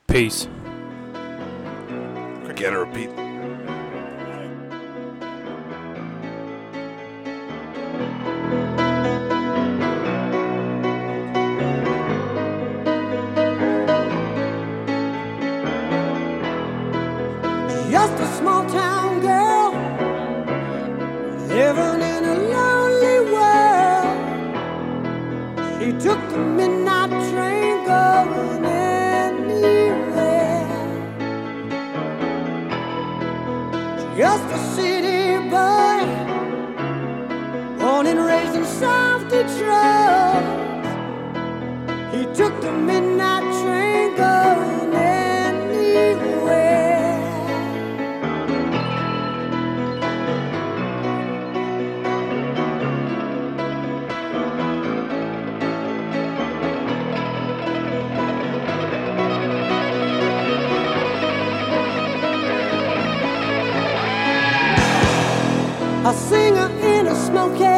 Speaker 3: Peace.
Speaker 4: Get her a beat.
Speaker 7: Just a small town girl living in a lonely world. She took the midnight train going anywhere. Just a city boy, born and raised in South Detroit. He took the midnight train going anywhere. a singer in a smoky